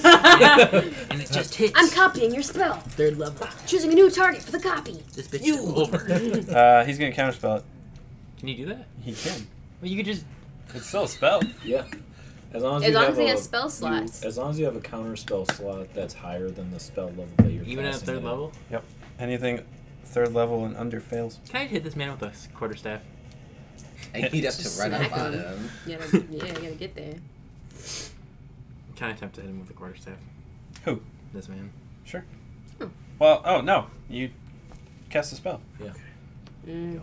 [SPEAKER 4] *laughs*
[SPEAKER 5] And it just hits.
[SPEAKER 3] I'm copying your spell.
[SPEAKER 5] Third level.
[SPEAKER 3] Choosing a new target for the copy.
[SPEAKER 5] This bitch you over.
[SPEAKER 1] Uh, he's gonna counterspell it.
[SPEAKER 4] Can you do that?
[SPEAKER 1] He can.
[SPEAKER 4] Well, you could just.
[SPEAKER 1] It's still a spell.
[SPEAKER 2] Yeah. As long as,
[SPEAKER 3] As
[SPEAKER 2] you
[SPEAKER 3] long
[SPEAKER 2] have
[SPEAKER 3] as he
[SPEAKER 2] a,
[SPEAKER 3] has spell
[SPEAKER 2] you-
[SPEAKER 3] slots.
[SPEAKER 2] as long as you have a counterspell slot that's higher than the spell level that you're
[SPEAKER 4] Even at
[SPEAKER 2] casting
[SPEAKER 4] third
[SPEAKER 2] it
[SPEAKER 4] level?
[SPEAKER 1] Anything third level and under fails.
[SPEAKER 4] Can I hit this man with a s- quarterstaff?
[SPEAKER 5] I
[SPEAKER 2] *laughs*
[SPEAKER 5] need up to
[SPEAKER 3] Just
[SPEAKER 5] run
[SPEAKER 3] smack
[SPEAKER 5] up on
[SPEAKER 3] him.
[SPEAKER 5] him. *laughs*
[SPEAKER 3] You gotta, yeah, you gotta get there.
[SPEAKER 4] I'm kind of tempted to hit him with a quarterstaff.
[SPEAKER 1] Who?
[SPEAKER 4] This man.
[SPEAKER 1] Well, oh no, you cast a spell.
[SPEAKER 3] Mm.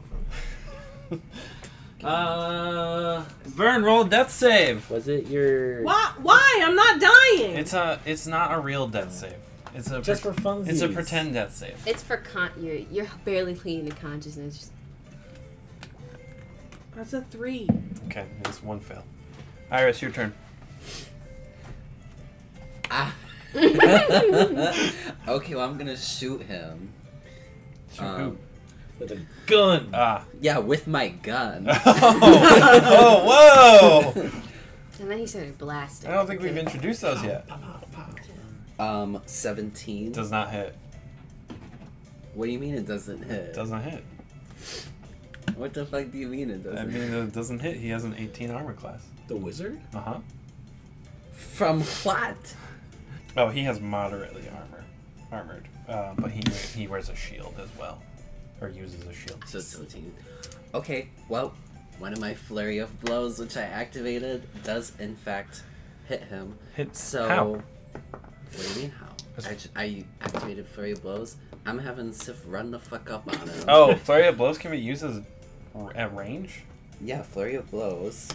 [SPEAKER 1] Uh, Vern, roll a death save.
[SPEAKER 5] Was it your?
[SPEAKER 10] *laughs* Why? Why? I'm not dying.
[SPEAKER 1] It's a, it's not a real death save. It's a,
[SPEAKER 2] Oh. Just for fun.
[SPEAKER 1] it's a pretend death save.
[SPEAKER 3] It's for con. You're you're barely clinging to consciousness.
[SPEAKER 10] That's a three.
[SPEAKER 1] Okay, it's one fail. Iris, your turn.
[SPEAKER 5] Ah. okay, well I'm gonna shoot him.
[SPEAKER 1] Shoot
[SPEAKER 5] Um,
[SPEAKER 2] With a gun.
[SPEAKER 1] Ah.
[SPEAKER 5] yeah, with
[SPEAKER 1] *laughs*
[SPEAKER 5] my gun.
[SPEAKER 1] oh, whoa!
[SPEAKER 3] And then he started blasting.
[SPEAKER 1] I don't think we've introduced those yet.
[SPEAKER 5] um, seventeen.
[SPEAKER 1] Does not hit.
[SPEAKER 5] what do you mean it doesn't hit?
[SPEAKER 1] Doesn't hit.
[SPEAKER 5] What the fuck do you mean it doesn't?
[SPEAKER 1] I mean, it doesn't hit. He has an 18 armor class.
[SPEAKER 2] the wizard?
[SPEAKER 1] Uh huh.
[SPEAKER 5] From what?
[SPEAKER 1] Oh, he has moderately armor, armored, uh, but he he wears a shield as well, or uses a shield.
[SPEAKER 5] So seventeen. Okay, well, one of my flurry of blows, which I activated, does in fact hit him.
[SPEAKER 1] Hits
[SPEAKER 5] So.
[SPEAKER 1] how?
[SPEAKER 5] What do you mean how? I, ju- I activated flurry of blows. I'm having Sif run the fuck up on him.
[SPEAKER 1] Oh, flurry of blows can be used as r- at range.
[SPEAKER 5] Yeah, flurry of blows.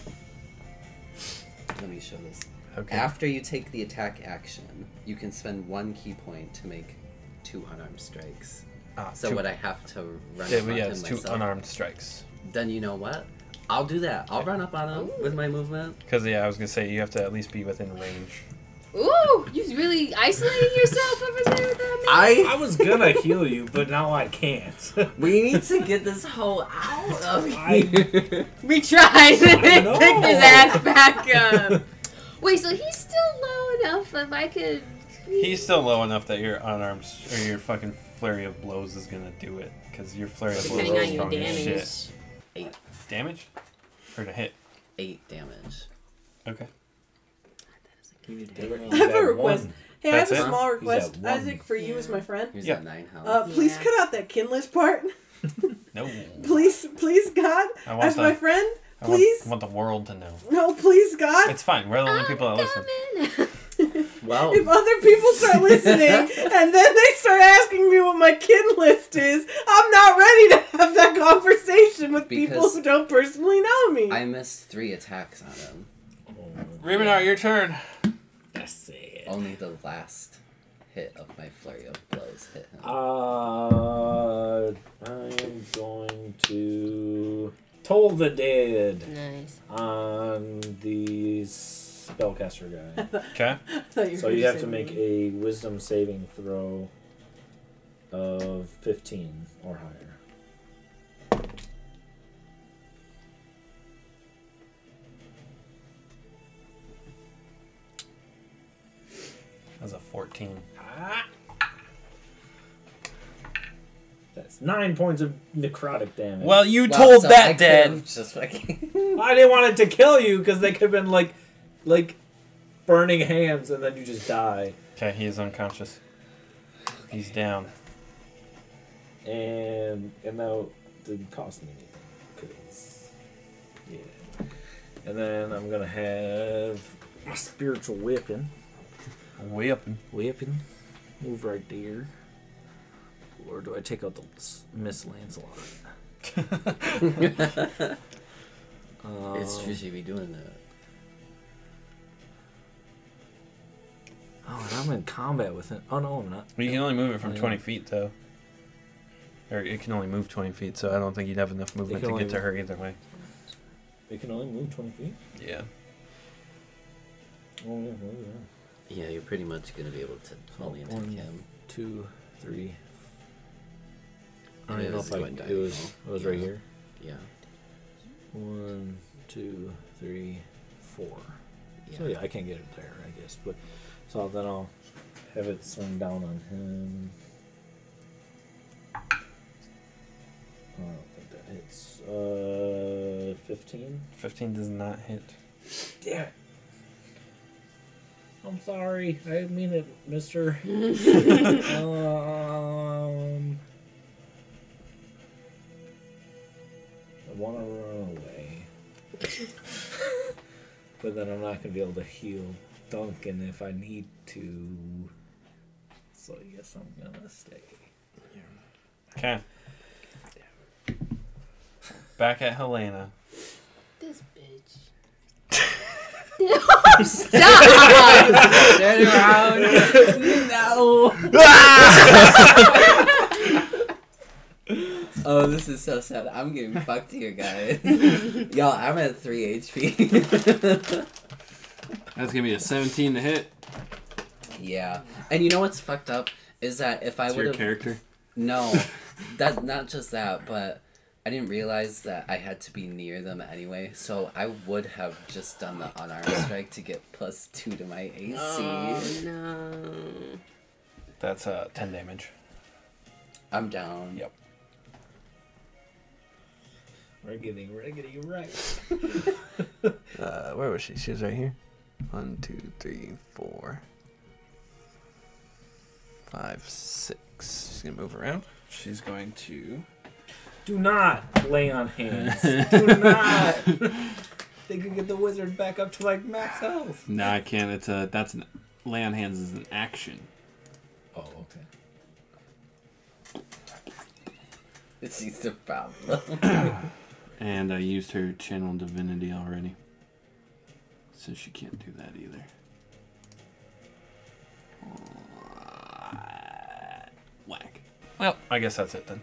[SPEAKER 5] Let me show this.
[SPEAKER 1] Okay.
[SPEAKER 5] After you take the attack action, you can spend one key point to make two unarmed strikes.
[SPEAKER 1] ah,
[SPEAKER 5] So
[SPEAKER 1] two,
[SPEAKER 5] would I have to run
[SPEAKER 1] Yeah,
[SPEAKER 5] up on
[SPEAKER 1] but yeah,
[SPEAKER 5] him
[SPEAKER 1] it's two
[SPEAKER 5] myself?
[SPEAKER 1] unarmed strikes.
[SPEAKER 5] Then you know what? I'll do that. I'll run up on him with my movement.
[SPEAKER 1] Because yeah, I was gonna say you have to at least be within range.
[SPEAKER 3] Ooh, you really isolating yourself over there with that man.
[SPEAKER 5] I
[SPEAKER 2] I *laughs* was gonna heal you, but now I can't. *laughs*
[SPEAKER 5] we need to get this whole out of
[SPEAKER 2] I-
[SPEAKER 5] here.
[SPEAKER 3] We tried. *laughs* Pick
[SPEAKER 2] know.
[SPEAKER 3] his ass back up. Wait, so he's still low enough if I could.
[SPEAKER 1] He's still low enough that your unarmed s- or your fucking flurry of blows is gonna do it. Because your flurry of blows
[SPEAKER 3] depending
[SPEAKER 1] is
[SPEAKER 3] on
[SPEAKER 1] strong
[SPEAKER 3] your
[SPEAKER 1] as
[SPEAKER 3] damage.
[SPEAKER 1] shit. Damage or to hit.
[SPEAKER 5] Eight damage.
[SPEAKER 1] Okay.
[SPEAKER 10] I have a
[SPEAKER 2] That
[SPEAKER 10] request.
[SPEAKER 2] one.
[SPEAKER 10] Hey,
[SPEAKER 1] That's
[SPEAKER 10] I have
[SPEAKER 1] it?
[SPEAKER 10] a small request,
[SPEAKER 2] He's at one.
[SPEAKER 10] Isaac, for you as my friend.
[SPEAKER 5] Here's
[SPEAKER 1] Yeah.
[SPEAKER 5] that nine health.
[SPEAKER 10] Uh, please
[SPEAKER 3] Yeah.
[SPEAKER 10] cut out that kinless part. *laughs*
[SPEAKER 1] No.
[SPEAKER 10] Please, please, God,
[SPEAKER 1] I want
[SPEAKER 10] as my
[SPEAKER 1] that.
[SPEAKER 10] friend,
[SPEAKER 1] I want,
[SPEAKER 10] please.
[SPEAKER 1] want the world to know.
[SPEAKER 10] No, please, God.
[SPEAKER 1] It's fine. We're the only people that listen.
[SPEAKER 3] coming.
[SPEAKER 5] well,
[SPEAKER 10] If other
[SPEAKER 1] *laughs*
[SPEAKER 10] people start listening and then they start asking me what my kin list is, I'm not ready to have that conversation with people
[SPEAKER 5] Because-
[SPEAKER 10] who don't personally know me.
[SPEAKER 5] I missed three attacks on him.
[SPEAKER 1] Ravenar, your turn.
[SPEAKER 5] Only the last hit of my flurry of blows hit him.
[SPEAKER 2] Uh, I'm going to toll the dead
[SPEAKER 3] *laughs* nice.
[SPEAKER 2] on the spellcaster guy.
[SPEAKER 1] Okay.
[SPEAKER 10] I thought
[SPEAKER 2] so
[SPEAKER 10] were
[SPEAKER 2] you
[SPEAKER 10] gonna
[SPEAKER 2] have
[SPEAKER 10] say
[SPEAKER 2] to make
[SPEAKER 10] me.
[SPEAKER 2] a wisdom saving throw of 15 or higher.
[SPEAKER 1] That was a 14.
[SPEAKER 2] That's nine points of necrotic damage.
[SPEAKER 1] Well, you
[SPEAKER 5] Wow,
[SPEAKER 1] told
[SPEAKER 5] so I
[SPEAKER 1] that
[SPEAKER 5] could've
[SPEAKER 1] dead.
[SPEAKER 2] *laughs*
[SPEAKER 5] Just fucking.
[SPEAKER 2] I didn't want it to kill you because they could have been like, like, burning hands, and then you just die.
[SPEAKER 1] Okay, he is unconscious. He's down.
[SPEAKER 2] And and that didn't cost me anything. 'cause- yeah. And then I'm gonna have my spiritual weapon.
[SPEAKER 1] Way up.
[SPEAKER 2] Weapon. Move right there. Or do I take out the s- Miss *laughs* Lancelot? um,
[SPEAKER 5] It's just you be doing that.
[SPEAKER 2] Oh, and I'm in combat with it. Oh no, I'm not.
[SPEAKER 1] You can only move it from
[SPEAKER 2] Yeah.
[SPEAKER 1] 20 feet, though. Or it can only move 20 feet, so I don't think you'd have enough movement to
[SPEAKER 2] can
[SPEAKER 1] get to
[SPEAKER 2] only-
[SPEAKER 1] her either way.
[SPEAKER 2] It can only move 20 feet.
[SPEAKER 1] Yeah.
[SPEAKER 2] Oh, yeah, oh, yeah.
[SPEAKER 5] Yeah, you're pretty much gonna be able to only attack
[SPEAKER 2] One.
[SPEAKER 5] him.
[SPEAKER 2] Two, three. I
[SPEAKER 5] It
[SPEAKER 2] don't even know
[SPEAKER 5] was
[SPEAKER 2] if I. It
[SPEAKER 5] going
[SPEAKER 2] was.
[SPEAKER 5] diagonal.
[SPEAKER 2] It was
[SPEAKER 5] Yeah.
[SPEAKER 2] right here.
[SPEAKER 5] Yeah.
[SPEAKER 2] One, two, three, four.
[SPEAKER 5] Yeah.
[SPEAKER 2] So yeah, I can't get it there, I guess. But so then I'll have it swing down on him. I don't think that hits. Uh, fifteen.
[SPEAKER 1] 15 does not hit.
[SPEAKER 2] Damn it. I'm sorry. I didn't mean it,
[SPEAKER 6] *laughs*
[SPEAKER 2] mister. um, I want to run
[SPEAKER 6] *laughs*
[SPEAKER 2] away. but then I'm not going to be able to heal Duncan if I need to. So I guess I'm going to stay.
[SPEAKER 1] Okay. Back at Helena.
[SPEAKER 3] This bitch. Stop!
[SPEAKER 4] Turn around.
[SPEAKER 21] No.
[SPEAKER 5] *laughs* Oh, this is so sad. I'm getting fucked
[SPEAKER 22] *laughs*
[SPEAKER 5] here, guys. Y'all, I'm at 3 HP.
[SPEAKER 22] That's gonna be a 17 to hit.
[SPEAKER 5] yeah. And you know what's fucked up? Is that if I
[SPEAKER 22] That's
[SPEAKER 5] would
[SPEAKER 22] your
[SPEAKER 5] have.
[SPEAKER 22] character. *laughs*
[SPEAKER 5] No, that not just that, but I didn't realize that I had to be near them anyway, so I would have just done the
[SPEAKER 1] *coughs*
[SPEAKER 5] unarmed strike to get plus two to my AC.
[SPEAKER 3] Oh, no.
[SPEAKER 1] That's uh, 10 damage.
[SPEAKER 5] I'm down.
[SPEAKER 1] Yep.
[SPEAKER 2] We're getting riggedy right.
[SPEAKER 1] Uh, where was she? She was right here. One, two, three, four, five, six. She's gonna move around. She's going to.
[SPEAKER 2] Do not lay on hands. Do not. *laughs* they could get the wizard back up to like max health.
[SPEAKER 22] No, I can't. It's a that's an lay on hands is an action.
[SPEAKER 2] Oh, okay.
[SPEAKER 5] *laughs* She's the
[SPEAKER 1] Uh,
[SPEAKER 5] problem.
[SPEAKER 22] And I used her channel divinity already. So she can't do that either. Whack.
[SPEAKER 1] Well, I guess that's it then.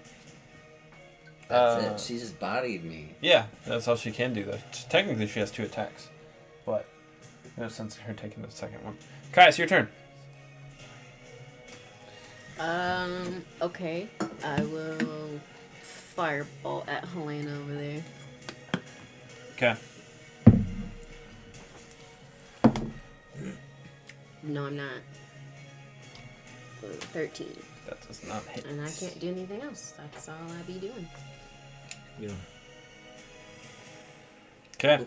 [SPEAKER 5] That's
[SPEAKER 1] Uh,
[SPEAKER 5] it. She just bodied me.
[SPEAKER 1] Yeah, that's all she can do though. T- Technically, she has two attacks, but no sense in her taking the second one. Kai, it's your turn.
[SPEAKER 3] Um, okay. I will fireball at Helena over there.
[SPEAKER 1] Okay.
[SPEAKER 3] No, I'm not. Uh, 13.
[SPEAKER 1] That does not hit.
[SPEAKER 3] And I can't do anything else. That's all I be doing.
[SPEAKER 2] You know,
[SPEAKER 1] Okay.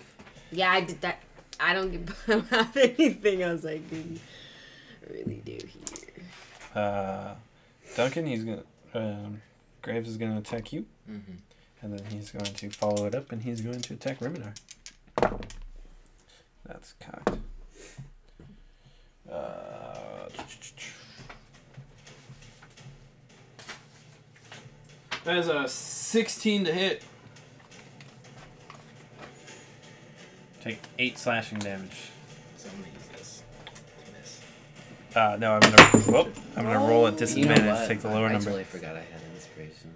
[SPEAKER 3] Yeah, I did that. I don't, get, *laughs* I don't have anything else I can really do here.
[SPEAKER 1] Uh, Duncan, he's gonna. Um, Graves is gonna attack you,
[SPEAKER 5] Mm-hmm.
[SPEAKER 1] and then he's going to follow it up, and he's going to attack Reminar. That's cocked. Uh,
[SPEAKER 22] That is a 16 to hit.
[SPEAKER 1] take eight slashing damage.
[SPEAKER 4] So I'm gonna use this. to miss.
[SPEAKER 1] Uh, no, I'm gonna. Whoop! I'm gonna roll at
[SPEAKER 5] You know
[SPEAKER 1] disadvantage.
[SPEAKER 5] what?
[SPEAKER 1] take the lower
[SPEAKER 5] I
[SPEAKER 1] number.
[SPEAKER 5] totally forgot I had inspiration.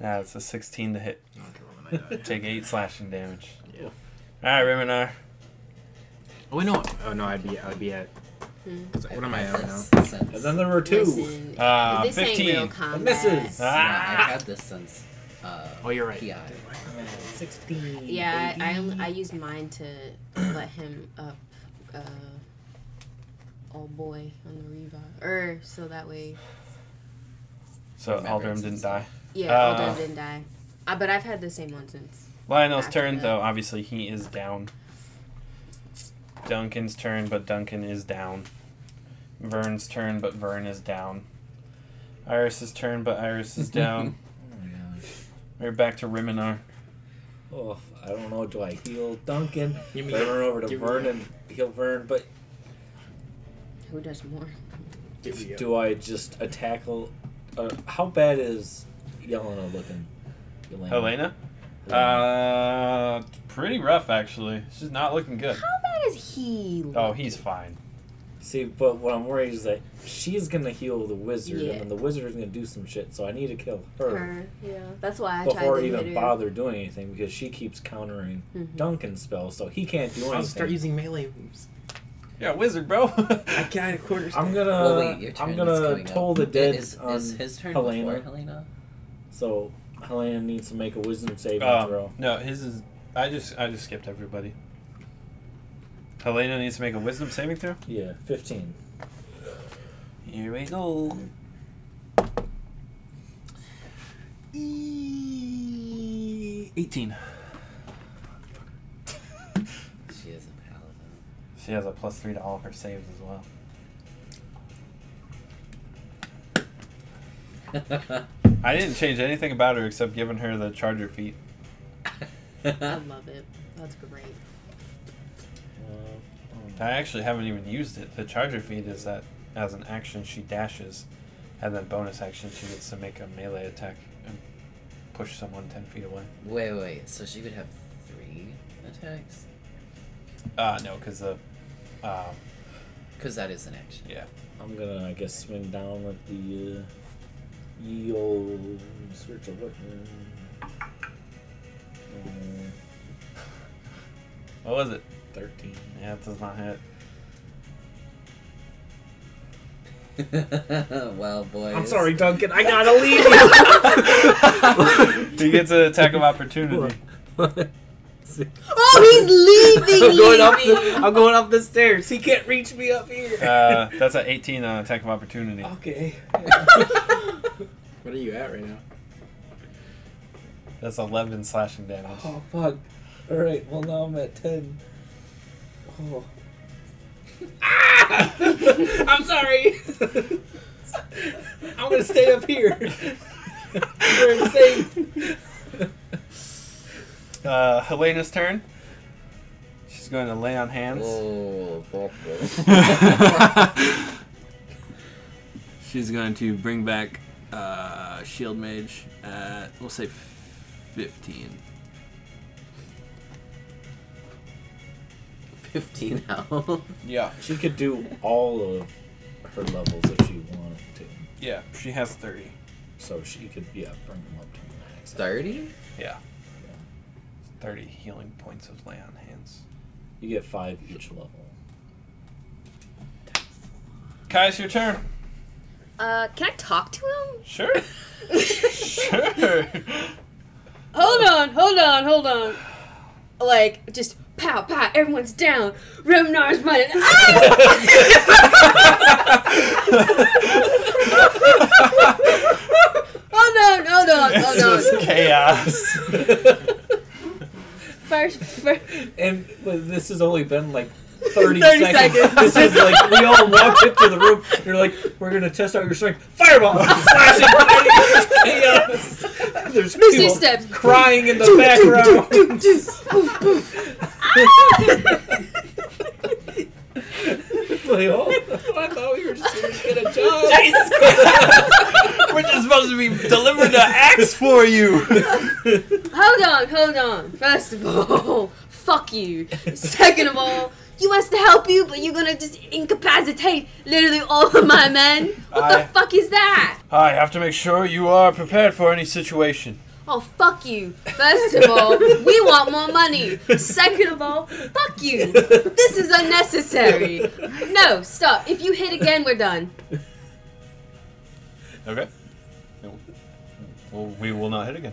[SPEAKER 1] Nah, it's a 16 to hit.
[SPEAKER 4] I'm not gonna roll my die.
[SPEAKER 1] *laughs* Take eight slashing damage.
[SPEAKER 4] Yeah.
[SPEAKER 1] All right, Reminar.
[SPEAKER 4] Oh wait, no. Oh no, I'd be I'd be at. Cause what am I at now?
[SPEAKER 5] Since- since-
[SPEAKER 2] and then there were two.
[SPEAKER 3] Listen,
[SPEAKER 1] Uh,
[SPEAKER 3] this ain't
[SPEAKER 1] 15.
[SPEAKER 3] real combat.
[SPEAKER 2] misses.
[SPEAKER 5] yeah,
[SPEAKER 1] Ah.
[SPEAKER 5] I had this since. Uh,
[SPEAKER 23] Oh, you're right.
[SPEAKER 5] PI.
[SPEAKER 2] Sixteen.
[SPEAKER 3] Yeah, I, I, only- I used mine to let him up, uh, old boy on the revive. Or, so that way.
[SPEAKER 1] So Alderm didn't die.
[SPEAKER 3] Yeah,
[SPEAKER 1] Uh,
[SPEAKER 3] all done didn't die. Uh, but I've had the same one since.
[SPEAKER 1] Lionel's
[SPEAKER 3] After
[SPEAKER 1] turn,
[SPEAKER 3] that.
[SPEAKER 1] though, obviously he is down. Duncan's turn, but Duncan is down. Vern's turn, but Vern is down. Iris's turn, but Iris is down.
[SPEAKER 2] Oh, yeah.
[SPEAKER 1] We're back to Riminar.
[SPEAKER 2] Oh, I don't know. Do I heal Duncan?
[SPEAKER 6] Give me
[SPEAKER 2] Do I run over to
[SPEAKER 6] give me-
[SPEAKER 2] Vernon, heal Vern, but
[SPEAKER 3] Who does more?
[SPEAKER 2] do I just attack? Hel- Uh, how bad is Yelena looking? Yelena.
[SPEAKER 1] Helena? Uh, pretty rough, actually. She's not looking good.
[SPEAKER 3] How bad is he?
[SPEAKER 1] Oh, he's fine.
[SPEAKER 2] See, but what I'm worried is that she's gonna heal the wizard,
[SPEAKER 3] Yeah.
[SPEAKER 2] and then the wizard is gonna do some shit. So I need to kill her,
[SPEAKER 3] Her. Yeah. That's why I
[SPEAKER 2] before
[SPEAKER 3] tried
[SPEAKER 2] I
[SPEAKER 3] to
[SPEAKER 2] even
[SPEAKER 3] hit her.
[SPEAKER 2] bother doing anything because she keeps countering
[SPEAKER 3] Mhm.
[SPEAKER 2] Duncan's spells, so he can't
[SPEAKER 4] Oh,
[SPEAKER 2] do
[SPEAKER 6] I'll start
[SPEAKER 2] anything.
[SPEAKER 6] using melee moves.
[SPEAKER 1] Yeah, wizard, bro. *laughs*
[SPEAKER 6] I got a quarter.
[SPEAKER 2] I'm gonna,
[SPEAKER 5] well, wait, your turn
[SPEAKER 2] I'm
[SPEAKER 5] is
[SPEAKER 2] gonna
[SPEAKER 5] coming up.
[SPEAKER 2] toll the
[SPEAKER 5] It
[SPEAKER 2] dead
[SPEAKER 5] Is,
[SPEAKER 2] on
[SPEAKER 5] is his turn
[SPEAKER 2] Helena.
[SPEAKER 5] before Helena?
[SPEAKER 2] So Helena needs to make a wisdom saving
[SPEAKER 1] um,
[SPEAKER 2] throw.
[SPEAKER 1] no, his is. I just I just skipped everybody. Helena needs to make a wisdom saving throw.
[SPEAKER 2] Yeah, fifteen.
[SPEAKER 1] Here we go. E- 18.
[SPEAKER 5] She is a paladin.
[SPEAKER 1] She has a plus three to all of her saves as well. I didn't change anything about her except giving her the charger feet.
[SPEAKER 5] I
[SPEAKER 1] *laughs*
[SPEAKER 5] *laughs*
[SPEAKER 3] love it. That's great.
[SPEAKER 2] Uh,
[SPEAKER 1] I actually haven't even used it. The charger feet is that as an action she dashes, and then bonus action she gets to make a melee attack and push someone ten feet away.
[SPEAKER 5] Wait, wait. So she would have three attacks?
[SPEAKER 1] Uh no, because the um,
[SPEAKER 5] Because that is an action. *laughs*
[SPEAKER 1] yeah.
[SPEAKER 2] I'm gonna, I guess, swing down with the uh, ye old spiritual weapon. Um,
[SPEAKER 1] What was it?
[SPEAKER 2] Thirteen.
[SPEAKER 1] Yeah, it does not hit.
[SPEAKER 5] well, boys.
[SPEAKER 2] I'm sorry, Duncan. I *laughs* gotta leave you.
[SPEAKER 1] He gets an attack of opportunity.
[SPEAKER 3] Oh, he's leaving.
[SPEAKER 6] I'm going up.
[SPEAKER 3] leaving.
[SPEAKER 2] *laughs*
[SPEAKER 6] The, I'm going up the stairs. He can't reach me up here.
[SPEAKER 1] Uh, that's an 18 on attack of opportunity.
[SPEAKER 6] okay. what are you at right now?
[SPEAKER 1] That's 11 slashing damage.
[SPEAKER 2] oh fuck! All right. Well, now I'm at ten. Oh.
[SPEAKER 6] Ah!
[SPEAKER 2] *laughs*
[SPEAKER 6] I'm sorry. I'm gonna stay up
[SPEAKER 2] *laughs*
[SPEAKER 6] here. We're safe.
[SPEAKER 1] Uh, Helena's turn. She's going to lay on hands.
[SPEAKER 5] Oh, *laughs* both of them.
[SPEAKER 24] *laughs* She's going to bring back uh, Shield Mage at, we'll say, 15.
[SPEAKER 5] 15 health.
[SPEAKER 1] Yeah.
[SPEAKER 2] She could do all of her levels if she wanted to.
[SPEAKER 1] Yeah. She has 30.
[SPEAKER 2] So she could, yeah, bring them up to the max.
[SPEAKER 5] 30?
[SPEAKER 1] Yeah. 30 healing points of lay on hands.
[SPEAKER 2] You get five each level. *laughs*
[SPEAKER 1] Kai, it's your turn.
[SPEAKER 3] Uh, can I talk to him?
[SPEAKER 1] Sure. *laughs*
[SPEAKER 3] *laughs*
[SPEAKER 1] sure.
[SPEAKER 3] Hold on, hold on, hold on. Like, just pow, pow, everyone's down. Remnar's mine. Ah! *laughs* hold on, hold on,
[SPEAKER 1] This
[SPEAKER 3] hold
[SPEAKER 1] was
[SPEAKER 3] on.
[SPEAKER 1] chaos.
[SPEAKER 3] First, first.
[SPEAKER 2] And well, this has only been like 30,
[SPEAKER 3] 30
[SPEAKER 2] seconds.
[SPEAKER 3] seconds.
[SPEAKER 2] this is like, we all walked into the room. You're like, we're going to test out your strength. Fireball! Slash it. Chaos. There's
[SPEAKER 3] Misty
[SPEAKER 2] people
[SPEAKER 3] steps.
[SPEAKER 2] crying in the background. like, oh,
[SPEAKER 6] I thought we were just here to get a job.
[SPEAKER 1] We're just supposed to be delivering the axe for you.
[SPEAKER 3] Hold on, hold on. First of all, fuck you. Second of all, you want us to help you, but you're gonna just incapacitate literally all of my men? What
[SPEAKER 1] I-
[SPEAKER 3] the fuck is that?
[SPEAKER 1] *laughs* I have to make sure you are prepared for any situation.
[SPEAKER 3] Oh, fuck you. First of all, we want more money. Second of all, fuck you. This is unnecessary. No, stop. If you hit again, we're done.
[SPEAKER 1] Okay. Well, we will not hit again.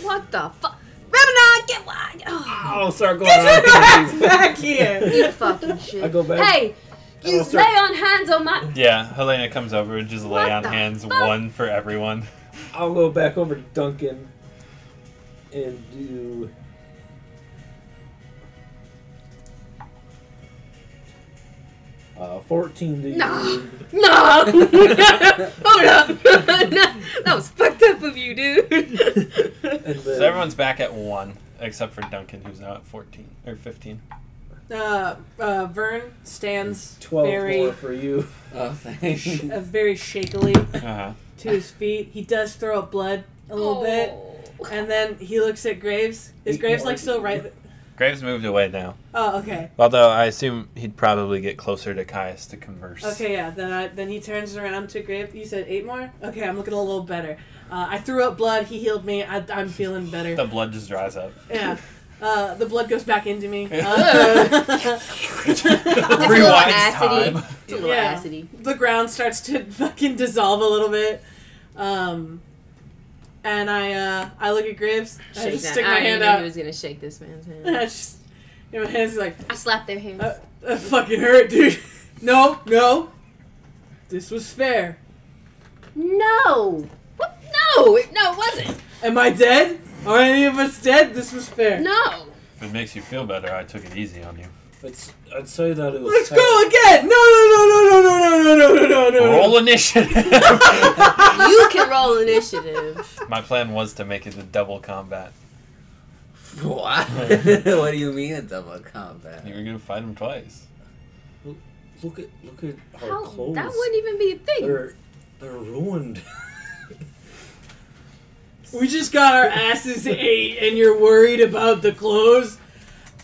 [SPEAKER 3] What the fuck? Ramadan, get wide. Oh,
[SPEAKER 2] I'll start going on.
[SPEAKER 6] back here.
[SPEAKER 3] you fucking shit.
[SPEAKER 2] I go back.
[SPEAKER 3] Hey, you
[SPEAKER 2] I'll start-
[SPEAKER 3] lay on hands on my.
[SPEAKER 1] Yeah, Helena comes over and just
[SPEAKER 3] What
[SPEAKER 1] lay on
[SPEAKER 3] the
[SPEAKER 1] hands
[SPEAKER 3] fuck?
[SPEAKER 1] one for everyone.
[SPEAKER 2] *laughs* I'll go back over to Duncan and do. Uh, 14 to you.
[SPEAKER 3] No. No! *laughs* Hold up! *laughs* no, that was fucked up of you, dude.
[SPEAKER 2] And then
[SPEAKER 1] So everyone's back at one. except for Duncan, who's now at 14 or 15.
[SPEAKER 6] Uh, uh, Vern stands
[SPEAKER 2] 12
[SPEAKER 6] very,
[SPEAKER 2] more for you.
[SPEAKER 5] Oh, thanks. *laughs*
[SPEAKER 6] sh- uh, very shakily
[SPEAKER 1] Uh huh.
[SPEAKER 6] to his feet. He does throw up blood a little
[SPEAKER 3] Oh.
[SPEAKER 6] bit, and then he looks at Graves. Is
[SPEAKER 2] Eat
[SPEAKER 6] Graves
[SPEAKER 2] more.
[SPEAKER 6] like still right?
[SPEAKER 1] Graves moved away now.
[SPEAKER 6] Oh, okay.
[SPEAKER 1] Although I assume he'd probably get closer to Caius to converse.
[SPEAKER 6] Okay, yeah. Then I, then he turns around to Graves. You said eight more. Okay, I'm looking a little better. Uh, I threw up blood. He healed me. I, I'm feeling better.
[SPEAKER 1] The blood just dries up. *laughs*
[SPEAKER 6] Yeah. Uh, the blood goes back into me. Uh, *laughs*
[SPEAKER 3] That's a
[SPEAKER 1] Rewinds
[SPEAKER 3] little acidy.
[SPEAKER 1] time.
[SPEAKER 3] It's a little
[SPEAKER 6] Yeah.
[SPEAKER 3] acidy.
[SPEAKER 6] the ground starts to *laughs* fucking dissolve a little bit. Um, and I uh, I look at Graves. I
[SPEAKER 3] Shake
[SPEAKER 6] just
[SPEAKER 3] that.
[SPEAKER 6] stick my
[SPEAKER 3] I
[SPEAKER 6] hand
[SPEAKER 3] knew
[SPEAKER 6] out.
[SPEAKER 3] He was gonna shake this man's
[SPEAKER 6] And *laughs* I
[SPEAKER 3] hand.
[SPEAKER 6] just, and my hand's like,
[SPEAKER 3] I slapped their hands.
[SPEAKER 6] Uh, that fucking hurt, dude. *laughs* No, no. This was fair.
[SPEAKER 3] no. What? No. It, no, it wasn't.
[SPEAKER 6] Am I dead? Are any of us dead? This was fair.
[SPEAKER 3] No.
[SPEAKER 1] If it makes you feel better, I took it easy on you.
[SPEAKER 2] It's, I'd say that it was.
[SPEAKER 6] Let's
[SPEAKER 2] ten.
[SPEAKER 6] go again. No, no, no, no, no, no, no, no, no, no,
[SPEAKER 1] *laughs*
[SPEAKER 6] no.
[SPEAKER 1] Roll initiative.
[SPEAKER 3] You can
[SPEAKER 2] *laughs*
[SPEAKER 3] roll initiative.
[SPEAKER 1] My plan was to make it a double combat.
[SPEAKER 5] What? what do you mean a double combat?
[SPEAKER 1] You were gonna fight him twice.
[SPEAKER 2] Look at look at our
[SPEAKER 3] How,
[SPEAKER 2] clothes.
[SPEAKER 3] that wouldn't even be a thing. *laughs*
[SPEAKER 2] They're they're ruined.
[SPEAKER 6] We just got our asses *laughs* ate, and you're worried about the clothes.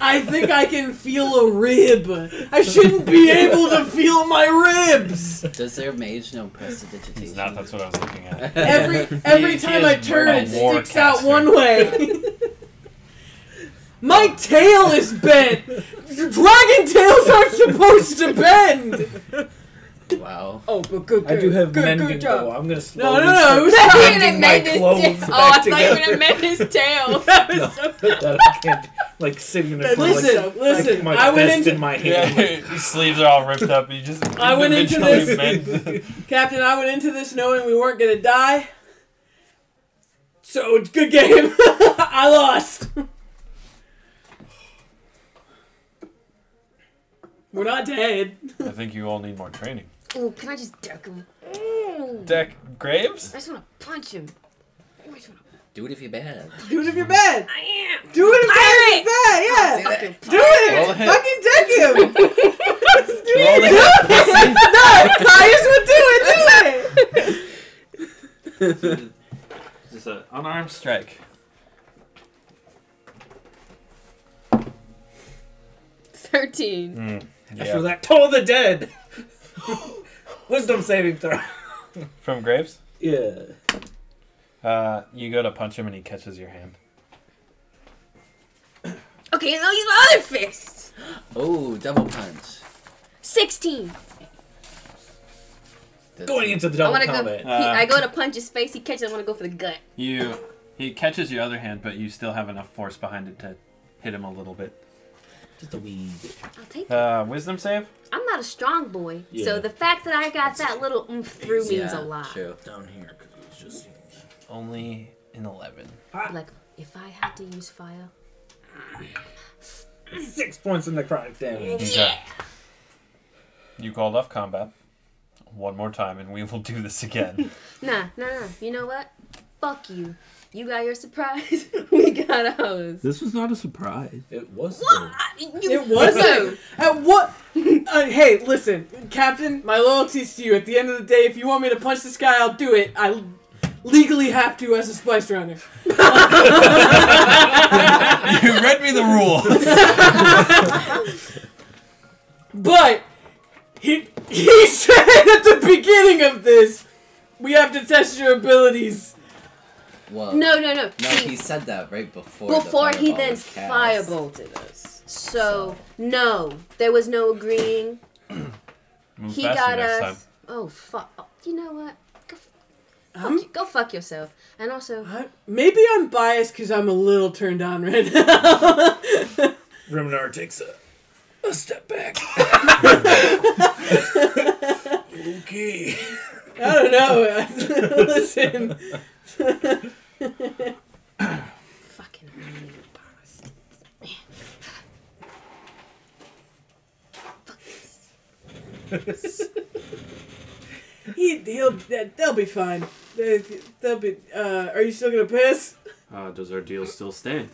[SPEAKER 6] I think I can feel a rib. I shouldn't be able to feel my ribs.
[SPEAKER 5] Does their mage know prestidigitation?
[SPEAKER 1] It's not. That's what I was looking at.
[SPEAKER 2] *laughs*
[SPEAKER 6] Every every
[SPEAKER 1] He- he
[SPEAKER 6] time
[SPEAKER 1] is
[SPEAKER 6] I turn,
[SPEAKER 1] a
[SPEAKER 6] it sticks out
[SPEAKER 1] warcaster.
[SPEAKER 6] one
[SPEAKER 2] *laughs*
[SPEAKER 6] way. My tail is bent. Dragon tails aren't supposed to bend.
[SPEAKER 5] Wow.
[SPEAKER 6] Oh, but good.
[SPEAKER 2] I do have
[SPEAKER 6] good,
[SPEAKER 2] men
[SPEAKER 6] good job.
[SPEAKER 2] go. I'm gonna
[SPEAKER 6] No,
[SPEAKER 2] slowly
[SPEAKER 6] no, no. It
[SPEAKER 2] *laughs* start
[SPEAKER 3] I thought you
[SPEAKER 6] was
[SPEAKER 2] bending
[SPEAKER 3] were gonna
[SPEAKER 2] my
[SPEAKER 3] make
[SPEAKER 2] clothes
[SPEAKER 3] his tail. Oh,
[SPEAKER 2] back
[SPEAKER 3] I thought you were
[SPEAKER 2] together.
[SPEAKER 3] gonna make
[SPEAKER 2] *laughs*
[SPEAKER 3] his tail.
[SPEAKER 6] *laughs* that was so
[SPEAKER 2] that I can't like sitting in a corner,
[SPEAKER 6] Listen,
[SPEAKER 2] like,
[SPEAKER 6] listen,
[SPEAKER 2] My
[SPEAKER 6] I went
[SPEAKER 2] fist
[SPEAKER 6] into-
[SPEAKER 2] in my
[SPEAKER 1] *laughs*
[SPEAKER 2] hand.
[SPEAKER 1] Yeah, *laughs* his sleeves are all ripped up. You just
[SPEAKER 6] I went into
[SPEAKER 1] individually
[SPEAKER 2] this-
[SPEAKER 1] *laughs* meant-
[SPEAKER 6] Captain, I went into this knowing we weren't gonna die. So it's good game. *laughs* I lost. We're not dead.
[SPEAKER 1] I think you all need more training.
[SPEAKER 3] Ooh, can I just duck him? Mm.
[SPEAKER 1] Deck Graves.
[SPEAKER 3] I just wanna punch him. I just wanna.
[SPEAKER 5] Do it if you're bad.
[SPEAKER 6] Do it if you're bad.
[SPEAKER 3] I am.
[SPEAKER 6] Do it if you're bad. Yeah.
[SPEAKER 3] Fucking
[SPEAKER 6] Do
[SPEAKER 3] *laughs*
[SPEAKER 6] it!
[SPEAKER 1] Roll a hit.
[SPEAKER 6] Fucking deck
[SPEAKER 2] *laughs*
[SPEAKER 6] him! do
[SPEAKER 1] Roll a hit.
[SPEAKER 6] it! No, Caius would do it! Do it!
[SPEAKER 1] Just an unarmed strike.
[SPEAKER 2] Mm.
[SPEAKER 3] Thirteen.
[SPEAKER 2] After that, toe of the dead. *laughs* Wisdom saving throw.
[SPEAKER 1] From Graves.
[SPEAKER 2] Yeah.
[SPEAKER 1] Uh, you go to punch him and he catches your hand.
[SPEAKER 3] Okay, now use my other fist.
[SPEAKER 5] Oh, double punch.
[SPEAKER 3] Sixteen.
[SPEAKER 5] This-
[SPEAKER 2] Going into the
[SPEAKER 3] I
[SPEAKER 2] double
[SPEAKER 3] wanna
[SPEAKER 2] combat.
[SPEAKER 3] go. He, I go to punch his face. He catches. I wanna go for the gut.
[SPEAKER 1] You he catches your other hand, but you still have enough force behind it to hit him a little bit.
[SPEAKER 2] Just a wee. bit.
[SPEAKER 3] I'll take.
[SPEAKER 1] Uh, wisdom save.
[SPEAKER 3] I'm not a strong boy,
[SPEAKER 2] Yeah.
[SPEAKER 3] so the fact that I got that little oomph through means
[SPEAKER 5] Yeah,
[SPEAKER 3] a lot.
[SPEAKER 5] True.
[SPEAKER 2] down here because it was just.
[SPEAKER 1] Only an eleven.
[SPEAKER 3] Like if I had to use fire,
[SPEAKER 2] Six points in necrotic damage.
[SPEAKER 1] Yeah. You called off combat one more time, and we will do this again.
[SPEAKER 3] nah, nah, nah. You know what? Fuck you. You got your surprise. *laughs* we got ours.
[SPEAKER 25] This was not a surprise.
[SPEAKER 2] It was.
[SPEAKER 3] What?
[SPEAKER 2] though.
[SPEAKER 3] You,
[SPEAKER 6] It wasn't.
[SPEAKER 3] *laughs* No.
[SPEAKER 6] At what? *laughs* Uh, hey, listen, Captain, my loyalty's to you. At the end of the day, if you want me to punch this guy, I'll do it. I legally have to as a spice runner.
[SPEAKER 1] you read me the rules.
[SPEAKER 6] But he he *laughs* said at the beginning of this, we have to test your abilities.
[SPEAKER 5] Whoa.
[SPEAKER 3] no, no, no.
[SPEAKER 5] No,
[SPEAKER 3] See,
[SPEAKER 5] he said that right before. the
[SPEAKER 3] before he
[SPEAKER 5] fireball
[SPEAKER 3] then
[SPEAKER 5] was cast.
[SPEAKER 3] firebolted us. So no, there was no agreeing.
[SPEAKER 1] *laughs* Move
[SPEAKER 3] he
[SPEAKER 1] faster
[SPEAKER 3] got
[SPEAKER 1] next
[SPEAKER 3] us.
[SPEAKER 1] time.
[SPEAKER 3] Oh fuck! Oh, you know what? Go, f-
[SPEAKER 6] I'm,
[SPEAKER 3] go fuck yourself. And also,
[SPEAKER 6] I, maybe I'm biased because I'm a little turned on right now. *laughs*
[SPEAKER 2] Rimnar takes a, a step
[SPEAKER 6] *laughs*
[SPEAKER 2] back. okay.
[SPEAKER 6] I don't know. *laughs* Listen.
[SPEAKER 3] fucking really embarrassed.
[SPEAKER 6] He, he'll, that- they'll be fine. They, they'll be. Uh, are you still gonna piss?
[SPEAKER 26] Uh, does our deal still stand?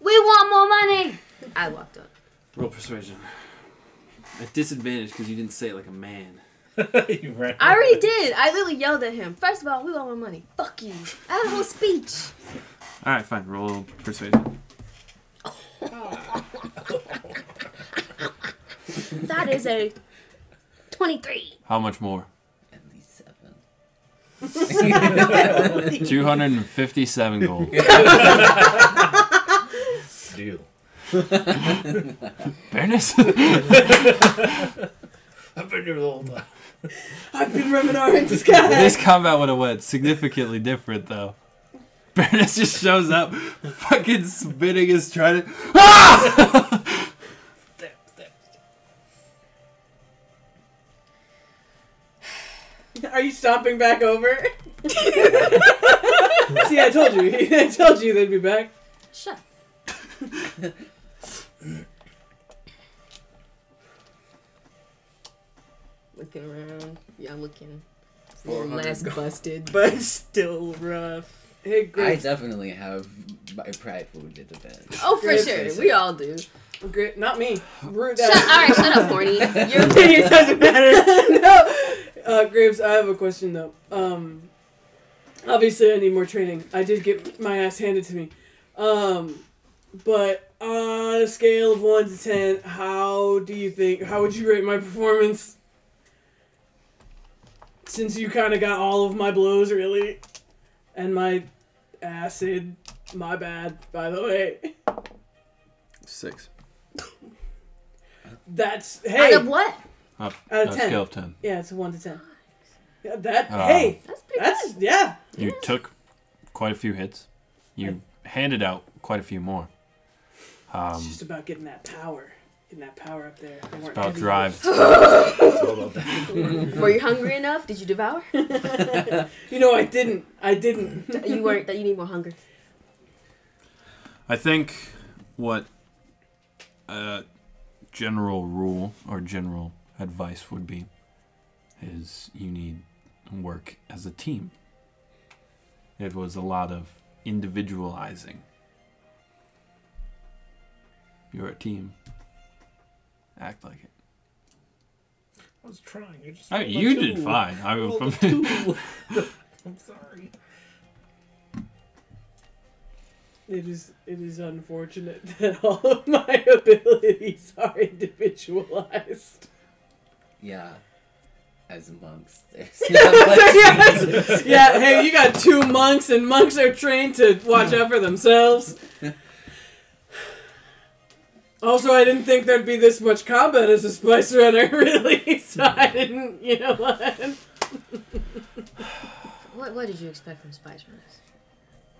[SPEAKER 3] We want more money! I walked up.
[SPEAKER 1] Roll persuasion. At disadvantage because you didn't say it like a man.
[SPEAKER 2] you ran.
[SPEAKER 3] *laughs* I already did. I literally yelled at him. First of all, we want more money. Fuck you. I had a whole speech.
[SPEAKER 1] All right, fine. Roll persuasion.
[SPEAKER 3] That is a 23.
[SPEAKER 1] How much more?
[SPEAKER 5] At least seven.
[SPEAKER 1] *laughs*
[SPEAKER 3] *laughs*
[SPEAKER 1] Two hundred and fifty-seven gold.
[SPEAKER 2] Deal.
[SPEAKER 1] *laughs* Fairness. *laughs*
[SPEAKER 2] I've been here the whole time.
[SPEAKER 6] I've been *laughs* Reminar in disguise.
[SPEAKER 1] this combat would have went significantly different, though. Baroness just shows up, fucking spinning his trident. Ah!
[SPEAKER 6] *sighs* Are you stomping back *laughs* over? See, I told you. *laughs* I told you they'd be back.
[SPEAKER 3] Shut. *laughs* looking around. Yeah, looking. Less busted, but still rough.
[SPEAKER 6] Hey,
[SPEAKER 5] I
[SPEAKER 6] Grit.
[SPEAKER 5] definitely have my pride wounded a bit.
[SPEAKER 3] Oh, for
[SPEAKER 6] Great.
[SPEAKER 3] sure. We all do.
[SPEAKER 6] Grit, not me. Root
[SPEAKER 3] Shut, all right, shut up, *laughs* horny. Your opinion doesn't matter.
[SPEAKER 6] *laughs* no. Uh, Graves, I have a question though. Um, obviously, I need more training. I did get my ass handed to me. Um, but on a scale of one to ten, how do you think? How would you rate my performance? Since you kind of got all of my blows, really, and my acid. My bad, by the way.
[SPEAKER 1] Six.
[SPEAKER 6] That's hey
[SPEAKER 3] Out of
[SPEAKER 6] out of,
[SPEAKER 3] what?
[SPEAKER 1] Up. a
[SPEAKER 6] ten.
[SPEAKER 1] scale of ten.
[SPEAKER 6] Yeah, it's a one to ten. Yeah, that
[SPEAKER 3] Um,
[SPEAKER 1] Ah.
[SPEAKER 6] hey,
[SPEAKER 3] That's pretty
[SPEAKER 6] that's
[SPEAKER 3] good.
[SPEAKER 6] yeah.
[SPEAKER 1] You took quite a few hits. You handed out quite a few more.
[SPEAKER 6] It's
[SPEAKER 1] Um,
[SPEAKER 6] just about getting that power, getting that power up there. They weren't
[SPEAKER 1] about
[SPEAKER 6] heavy.
[SPEAKER 1] drive.
[SPEAKER 3] Were you hungry enough? Did you devour?
[SPEAKER 6] *laughs* You know, I didn't. I didn't.
[SPEAKER 1] *laughs*
[SPEAKER 3] *laughs* you weren't. That you need more hunger.
[SPEAKER 1] I think what a general rule or general advice would be is you need work as a team. It was a lot of individualizing. You're a team. Act like it.
[SPEAKER 2] I was trying. I just.
[SPEAKER 1] I,
[SPEAKER 2] rolled a
[SPEAKER 1] you did
[SPEAKER 2] two.
[SPEAKER 1] fine. I was
[SPEAKER 2] Rolled a
[SPEAKER 1] from *laughs*
[SPEAKER 6] *laughs*
[SPEAKER 2] two. I'm sorry.
[SPEAKER 6] It is. It is unfortunate *laughs* that all of my *laughs* abilities are individualized.
[SPEAKER 5] Yeah. As monks, there's *laughs*
[SPEAKER 3] *laughs*
[SPEAKER 5] not much.
[SPEAKER 6] yes. Yeah. Hey, you got two monks, and monks are trained to watch out for *laughs* themselves. Also, I didn't think there'd be this much combat as a spice runner, *laughs* really. So I didn't, you know what?
[SPEAKER 3] What What did you expect from spice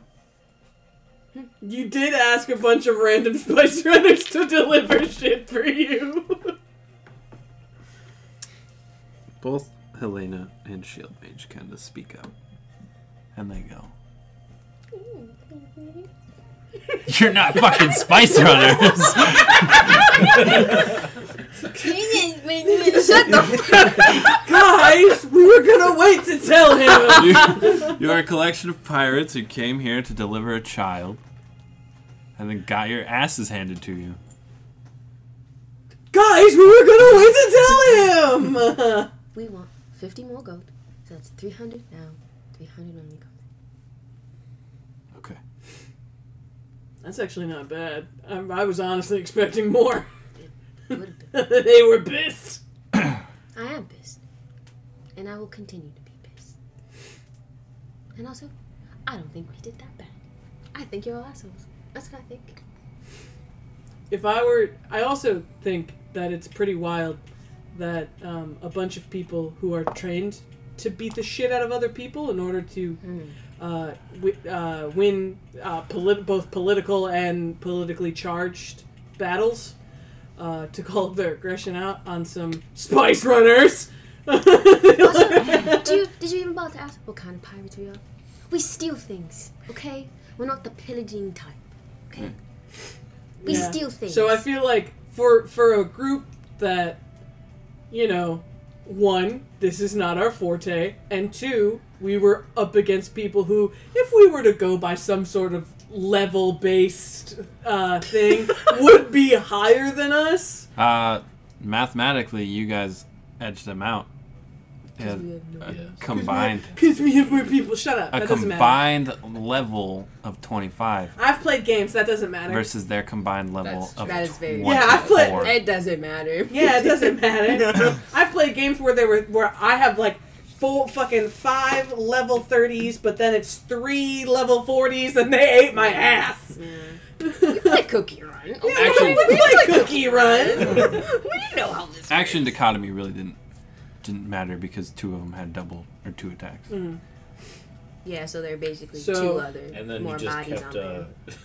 [SPEAKER 3] *laughs* runners?
[SPEAKER 6] You did ask a bunch of random spice runners to deliver shit for you.
[SPEAKER 1] Both Helena and Shield Mage kind of speak up. And they go, *laughs* You're not fucking Spice *laughs* Runners!
[SPEAKER 3] Shut the. F-
[SPEAKER 6] Guys, we were gonna wait to tell him.
[SPEAKER 1] you, you are a collection of pirates who came here to deliver a child and then got your asses handed to you.
[SPEAKER 6] Guys, we were gonna wait to tell him.
[SPEAKER 3] we want fifty more gold. So that's three hundred now. Three hundred when we go.
[SPEAKER 1] Okay.
[SPEAKER 6] *laughs* That's actually not bad. I, I was honestly expecting more. *laughs*
[SPEAKER 3] Would've been.
[SPEAKER 6] they were pissed.
[SPEAKER 3] I am pissed, and I will continue to be pissed. And also, I don't think we did that bad. I think you're all assholes. That's what I think.
[SPEAKER 6] If I were, I also think that it's pretty wild that um, a bunch of people who are trained to beat the shit out of other people in order to uh, wi uh, win uh, polit- both political and politically charged battles uh, to call their aggression out on some spice runners. *laughs*
[SPEAKER 3] *laughs* Do you, did you even bother to ask what kind of pirates we are? We steal things, okay? We're not the pillaging type, okay? We
[SPEAKER 6] Yeah.
[SPEAKER 3] steal things.
[SPEAKER 6] Hmm. So I feel like for for a group that, you know, one, this is not our forte, and two, we were up against people who, if we were to go by some sort of level based
[SPEAKER 3] *laughs*
[SPEAKER 6] uh, thing would be higher than us.
[SPEAKER 1] Uh, mathematically, you guys edged them out. And a
[SPEAKER 2] Yes.
[SPEAKER 1] combined,
[SPEAKER 6] Because we have more people. Shut up.
[SPEAKER 1] a
[SPEAKER 6] that doesn't matter.
[SPEAKER 1] combined level of twenty-five
[SPEAKER 6] I've played games. That doesn't matter.
[SPEAKER 1] versus their combined level
[SPEAKER 5] That's
[SPEAKER 1] of
[SPEAKER 3] true. That is very-
[SPEAKER 1] one
[SPEAKER 6] Yeah,
[SPEAKER 1] to
[SPEAKER 6] I put-
[SPEAKER 1] four.
[SPEAKER 3] It doesn't matter.
[SPEAKER 6] Yeah, *laughs* it doesn't
[SPEAKER 3] *laughs*
[SPEAKER 6] matter. I've played games where there were where I have like full fucking five level thirties, but then it's three level forties, and they ate
[SPEAKER 3] *laughs*
[SPEAKER 6] my ass.
[SPEAKER 3] Like Cookie *laughs* Run. Oh,
[SPEAKER 1] Actually-
[SPEAKER 6] we play Cookie Run.
[SPEAKER 3] *laughs* you know how this
[SPEAKER 1] Action dichotomy really didn't didn't matter because two of them had double or two attacks.
[SPEAKER 6] Mm.
[SPEAKER 3] Yeah, so they're basically
[SPEAKER 6] So-
[SPEAKER 3] two other
[SPEAKER 2] And then
[SPEAKER 3] more
[SPEAKER 2] you just
[SPEAKER 3] bodies
[SPEAKER 2] kept
[SPEAKER 3] on there.
[SPEAKER 2] uh,
[SPEAKER 7] *laughs*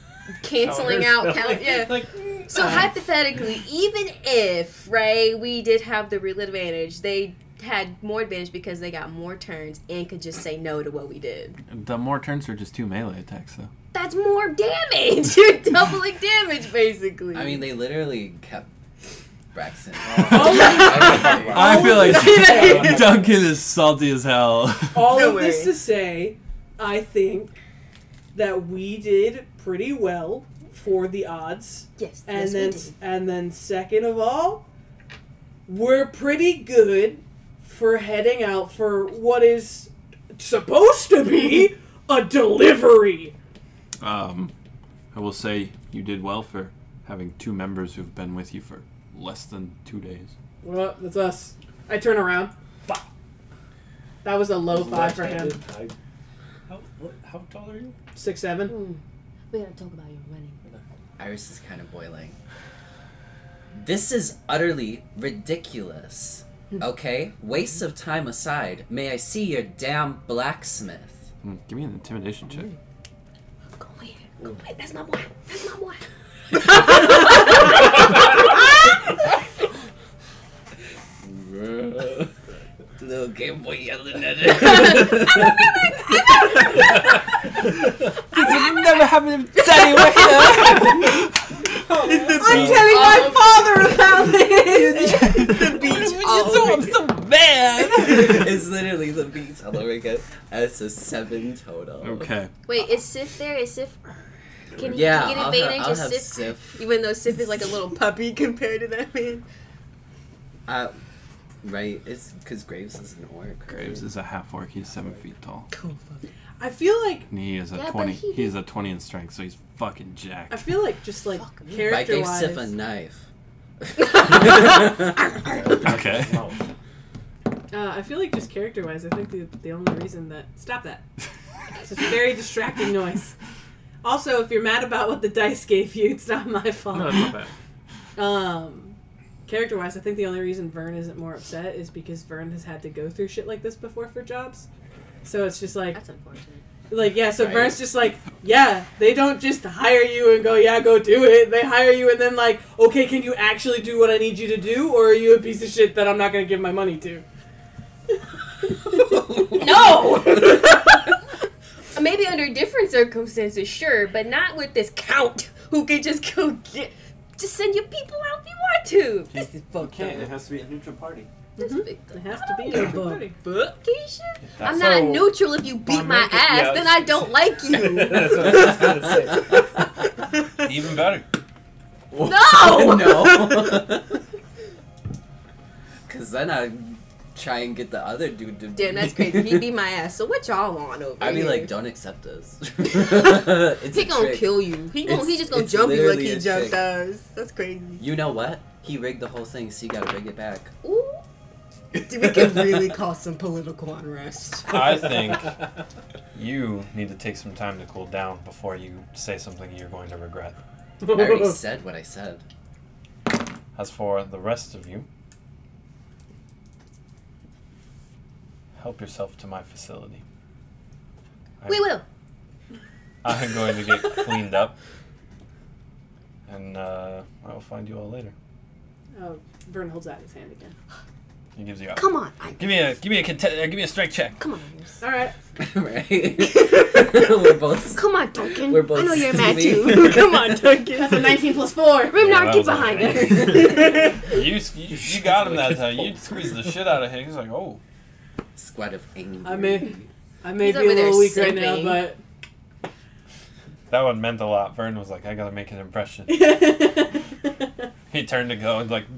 [SPEAKER 3] Canceling out
[SPEAKER 2] counters.
[SPEAKER 3] count. Yeah.
[SPEAKER 2] *laughs* like,
[SPEAKER 3] So
[SPEAKER 2] Uh,
[SPEAKER 3] hypothetically, even if right, we did have the real advantage, they had more advantage because they got more turns and could just say no to what we did.
[SPEAKER 1] The more turns are just two melee attacks, though.
[SPEAKER 3] That's more damage. *laughs* You're doubling damage, basically.
[SPEAKER 5] I mean, they literally kept
[SPEAKER 1] *laughs*
[SPEAKER 5] Braxton.
[SPEAKER 6] Oh
[SPEAKER 1] Oh I feel
[SPEAKER 3] Yeah.
[SPEAKER 6] *laughs*
[SPEAKER 1] like *laughs* Duncan is salty as hell.
[SPEAKER 6] All
[SPEAKER 3] No
[SPEAKER 6] of this
[SPEAKER 3] way.
[SPEAKER 6] to say, I think that we did pretty well for the odds,
[SPEAKER 3] yes.
[SPEAKER 6] and
[SPEAKER 3] yes, we
[SPEAKER 6] then
[SPEAKER 3] did.
[SPEAKER 6] and then second of all, we're pretty good for heading out for what is supposed to be a delivery.
[SPEAKER 1] *laughs* Um, I will say you did well for having two members who've been with you for less than two days.
[SPEAKER 6] Well, that's us. I turn around. Bah. That was a low five for him.
[SPEAKER 2] I, how, what, how tall are you?
[SPEAKER 6] Six seven.
[SPEAKER 3] Ooh, Mm. we gotta talk about your running.
[SPEAKER 5] Iris is kind of boiling. This is utterly ridiculous.
[SPEAKER 1] Hmm.
[SPEAKER 5] Okay? Waste of time aside, may I see your damn
[SPEAKER 1] *laughs*
[SPEAKER 5] blacksmith?
[SPEAKER 1] Hmm, give me an intimidation check.
[SPEAKER 3] Go away. Go away. That's my boy. That's my boy.
[SPEAKER 5] Little Game Boy
[SPEAKER 1] *laughs*
[SPEAKER 5] yelling at it.
[SPEAKER 1] never happened to Danny
[SPEAKER 6] I'm telling my father about this.
[SPEAKER 5] it's literally the beats all over again. That's a seven total.
[SPEAKER 1] *laughs* Okay.
[SPEAKER 3] Wait, is Sif there? Is Sif? Can he
[SPEAKER 5] Yeah,
[SPEAKER 3] get
[SPEAKER 5] I'll,
[SPEAKER 3] advantage
[SPEAKER 5] ha- I'll
[SPEAKER 3] of
[SPEAKER 5] have
[SPEAKER 3] Sif?
[SPEAKER 5] Sif.
[SPEAKER 3] Even though Sif is like a little puppy *laughs* compared to that
[SPEAKER 5] *laughs*
[SPEAKER 3] man.
[SPEAKER 5] Uh, right, it's because Graves is an orc. right?
[SPEAKER 1] Graves is a half orc. He's seven feet tall.
[SPEAKER 6] I feel like
[SPEAKER 1] And he is a
[SPEAKER 3] Yeah, but
[SPEAKER 1] twenty.
[SPEAKER 3] he
[SPEAKER 1] He is a twenty in strength, so he's fucking jacked.
[SPEAKER 6] I feel like just like
[SPEAKER 3] Fuck me.
[SPEAKER 5] But I
[SPEAKER 6] character
[SPEAKER 5] gave Sif a *laughs*
[SPEAKER 6] wise.
[SPEAKER 5] knife.
[SPEAKER 1] Okay.
[SPEAKER 4] *laughs*
[SPEAKER 13] *laughs*
[SPEAKER 2] Wow.
[SPEAKER 6] Uh, I feel like just character wise. I think the the only reason that stop *laughs* that. It's a very distracting noise. Also, if you're mad about what the dice gave you, it's not my fault.
[SPEAKER 4] No, that's not bad.
[SPEAKER 6] Um, character wise, I think the only reason Vern isn't more upset is because Vern has had to go through shit like this before for jobs. So it's just like,
[SPEAKER 3] That's unfortunate.
[SPEAKER 6] like yeah. So
[SPEAKER 5] Right.
[SPEAKER 6] Vern's just like, yeah. They don't just hire you and go, yeah, go do it. They hire you and then like, okay, can you actually do what I need you to do, or are you a piece of shit that I'm not gonna give my money to?
[SPEAKER 3] No! Uh, Maybe under different circumstances, sure, but not with this count who can just go get. Just send your people out if you want to. This is fucked up. *laughs*
[SPEAKER 13] has to be a neutral party.
[SPEAKER 5] Mm-hmm.
[SPEAKER 3] This is fucked
[SPEAKER 6] It
[SPEAKER 3] up.
[SPEAKER 6] has to be a book.
[SPEAKER 3] Keisha? I'm
[SPEAKER 13] That's-
[SPEAKER 3] not
[SPEAKER 13] So-
[SPEAKER 3] neutral if you beat my
[SPEAKER 13] making-
[SPEAKER 3] ass,
[SPEAKER 13] yeah,
[SPEAKER 3] then
[SPEAKER 13] I
[SPEAKER 3] I don't like
[SPEAKER 5] *laughs*
[SPEAKER 3] you.
[SPEAKER 2] That's what I was gonna say.
[SPEAKER 13] Even better.
[SPEAKER 3] No!
[SPEAKER 5] *laughs* no. Because then I try and get the other dude to.
[SPEAKER 3] Damn,
[SPEAKER 5] *laughs*
[SPEAKER 3] that's crazy. He beat my ass. So what y'all on over
[SPEAKER 5] I'd be
[SPEAKER 3] here?
[SPEAKER 5] like, don't accept us. *laughs* it's
[SPEAKER 3] he
[SPEAKER 5] a
[SPEAKER 3] gonna
[SPEAKER 5] trick.
[SPEAKER 3] kill you. He gonna,
[SPEAKER 5] It's-
[SPEAKER 3] he just gonna
[SPEAKER 5] it's
[SPEAKER 3] jump you like
[SPEAKER 5] literally
[SPEAKER 3] he
[SPEAKER 5] a
[SPEAKER 3] jumped
[SPEAKER 5] trick.
[SPEAKER 3] us. That's crazy.
[SPEAKER 5] You know what? He rigged the whole thing, so you gotta rig it back.
[SPEAKER 3] Ooh. Dude, we could
[SPEAKER 5] *laughs*
[SPEAKER 3] really cause some political unrest.
[SPEAKER 13] I
[SPEAKER 3] *laughs*
[SPEAKER 13] think you need to take some time to cool down before you say something you're going to regret.
[SPEAKER 5] I already said what I said. *laughs*
[SPEAKER 13] As for the rest of you, help yourself to my facility. I'm,
[SPEAKER 3] We will. *laughs*
[SPEAKER 13] I'm going to get cleaned up, and uh, I will find you all later.
[SPEAKER 6] Oh, Vern holds out his hand again.
[SPEAKER 13] He gives you. A,
[SPEAKER 3] Come on. I,
[SPEAKER 13] give me a give me a cont- uh, give me a strength check.
[SPEAKER 3] come on. Iris.
[SPEAKER 6] All right.
[SPEAKER 5] right? *laughs* We're
[SPEAKER 3] *laughs*
[SPEAKER 5] both.
[SPEAKER 3] Come on, Duncan.
[SPEAKER 5] We're both
[SPEAKER 3] I know you're mad
[SPEAKER 5] steamy.
[SPEAKER 3] too. *laughs* come on,
[SPEAKER 5] *laughs*
[SPEAKER 3] Duncan.
[SPEAKER 6] That's a 19 plus 4.
[SPEAKER 3] *laughs* Rimnar,
[SPEAKER 13] Yeah, that
[SPEAKER 3] get
[SPEAKER 13] was
[SPEAKER 3] behind
[SPEAKER 13] okay.
[SPEAKER 5] *laughs*
[SPEAKER 3] us.
[SPEAKER 13] You s- you, you got him that time. You squeezed the shit out of him. He's like, oh,
[SPEAKER 5] Squad of angry.
[SPEAKER 6] I may, I may
[SPEAKER 5] *laughs*
[SPEAKER 3] He's
[SPEAKER 6] be a
[SPEAKER 3] over there
[SPEAKER 6] little weak right now,
[SPEAKER 3] sipping.
[SPEAKER 6] but
[SPEAKER 13] That one meant a lot. Vern was like, I gotta make an impression. *laughs* he turned to go and like, *laughs*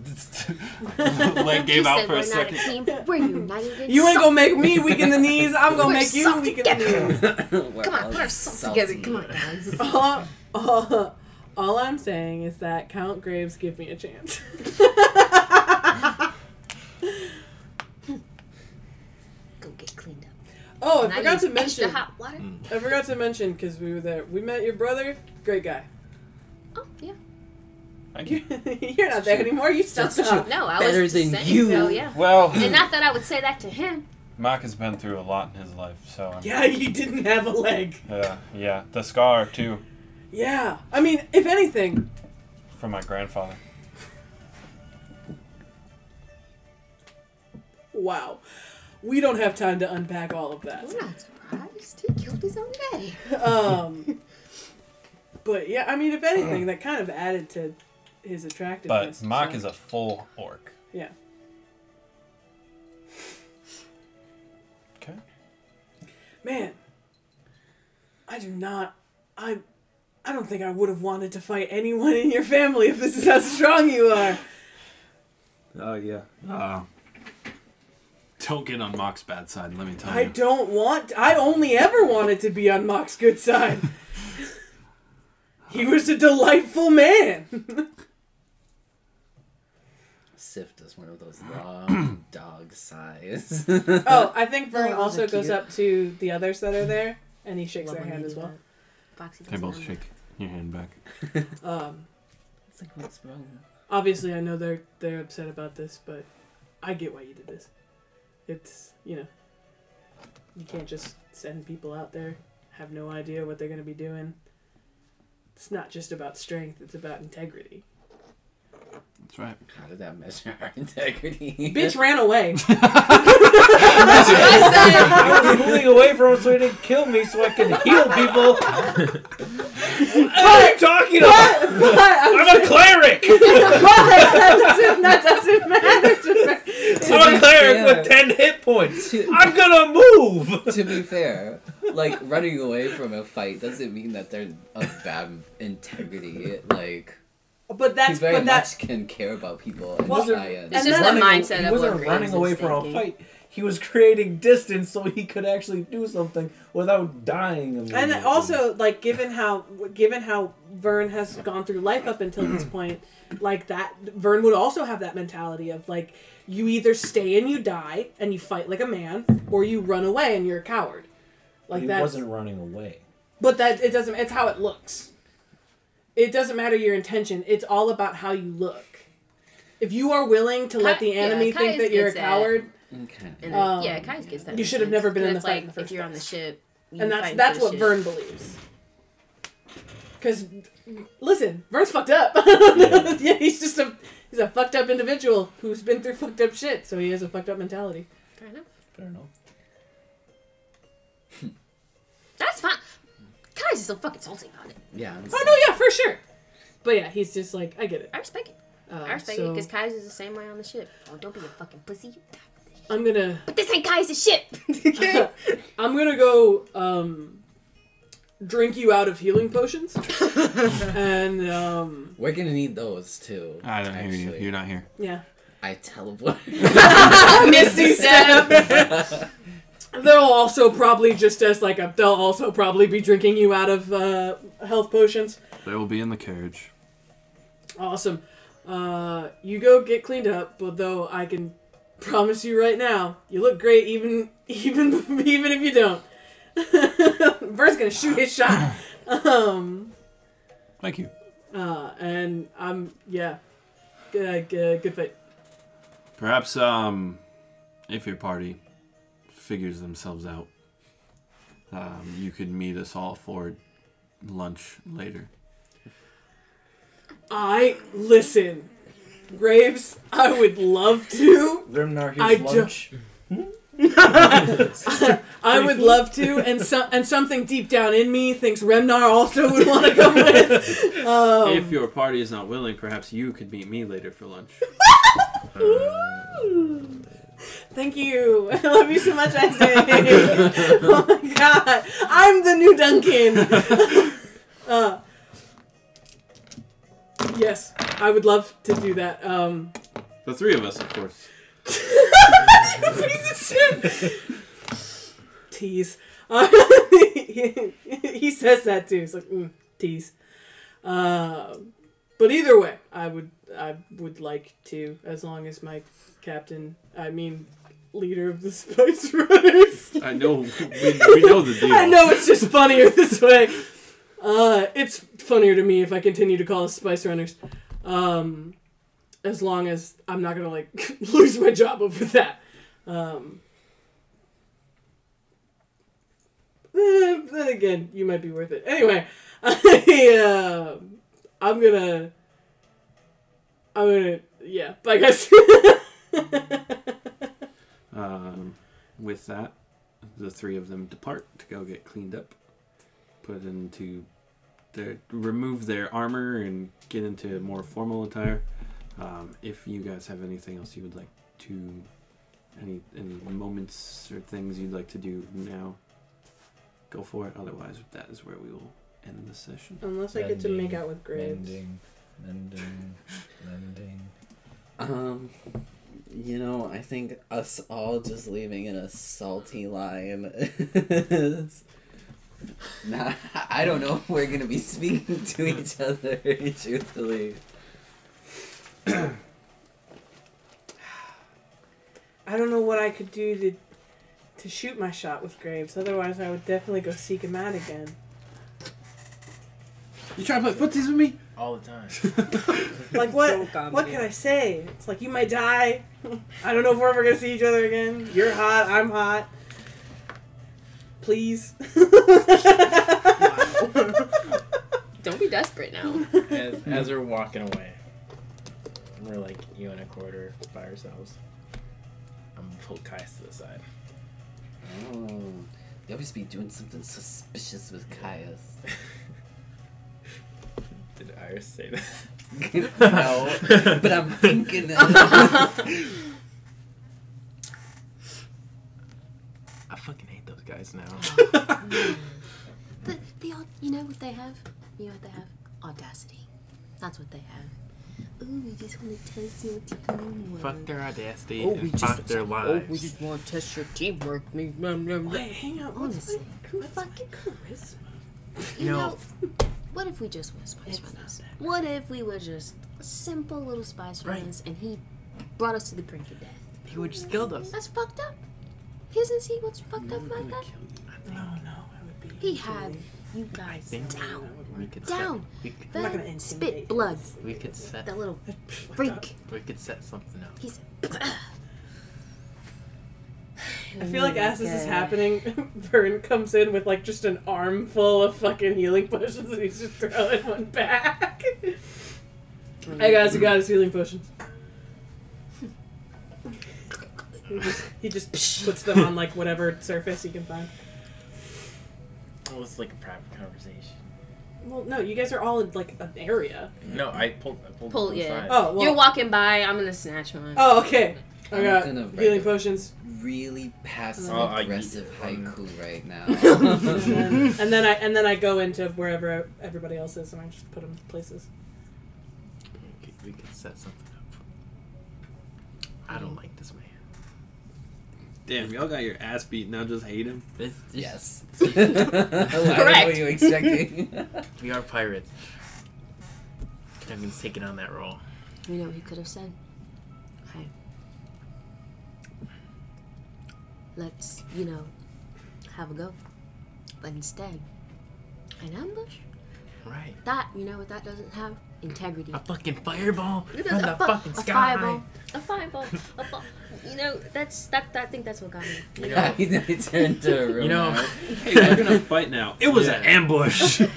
[SPEAKER 3] *laughs*
[SPEAKER 13] leg
[SPEAKER 3] He
[SPEAKER 13] gave out
[SPEAKER 3] said
[SPEAKER 13] for
[SPEAKER 3] we're
[SPEAKER 13] a second.
[SPEAKER 3] Not a team. We're united. in
[SPEAKER 6] *laughs* You ain't gonna
[SPEAKER 3] something.
[SPEAKER 6] make me weak in the knees. I'm gonna
[SPEAKER 3] We're
[SPEAKER 6] make you
[SPEAKER 3] soft
[SPEAKER 6] weak in the
[SPEAKER 3] together.
[SPEAKER 6] knees.
[SPEAKER 3] Come on, put ourselves together. Come on,
[SPEAKER 13] *laughs*
[SPEAKER 3] guys.
[SPEAKER 6] *laughs* All, all- all I'm saying is that Count Graves give me a chance. *laughs*
[SPEAKER 3] Go get cleaned up.
[SPEAKER 6] oh, I
[SPEAKER 3] And
[SPEAKER 6] forgot
[SPEAKER 3] need
[SPEAKER 6] to mention.
[SPEAKER 3] Extra hot water.
[SPEAKER 5] Hmm.
[SPEAKER 6] I forgot to mention because we were there. We met your brother. Great guy. *laughs*
[SPEAKER 3] Oh yeah.
[SPEAKER 13] Thank you.
[SPEAKER 6] You're not there
[SPEAKER 5] true.
[SPEAKER 6] anymore. You stopped
[SPEAKER 5] That's
[SPEAKER 6] up.
[SPEAKER 3] No, I
[SPEAKER 5] Better
[SPEAKER 3] was
[SPEAKER 5] than
[SPEAKER 3] just saying.
[SPEAKER 5] you.
[SPEAKER 3] Oh yeah.
[SPEAKER 13] Well, *laughs*
[SPEAKER 3] And not that I would say that to him.
[SPEAKER 13] Mark has been through a lot in his life, so I'm,
[SPEAKER 6] Yeah, you didn't have a leg.
[SPEAKER 13] uh, yeah, the scar too
[SPEAKER 6] Yeah. I mean, if anything,
[SPEAKER 13] from my grandfather.
[SPEAKER 6] wow. We don't have time to unpack all of that.
[SPEAKER 3] I'm not surprised. He killed his own daddy.
[SPEAKER 6] Um, but yeah, I mean, if anything, that kind of added to his attractiveness.
[SPEAKER 13] But Mark
[SPEAKER 6] so-
[SPEAKER 13] is a full orc.
[SPEAKER 6] yeah.
[SPEAKER 13] Okay.
[SPEAKER 6] Man, I do not. I, I don't think I would have wanted to fight anyone in your family if this is how strong you are.
[SPEAKER 2] Oh yeah.
[SPEAKER 1] Uh, don't get on Mock's bad side, let me tell
[SPEAKER 6] I
[SPEAKER 1] you.
[SPEAKER 6] don't want. I only ever wanted to be on Mock's good side. he was a delightful man.
[SPEAKER 5] Sif does one of those long *clears throat* dog *laughs* sighs.
[SPEAKER 6] oh, I think Vern
[SPEAKER 3] Oh, those
[SPEAKER 6] also
[SPEAKER 3] are
[SPEAKER 6] goes
[SPEAKER 3] cute.
[SPEAKER 6] up to the others that are there, and he shakes
[SPEAKER 3] Love
[SPEAKER 6] their
[SPEAKER 3] when
[SPEAKER 6] hand
[SPEAKER 3] they
[SPEAKER 6] as
[SPEAKER 3] do
[SPEAKER 6] well.
[SPEAKER 3] that. Foxy
[SPEAKER 1] They
[SPEAKER 3] doesn't
[SPEAKER 1] both
[SPEAKER 3] know.
[SPEAKER 1] shake your hand back.
[SPEAKER 6] Um,
[SPEAKER 5] it's like, what's wrong?
[SPEAKER 6] obviously, I know they're they're upset about this, but I get why you did this. It's you know, you can't just send people out there have no idea what they're going to be doing. It's not just about strength; it's about integrity.
[SPEAKER 1] That's right.
[SPEAKER 5] How did that measure our *laughs* integrity?
[SPEAKER 6] Bitch ran away.
[SPEAKER 7] *laughs*
[SPEAKER 6] *laughs*
[SPEAKER 7] I was moving away from him so he didn't kill me, so I could heal
[SPEAKER 3] *laughs*
[SPEAKER 7] people.
[SPEAKER 6] But-
[SPEAKER 7] talking
[SPEAKER 6] but, but I'm
[SPEAKER 7] I'm a cleric.
[SPEAKER 6] that doesn't, that doesn't matter to me.
[SPEAKER 3] *laughs*
[SPEAKER 7] I'm a
[SPEAKER 5] Yeah.
[SPEAKER 7] cleric with ten hit points.
[SPEAKER 5] to,
[SPEAKER 7] I'm gonna move.
[SPEAKER 5] to be fair, like running away from a fight doesn't mean that they're of bad integrity. Like
[SPEAKER 6] But
[SPEAKER 5] he
[SPEAKER 6] that's
[SPEAKER 5] very
[SPEAKER 6] but that
[SPEAKER 5] much can care about people and
[SPEAKER 7] Well,
[SPEAKER 5] try
[SPEAKER 3] It's
[SPEAKER 5] and.
[SPEAKER 6] And
[SPEAKER 3] just
[SPEAKER 6] then-
[SPEAKER 3] the
[SPEAKER 7] running-
[SPEAKER 3] mindset
[SPEAKER 7] he
[SPEAKER 3] of
[SPEAKER 7] wasn't
[SPEAKER 3] what
[SPEAKER 7] running
[SPEAKER 3] Graves
[SPEAKER 7] away
[SPEAKER 3] is
[SPEAKER 7] from a
[SPEAKER 3] thinking.
[SPEAKER 7] fight. He was creating distance so he could actually do something without dying.
[SPEAKER 6] and
[SPEAKER 7] immediately.
[SPEAKER 6] then also like given how given how Vern has gone through life up until this point, like that Vern would also have that mentality of like you either stay and you die and you fight like a man, or you run away and you're a coward. Like
[SPEAKER 2] he
[SPEAKER 6] that.
[SPEAKER 2] wasn't running away.
[SPEAKER 6] But that it doesn't. It's how it looks. It doesn't matter your intention. It's all about how you look. If you are willing to let
[SPEAKER 3] Ki-
[SPEAKER 6] the
[SPEAKER 3] yeah,
[SPEAKER 6] enemy think
[SPEAKER 3] Kai's
[SPEAKER 6] that you're a
[SPEAKER 3] gets that.
[SPEAKER 6] coward,
[SPEAKER 5] Okay.
[SPEAKER 3] And
[SPEAKER 6] Um,
[SPEAKER 3] yeah, Kai's gets that.
[SPEAKER 6] you should have never been in
[SPEAKER 3] It's
[SPEAKER 6] the fight
[SPEAKER 3] like,
[SPEAKER 6] in the first
[SPEAKER 3] If you're on the
[SPEAKER 6] place.
[SPEAKER 3] ship, you
[SPEAKER 6] and that's
[SPEAKER 3] fighting
[SPEAKER 6] that's
[SPEAKER 3] for the
[SPEAKER 6] what
[SPEAKER 3] ship.
[SPEAKER 6] Vern believes. Because listen, Vern's fucked up. *laughs*
[SPEAKER 2] Yeah.
[SPEAKER 6] yeah. he's just a he's a fucked up individual who's been through fucked up shit, so he has a fucked up mentality.
[SPEAKER 3] Fair enough.
[SPEAKER 2] Fair enough.
[SPEAKER 3] That's fine. Kai's so fucking salty about it.
[SPEAKER 5] Yeah. I'm
[SPEAKER 6] Oh no, yeah, for sure. But yeah, he's just like I get it.
[SPEAKER 3] I respect it.
[SPEAKER 6] Uh,
[SPEAKER 3] I respect it
[SPEAKER 6] so
[SPEAKER 3] because Kai's is the same way on the ship. Oh, don't be a fucking pussy.
[SPEAKER 6] I'm gonna
[SPEAKER 3] But this ain't Kai's
[SPEAKER 6] *laughs*
[SPEAKER 3] ship. okay?
[SPEAKER 6] I'm gonna go um, drink you out of healing
[SPEAKER 3] *laughs*
[SPEAKER 6] potions, and um,
[SPEAKER 5] We're gonna need those too.
[SPEAKER 1] I don't hear you.
[SPEAKER 5] actually.
[SPEAKER 1] You're not here.
[SPEAKER 6] yeah,
[SPEAKER 5] I teleport. *laughs*
[SPEAKER 6] Misty step. They'll also probably just as like a, they'll also probably be drinking you out of uh, health potions.
[SPEAKER 1] They will be in the carriage.
[SPEAKER 6] Awesome. Uh, you go get cleaned up, but though I can promise you right now, you look great even *laughs* even even if you don't. *laughs* Bird's gonna shoot his shot. Um,
[SPEAKER 1] Thank you.
[SPEAKER 6] Uh, and I'm yeah, good, good, good fit.
[SPEAKER 1] Perhaps, um, if your party figures themselves out, um, you could meet us all for lunch later.
[SPEAKER 6] I listen, Graves. I would love to.
[SPEAKER 7] Grimnar
[SPEAKER 6] I
[SPEAKER 7] here's
[SPEAKER 6] ju-
[SPEAKER 7] lunch.
[SPEAKER 6] *laughs* I would love to, and so, and something deep down in me thinks Remnar also would want to come with. Um,
[SPEAKER 1] if your party is not willing, perhaps you could meet me later for lunch. Uh,
[SPEAKER 6] Thank you. *laughs* I love you so much, *laughs* Isaac. oh my god, I'm the new Duncan. I would love to do that. Um,
[SPEAKER 1] The three of us, of course.
[SPEAKER 6] piece of shit. Tease. *laughs* Uh, he, he says that too. He's like, mm, tease. Uh, but either way, I would I would like to, as long as my captain, I mean, leader of the *laughs* Spice Runners.
[SPEAKER 1] I know we, we know the deal.
[SPEAKER 6] *laughs* I know it's just funnier this way. Uh, it's funnier to me if I continue to call us Spice Runners. Um, as long as I'm not gonna like *laughs* lose my job over that. Um, eh, then again, you might be worth it. Anyway, *laughs* I, uh, I'm gonna, I'm gonna, yeah. Bye, guys. *laughs*
[SPEAKER 1] Um, with that, the three of them depart to go get cleaned up, put into their remove their armor and get into more formal attire. Um, if you guys have anything else you would like to, any any moments or things you'd like to do now, go for it. Otherwise, that is where we will end the session.
[SPEAKER 10] Unless I get to make out with Graves.
[SPEAKER 2] Mending, mending, mending.
[SPEAKER 5] Um, you know, I think us all just leaving in a salty line is. *laughs* Nah, I don't know if we're gonna be speaking to each other, *laughs* truthfully.
[SPEAKER 10] I don't know what I could do to to shoot my shot with Graves. Otherwise, I would definitely go seek him out again.
[SPEAKER 1] You try to play footsies with me?
[SPEAKER 4] all the time.
[SPEAKER 10] *laughs* Like what?
[SPEAKER 3] So comedy.
[SPEAKER 10] what can I say? It's like you might die. I don't know if we're ever gonna see each other again. You're hot. I'm hot. Please.
[SPEAKER 3] Don't be desperate *laughs* now.
[SPEAKER 4] as, as we're walking away, we're like you and a quarter by ourselves. I'm gonna pull Kais to the side. *laughs*
[SPEAKER 5] Oh, they always be doing something suspicious with Caius.
[SPEAKER 4] *laughs* Did Iris say that?
[SPEAKER 5] no, but I'm
[SPEAKER 4] *laughs*
[SPEAKER 5] thinking. it.
[SPEAKER 4] I fucking hate those
[SPEAKER 3] *laughs*
[SPEAKER 4] guys now.
[SPEAKER 3] The, the odd, you know what they have? You know what they have? Audacity. That's what they have. Ooh, we just want to test your teamwork.
[SPEAKER 4] fuck their audacity
[SPEAKER 3] Oh, we
[SPEAKER 4] and fuck
[SPEAKER 3] just.
[SPEAKER 4] their
[SPEAKER 3] oh,
[SPEAKER 4] lives.
[SPEAKER 3] we just want to test your teamwork. Me, nom, nom, nom.
[SPEAKER 6] Wait, hang on. What's
[SPEAKER 3] Honestly,
[SPEAKER 6] my,
[SPEAKER 3] who
[SPEAKER 6] what's my
[SPEAKER 3] fucking-
[SPEAKER 6] charisma?
[SPEAKER 3] you
[SPEAKER 4] No.
[SPEAKER 3] know, what if we just were spice
[SPEAKER 6] It's not
[SPEAKER 3] runners?
[SPEAKER 6] that
[SPEAKER 3] What if we were just simple little spice
[SPEAKER 4] Right.
[SPEAKER 3] runners and he brought us to the brink of death?
[SPEAKER 4] he would just killed us.
[SPEAKER 3] That's fucked up. Isn't he what's fucked up about that?
[SPEAKER 6] No, no, I would be.
[SPEAKER 3] He had you guys
[SPEAKER 4] think-
[SPEAKER 3] down.
[SPEAKER 4] We could
[SPEAKER 3] Down.
[SPEAKER 4] Set, we, could,
[SPEAKER 6] not
[SPEAKER 3] That
[SPEAKER 6] gonna intimidate you.
[SPEAKER 3] spit blood.
[SPEAKER 4] we could set.
[SPEAKER 3] That little freak.
[SPEAKER 4] We could set something up.
[SPEAKER 3] He said.
[SPEAKER 10] I feel
[SPEAKER 6] Oh
[SPEAKER 10] like as this is happening, *laughs* Vern comes in with like just an armful of fucking healing potions and he's just throwing one back.
[SPEAKER 6] Hey guys, you got his healing potions.
[SPEAKER 10] he just puts them on like whatever surface he can find.
[SPEAKER 4] It was Oh, like a private conversation.
[SPEAKER 10] Well, no, you guys are all in like an area.
[SPEAKER 4] No, I pulled. I pulled
[SPEAKER 3] Pull-
[SPEAKER 4] to the
[SPEAKER 3] yeah.
[SPEAKER 4] side.
[SPEAKER 10] Oh, well.
[SPEAKER 3] You're walking by. I'm gonna snatch one.
[SPEAKER 10] oh, okay. I
[SPEAKER 5] I'm
[SPEAKER 10] got
[SPEAKER 5] gonna write
[SPEAKER 10] healing
[SPEAKER 4] *laughs*
[SPEAKER 5] a
[SPEAKER 10] potions,
[SPEAKER 5] really passive
[SPEAKER 4] Oh, I-
[SPEAKER 5] aggressive
[SPEAKER 4] um,
[SPEAKER 5] haiku right now.
[SPEAKER 10] and
[SPEAKER 4] *laughs*
[SPEAKER 10] then, and then I and then I go into wherever everybody else is, and I just put them places.
[SPEAKER 3] Oh.
[SPEAKER 4] We could, we could set something up. I don't
[SPEAKER 3] Mm.
[SPEAKER 4] like this man.
[SPEAKER 1] Damn, y'all got your ass beat. Now just hate him.
[SPEAKER 4] This, this *laughs*
[SPEAKER 5] yes. *laughs* Correct. What
[SPEAKER 3] Correct.
[SPEAKER 5] you expecting?
[SPEAKER 4] We are pirates. Duncan's taking on that role.
[SPEAKER 3] You know what he could have said? Hey. Let's, you know, have a go. But instead, an ambush?
[SPEAKER 4] Right.
[SPEAKER 3] That, you know what that doesn't have? Integrity.
[SPEAKER 4] A fucking fireball
[SPEAKER 3] It
[SPEAKER 4] from
[SPEAKER 3] does-
[SPEAKER 4] the
[SPEAKER 3] fu-
[SPEAKER 4] fucking
[SPEAKER 3] a
[SPEAKER 4] sky.
[SPEAKER 3] fireball. A fireball. A fu- you know, that's that. I think that's what got me.
[SPEAKER 4] You know,
[SPEAKER 5] I turned to a room.
[SPEAKER 4] you know,
[SPEAKER 1] Hey, we're gonna fight now. It was an
[SPEAKER 4] Yeah.
[SPEAKER 1] ambush.
[SPEAKER 4] *laughs* you know,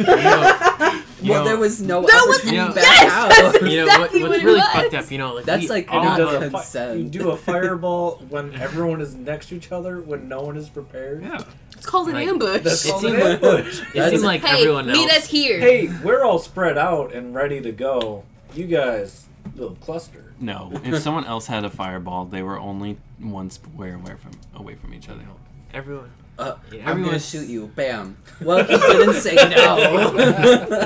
[SPEAKER 4] you
[SPEAKER 5] well,
[SPEAKER 4] know,
[SPEAKER 5] there was no.
[SPEAKER 3] There was-
[SPEAKER 5] opportunity
[SPEAKER 4] Yeah.
[SPEAKER 3] *laughs*
[SPEAKER 5] back
[SPEAKER 3] Yes,
[SPEAKER 5] out.
[SPEAKER 3] that's it.
[SPEAKER 4] you know
[SPEAKER 3] exactly
[SPEAKER 4] what,
[SPEAKER 3] what
[SPEAKER 4] what's
[SPEAKER 3] it
[SPEAKER 4] really
[SPEAKER 3] was.
[SPEAKER 4] fucked up. You know, like
[SPEAKER 5] That's
[SPEAKER 4] we
[SPEAKER 5] like
[SPEAKER 4] all
[SPEAKER 5] not
[SPEAKER 2] does
[SPEAKER 4] know,
[SPEAKER 2] a fi-
[SPEAKER 5] consent.
[SPEAKER 2] you do a fireball when everyone is next to each other when no one is prepared.
[SPEAKER 1] yeah.
[SPEAKER 3] It's called an
[SPEAKER 4] Like,
[SPEAKER 3] ambush.
[SPEAKER 2] That's
[SPEAKER 4] It
[SPEAKER 2] called
[SPEAKER 4] seemed
[SPEAKER 2] an
[SPEAKER 4] like-
[SPEAKER 2] ambush.
[SPEAKER 4] It seemed like
[SPEAKER 3] hey,
[SPEAKER 4] everyone else.
[SPEAKER 3] meet us here.
[SPEAKER 2] *laughs* Hey, we're all spread out and ready to go. You guys, little cluster.
[SPEAKER 1] No, if
[SPEAKER 5] *laughs*
[SPEAKER 1] someone else had a fireball, they were only one square away from away from each other.
[SPEAKER 4] Everyone.
[SPEAKER 5] Uh,
[SPEAKER 4] Yeah,
[SPEAKER 5] I'm gonna
[SPEAKER 4] everyone's-
[SPEAKER 5] shoot you. Bam. *laughs* Well, he didn't say no.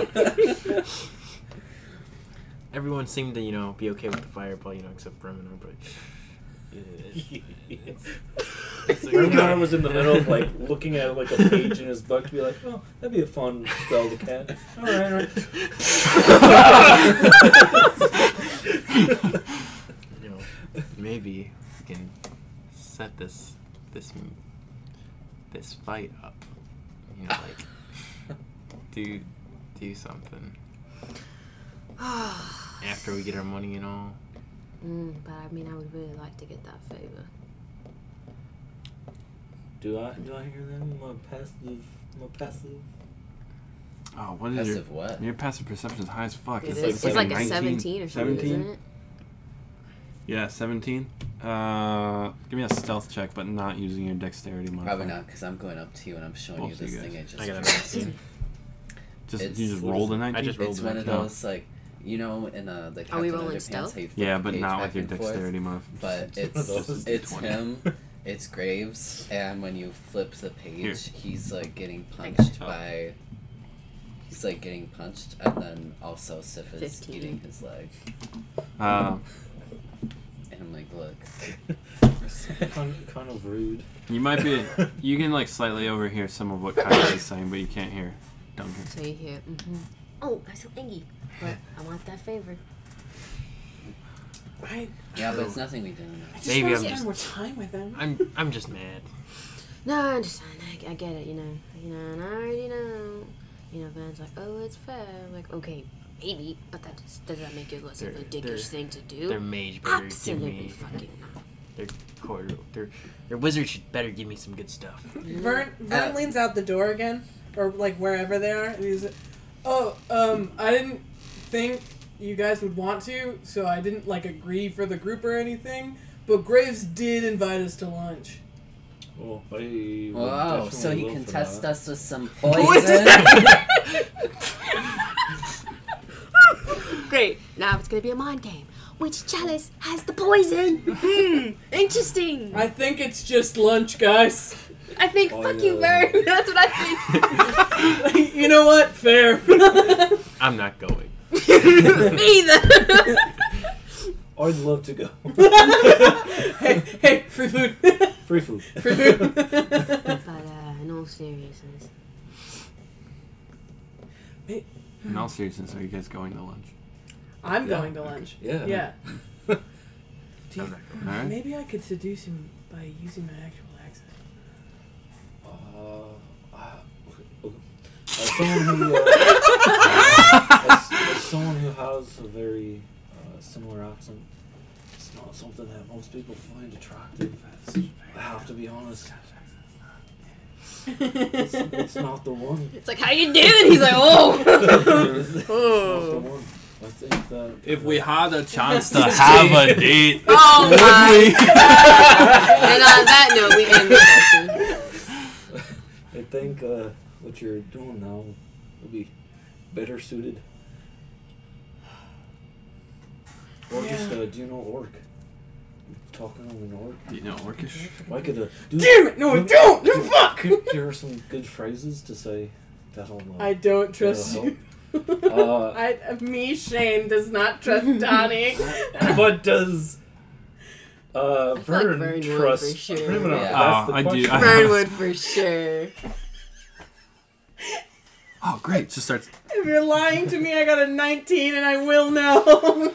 [SPEAKER 4] everyone seemed to you know be okay with the fireball, you know, except Bremen. But
[SPEAKER 2] Remgar was in the middle of like looking at like a page in his book to be like, oh, that'd be a fun spell to cast. All right, all right.
[SPEAKER 4] you know, *laughs* maybe we can set this this this fight up. You know, like do do something after we get our money and all.
[SPEAKER 3] *sighs* mm, but I mean, I would really like to get that favor.
[SPEAKER 2] Do I do I hear them? My passive, my passive.
[SPEAKER 1] Oh, what is
[SPEAKER 5] Passive what?
[SPEAKER 1] your your passive perception is high as fuck.
[SPEAKER 3] It is. It's like, a 17 or something,
[SPEAKER 1] 17?
[SPEAKER 3] isn't it?
[SPEAKER 1] Yeah, seventeen. Uh, give me a stealth check, but not using your dexterity modifier.
[SPEAKER 5] Probably not, because I'm going up to you and I'm showing
[SPEAKER 1] Both
[SPEAKER 5] you
[SPEAKER 1] of you
[SPEAKER 5] this
[SPEAKER 1] guys.
[SPEAKER 5] thing I just.
[SPEAKER 4] I got a
[SPEAKER 5] drew.
[SPEAKER 4] 19.
[SPEAKER 1] Just
[SPEAKER 5] It's-
[SPEAKER 1] you just rolled a nineteen.
[SPEAKER 4] I just rolled
[SPEAKER 5] It's one of
[SPEAKER 1] No.
[SPEAKER 5] those like, you know, in uh, the
[SPEAKER 3] Are we
[SPEAKER 5] Captain
[SPEAKER 3] rolling
[SPEAKER 5] Underpants,
[SPEAKER 3] stealth?
[SPEAKER 5] how you flip
[SPEAKER 1] yeah,
[SPEAKER 5] the
[SPEAKER 1] but
[SPEAKER 5] page
[SPEAKER 1] not
[SPEAKER 5] back
[SPEAKER 1] with your
[SPEAKER 5] and forth?
[SPEAKER 1] dexterity modifier. *laughs*
[SPEAKER 5] But
[SPEAKER 2] *laughs* those
[SPEAKER 5] it's it's
[SPEAKER 1] D20.
[SPEAKER 5] him, it's Graves, and when you flip the page,
[SPEAKER 1] Here.
[SPEAKER 5] he's like getting
[SPEAKER 3] Thank
[SPEAKER 5] punched
[SPEAKER 1] you. Oh.
[SPEAKER 5] by. He's like getting punched, and then also Sif is
[SPEAKER 3] 15.
[SPEAKER 5] eating his leg,
[SPEAKER 1] Uh,
[SPEAKER 5] and I'm like, look.
[SPEAKER 2] Kind kind of rude.
[SPEAKER 1] you might
[SPEAKER 2] *laughs*
[SPEAKER 1] be. You can like slightly overhear some of what Kyle
[SPEAKER 5] *coughs*
[SPEAKER 1] is saying, but you can't hear. Don't hear.
[SPEAKER 3] So you hear, mm-hmm. Oh, I saw Iggy. But I want that favor.
[SPEAKER 6] I,
[SPEAKER 5] *laughs* Yeah, but it's nothing we don't know.
[SPEAKER 6] I just
[SPEAKER 4] Maybe
[SPEAKER 6] want
[SPEAKER 4] I'm
[SPEAKER 6] to
[SPEAKER 4] just-
[SPEAKER 6] spend more time with him.
[SPEAKER 4] I'm I'm just mad.
[SPEAKER 3] No, I understand. I, I get it, you know. You know, and I already know. You know, Van's like, oh, it's fair. I'm like, okay, maybe, but that does, does that make it less of
[SPEAKER 4] They're-
[SPEAKER 3] a dickish thing to
[SPEAKER 4] Their
[SPEAKER 3] do?
[SPEAKER 4] mage better give
[SPEAKER 3] Absolutely *laughs*
[SPEAKER 4] me
[SPEAKER 3] fucking not.
[SPEAKER 4] their quarter. Their their wizard should better give me some good stuff.
[SPEAKER 6] Vern, Vern
[SPEAKER 5] Uh,
[SPEAKER 6] leans out the door again, or like wherever they are, and he's like, "Oh, um, I didn't think you guys would want to, so I didn't like agree for the group or anything. But Graves did invite us to lunch.
[SPEAKER 2] Well, I would
[SPEAKER 5] Wow, so
[SPEAKER 2] Oh, definitely
[SPEAKER 5] you
[SPEAKER 2] look
[SPEAKER 5] can
[SPEAKER 2] for
[SPEAKER 5] test
[SPEAKER 2] that.
[SPEAKER 5] us with some poison?
[SPEAKER 3] Great. Now it's gonna be a mind game. Which chalice has the poison? *laughs* Hmm. Interesting.
[SPEAKER 6] I think it's just lunch, guys. *laughs*
[SPEAKER 3] I think.
[SPEAKER 2] Oh,
[SPEAKER 3] fuck
[SPEAKER 2] yeah.
[SPEAKER 3] you, Vern. *laughs* That's what I
[SPEAKER 6] you know what? Fair. *laughs*
[SPEAKER 4] I'm not going.
[SPEAKER 3] *laughs* think. Me either.
[SPEAKER 2] I'd love to go.
[SPEAKER 6] hey, hey, free food,
[SPEAKER 2] Free food.
[SPEAKER 6] free food. *laughs*
[SPEAKER 3] but uh, in all seriousness,
[SPEAKER 1] In all seriousness, are you guys going to lunch?
[SPEAKER 6] I'm
[SPEAKER 2] Yeah.
[SPEAKER 6] going to lunch.
[SPEAKER 2] Yeah.
[SPEAKER 6] Yeah. Do
[SPEAKER 4] I'm
[SPEAKER 6] you-
[SPEAKER 4] not
[SPEAKER 1] All right.
[SPEAKER 6] Maybe I could seduce him by using my actual accent.
[SPEAKER 2] *laughs* Uh, uh, as someone who, uh, as, as someone who has a very uh, similar accent, it's not something that most people find attractive. I have to be honest. It's, it's not the one.
[SPEAKER 3] it's like, how you doing? He's like, oh. *laughs*
[SPEAKER 2] It's not the one. I think that
[SPEAKER 1] had a chance
[SPEAKER 4] *laughs*
[SPEAKER 1] to have
[SPEAKER 5] *laughs*
[SPEAKER 1] a date,
[SPEAKER 3] Oh my. *laughs* and on that note, we end the session.
[SPEAKER 2] I think uh, what you're doing now will be better suited. Or just uh, do you know orc? Talking on an orc.
[SPEAKER 1] Do you know Orcish?
[SPEAKER 2] Why could uh, do
[SPEAKER 6] Damn it! No, I don't. You
[SPEAKER 2] Here-
[SPEAKER 6] fuck.
[SPEAKER 2] here- Here are some good phrases to say that'll. Uh,
[SPEAKER 6] I don't trust *laughs*
[SPEAKER 2] that'll
[SPEAKER 6] you.
[SPEAKER 2] help. Uh, *laughs*
[SPEAKER 6] I, me, Shane, does not trust Donnie.
[SPEAKER 2] but does uh,
[SPEAKER 3] feel like
[SPEAKER 2] Vern
[SPEAKER 3] Vern would for
[SPEAKER 2] trust
[SPEAKER 3] sure.
[SPEAKER 2] Rimina?
[SPEAKER 5] Yeah.
[SPEAKER 2] That's
[SPEAKER 1] Oh,
[SPEAKER 2] the
[SPEAKER 1] I do-
[SPEAKER 2] question.
[SPEAKER 1] I-
[SPEAKER 3] Vern would for sure.
[SPEAKER 1] Oh, great! Just starts.
[SPEAKER 6] if you're lying to me, I got a 19 and I will know.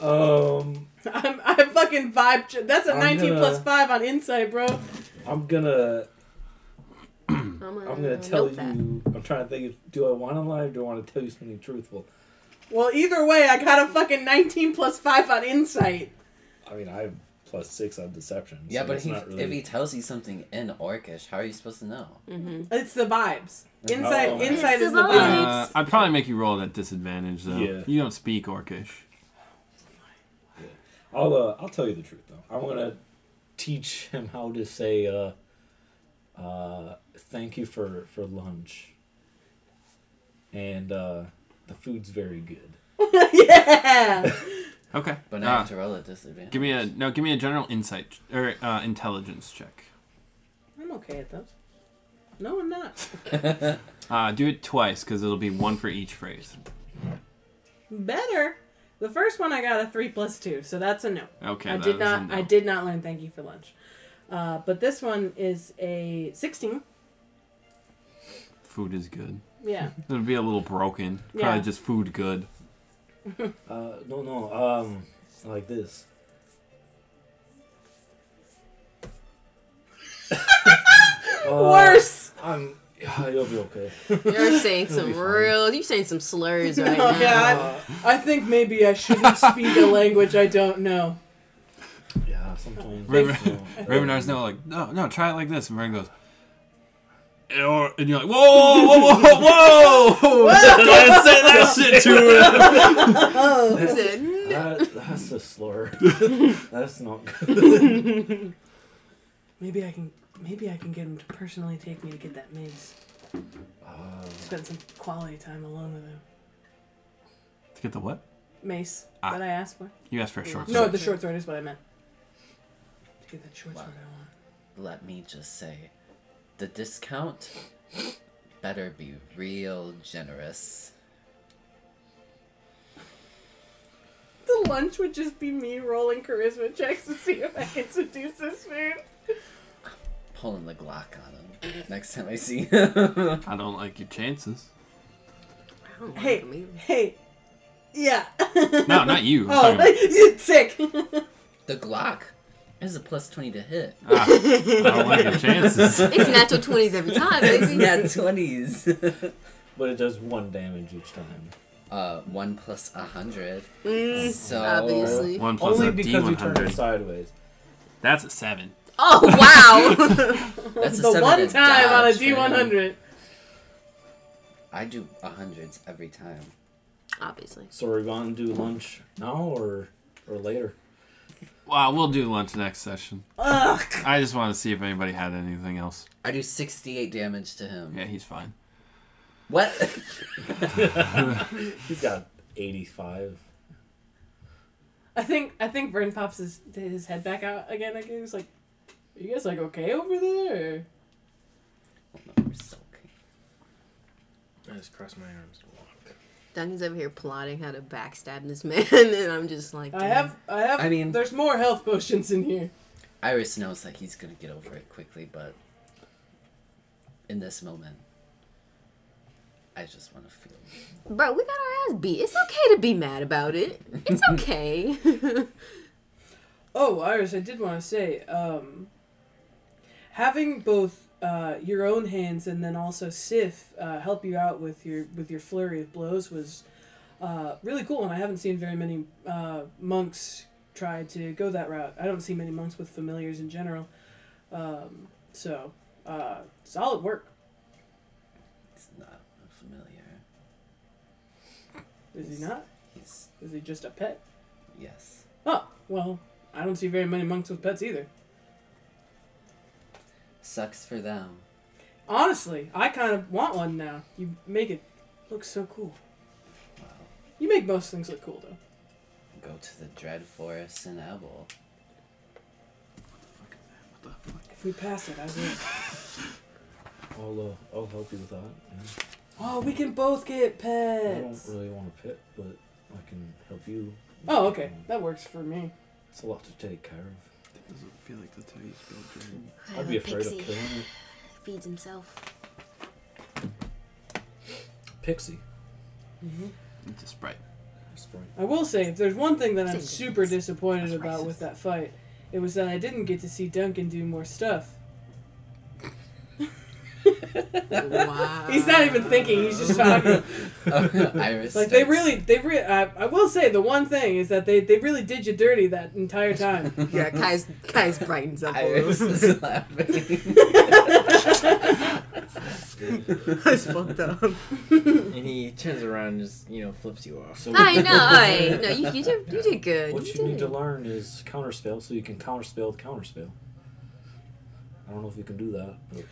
[SPEAKER 2] well, um,
[SPEAKER 6] *laughs* I'm, I fucking vibe. Ch- that's a
[SPEAKER 2] I'm
[SPEAKER 6] 19
[SPEAKER 2] gonna-
[SPEAKER 6] plus 5 on insight, bro.
[SPEAKER 2] I'm gonna
[SPEAKER 3] I'm gonna,
[SPEAKER 2] I'm gonna tell
[SPEAKER 3] note Mm, that.
[SPEAKER 2] you. I'm trying to think. Of, do I want to lie? or Do I want to tell you something truthful?
[SPEAKER 6] Well, either way, I got a fucking 19 plus 5 on insight.
[SPEAKER 2] I mean, I have plus six on deception.
[SPEAKER 5] yeah,
[SPEAKER 2] so
[SPEAKER 5] but
[SPEAKER 2] it's
[SPEAKER 5] he,
[SPEAKER 2] not really...
[SPEAKER 5] if he tells you something in Orcish, how are you supposed to know?
[SPEAKER 6] It's the vibes. Insight,
[SPEAKER 2] Oh.
[SPEAKER 6] insight
[SPEAKER 3] It's
[SPEAKER 6] is
[SPEAKER 3] the
[SPEAKER 6] the
[SPEAKER 3] vibes.
[SPEAKER 6] vibe.
[SPEAKER 1] Uh, I'd probably make you roll at disadvantage though.
[SPEAKER 2] Yeah.
[SPEAKER 1] You don't speak Orcish.
[SPEAKER 2] I'll uh, I'll tell you the truth though. I'm gonna teach him how to say uh, uh, thank you for for lunch. And uh, the food's very good.
[SPEAKER 6] yeah.
[SPEAKER 1] Okay.
[SPEAKER 5] But now I
[SPEAKER 4] Uh,
[SPEAKER 1] Ah,
[SPEAKER 5] have to roll a disadvantage.
[SPEAKER 1] give me a no. Give me a general insight ch- or uh, intelligence check.
[SPEAKER 6] I'm okay at those. No, I'm not.
[SPEAKER 1] Uh, do it twice because it'll be one for each phrase.
[SPEAKER 10] better. The first one I got a three plus two, so that's a no.
[SPEAKER 1] Okay.
[SPEAKER 10] I
[SPEAKER 1] that
[SPEAKER 10] did
[SPEAKER 1] is a
[SPEAKER 10] not.
[SPEAKER 1] no.
[SPEAKER 10] I did not learn. Thank you for lunch. Uh, but this one is a sixteen.
[SPEAKER 1] Food is good.
[SPEAKER 10] Yeah.
[SPEAKER 1] It'd be a little broken. Probably
[SPEAKER 10] Yeah.
[SPEAKER 1] just food good.
[SPEAKER 2] Uh, no, no. Um, like
[SPEAKER 5] *laughs*
[SPEAKER 2] this. Uh, *laughs*
[SPEAKER 10] Worse.
[SPEAKER 2] I'm. Yeah, you'll be okay.
[SPEAKER 3] You're saying
[SPEAKER 2] It'll be
[SPEAKER 3] some
[SPEAKER 2] fine.
[SPEAKER 3] real. You're saying some
[SPEAKER 6] *laughs*
[SPEAKER 3] slurs right
[SPEAKER 6] No,
[SPEAKER 3] now.
[SPEAKER 6] Oh, yeah, I-
[SPEAKER 2] Uh,
[SPEAKER 6] I think maybe I shouldn't speak a language I don't know.
[SPEAKER 2] yeah,
[SPEAKER 1] *laughs*
[SPEAKER 2] sometimes.
[SPEAKER 1] Raven-
[SPEAKER 2] you know,
[SPEAKER 1] Ravenar's now like, no, no, try it like this. And Raven goes, "Eh, or, and you're like, whoa, whoa, whoa, whoa, whoa! Don't say that shit to him.
[SPEAKER 3] He said, "Mm."
[SPEAKER 2] That, that's a
[SPEAKER 1] *laughs*
[SPEAKER 2] slur. that's not good.
[SPEAKER 6] Maybe I can. Maybe I can get him to personally take me to get that maze.
[SPEAKER 2] Uh,
[SPEAKER 6] Spend some quality time alone with him.
[SPEAKER 1] To get the what?
[SPEAKER 6] Mace
[SPEAKER 1] Ah.
[SPEAKER 6] that I asked for.
[SPEAKER 1] You asked for a short
[SPEAKER 6] No,
[SPEAKER 1] sword.
[SPEAKER 6] the short sword is what I meant. To get that short sword I want.
[SPEAKER 5] Let me just say, the discount better be real generous.
[SPEAKER 10] The lunch would just be me rolling charisma checks to see if I can seduce this food.
[SPEAKER 5] Pulling the Glock on him next time I see him.
[SPEAKER 1] I don't like your chances.
[SPEAKER 3] I don't
[SPEAKER 10] Hey,
[SPEAKER 3] wanna believe it.
[SPEAKER 10] hey,
[SPEAKER 6] *laughs*
[SPEAKER 10] yeah.
[SPEAKER 1] No, not you. I'm talking about-
[SPEAKER 10] *laughs* oh, sick.
[SPEAKER 5] *laughs* the Glock is a plus twenty to *laughs* hit.
[SPEAKER 1] Ah, I don't like your chances.
[SPEAKER 10] *laughs*
[SPEAKER 3] It's natural twenties every time,
[SPEAKER 5] It's
[SPEAKER 3] baby.
[SPEAKER 5] not twenties. *laughs*
[SPEAKER 2] but it does one damage each time.
[SPEAKER 5] uh, one plus a hundred.
[SPEAKER 3] Mm,
[SPEAKER 5] So
[SPEAKER 3] Obviously.
[SPEAKER 1] One plus
[SPEAKER 2] Only
[SPEAKER 1] a
[SPEAKER 2] because we turned her
[SPEAKER 1] D100.
[SPEAKER 2] sideways.
[SPEAKER 1] That's a seven.
[SPEAKER 3] Oh wow.
[SPEAKER 5] that's a
[SPEAKER 10] the
[SPEAKER 5] seven
[SPEAKER 10] one
[SPEAKER 5] to
[SPEAKER 10] time on a
[SPEAKER 5] dodge, man.
[SPEAKER 10] D100.
[SPEAKER 5] I do a hundreds every time.
[SPEAKER 3] Obviously.
[SPEAKER 2] So we're gonna do lunch now or or later.
[SPEAKER 1] Well, we'll do lunch next session.
[SPEAKER 10] Ugh.
[SPEAKER 1] I just wanted to see if anybody had anything else.
[SPEAKER 5] I do sixty-eight damage to him.
[SPEAKER 1] Yeah, he's fine.
[SPEAKER 5] What?
[SPEAKER 2] He's got eighty-five.
[SPEAKER 10] I think I think Vern pops his his head back out again. I guess like, are you guys like okay over there?
[SPEAKER 5] We're so okay.
[SPEAKER 7] I just cross my arms and walk.
[SPEAKER 3] Duncan's over here plotting how to backstab this man, *laughs* and I'm just like,
[SPEAKER 6] I have. I have.
[SPEAKER 5] I mean-
[SPEAKER 6] there's more health potions in here.
[SPEAKER 5] *laughs* Iris knows that he's gonna get over it quickly, but in this moment, I just want to feel.
[SPEAKER 3] bro, we got our ass beat. It's okay to be mad about it. It's okay.
[SPEAKER 6] Oh, Iris, I did want to say, um, having both uh, your own hands and then also Sif uh, help you out with your with your flurry of blows was uh, really cool, and I haven't seen very many uh, monks try to go that route. I don't see many monks with familiars in general, um, so uh, solid work.
[SPEAKER 5] He's not familiar.
[SPEAKER 6] Is he not?
[SPEAKER 5] He's
[SPEAKER 6] Is he just a pet?
[SPEAKER 5] yes.
[SPEAKER 6] Oh, well, I don't see very many monks with pets either.
[SPEAKER 5] Sucks for them.
[SPEAKER 6] Honestly, I kind of want one now. You make it look so cool.
[SPEAKER 5] Wow.
[SPEAKER 6] You make most things look cool, though.
[SPEAKER 5] Go to the dread forest and Ebel.
[SPEAKER 6] *laughs* If we pass it, I will.
[SPEAKER 2] I'll uh, I'll help you with that. yeah.
[SPEAKER 6] Oh, we can both get
[SPEAKER 2] I don't
[SPEAKER 6] pets.
[SPEAKER 2] really want to pit, but I can help you.
[SPEAKER 6] Oh, okay. That works for me.
[SPEAKER 2] It's a lot to take care of.
[SPEAKER 1] It doesn't feel like that's how you spell dragon.
[SPEAKER 2] I'd
[SPEAKER 3] *laughs*
[SPEAKER 2] be afraid of killing you.
[SPEAKER 3] Feeds himself.
[SPEAKER 2] Pixie.
[SPEAKER 1] It's a sprite.
[SPEAKER 2] Sprite.
[SPEAKER 6] I will say, if there's one thing that I'm
[SPEAKER 3] Same
[SPEAKER 6] super
[SPEAKER 3] difference.
[SPEAKER 6] disappointed
[SPEAKER 3] That's
[SPEAKER 6] about
[SPEAKER 3] racist.
[SPEAKER 6] with that fight, it was that I didn't get to see Duncan do more stuff.
[SPEAKER 3] Wow.
[SPEAKER 6] He's not even thinking; he's
[SPEAKER 3] *laughs*
[SPEAKER 6] just talking.
[SPEAKER 5] *laughs* Iris.
[SPEAKER 6] Like they
[SPEAKER 5] starts-
[SPEAKER 6] really, they really. I, I will say the one thing is that they they really did you dirty that entire
[SPEAKER 3] *laughs*
[SPEAKER 6] time.
[SPEAKER 3] Yeah, Kai's Kai's brightens up. a *laughs*
[SPEAKER 5] *laughs* Iris
[SPEAKER 3] little.
[SPEAKER 5] is laughing. *laughs*
[SPEAKER 3] That's fucked up.
[SPEAKER 7] And he turns around and just, you know, flips you off.
[SPEAKER 2] So
[SPEAKER 3] I know. I, no, you, you did you did good.
[SPEAKER 2] What
[SPEAKER 3] you
[SPEAKER 2] you need
[SPEAKER 3] did.
[SPEAKER 2] to learn is counterspell, so you can counterspell the counterspell. I don't know if you can do that. But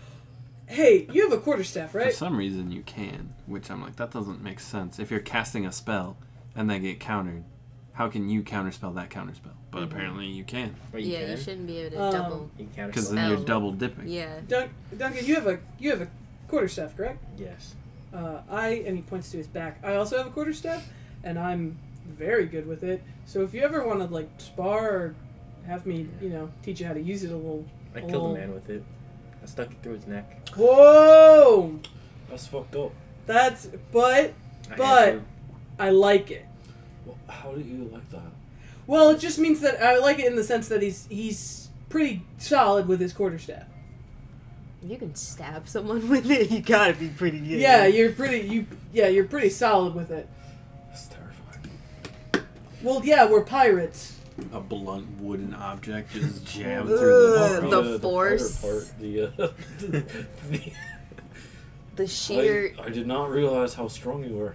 [SPEAKER 6] Hey, you have a quarterstaff,
[SPEAKER 1] For
[SPEAKER 6] right?
[SPEAKER 1] some reason, you can, which I'm like, that doesn't make sense. If you're casting a spell and they get countered, how can you counterspell that counterspell? But apparently, you can,
[SPEAKER 7] *laughs* But you
[SPEAKER 3] yeah,
[SPEAKER 7] can.
[SPEAKER 3] you shouldn't be able to
[SPEAKER 6] Um,
[SPEAKER 3] double.
[SPEAKER 7] You can
[SPEAKER 1] because
[SPEAKER 7] counterspell.
[SPEAKER 1] then you're
[SPEAKER 3] Spell.
[SPEAKER 1] double dipping.
[SPEAKER 3] Yeah.
[SPEAKER 6] Dun- Duncan, you have a you have a quarterstaff, correct?
[SPEAKER 7] Yes.
[SPEAKER 6] Uh, I and he points to his back. I also have a quarterstaff, and I'm very good with it. So if you ever want to like spar or have me, you know, teach you how to use it a little.
[SPEAKER 7] I killed
[SPEAKER 6] Oh.
[SPEAKER 7] a man with it. I stuck it through his neck.
[SPEAKER 6] Whoa,
[SPEAKER 2] That's fucked up.
[SPEAKER 6] that's but
[SPEAKER 7] I had
[SPEAKER 6] But-
[SPEAKER 7] to.
[SPEAKER 6] I like it.
[SPEAKER 2] Well, how do you like that?
[SPEAKER 6] Well, it just means that I like it in the sense that he's he's pretty solid with his quarterstaff.
[SPEAKER 3] You can stab someone *laughs* with it. You gotta be pretty good.
[SPEAKER 6] Yeah, you're pretty you yeah you're pretty solid with it.
[SPEAKER 2] That's terrifying.
[SPEAKER 6] Well, yeah, we're pirates.
[SPEAKER 1] A blunt wooden object just *laughs* jammed
[SPEAKER 3] Ugh.
[SPEAKER 1] through the
[SPEAKER 3] The
[SPEAKER 2] Probably
[SPEAKER 3] force.
[SPEAKER 2] harder Part, the, uh, *laughs* the-
[SPEAKER 3] the sheer.
[SPEAKER 2] I, I did not realize how strong you were.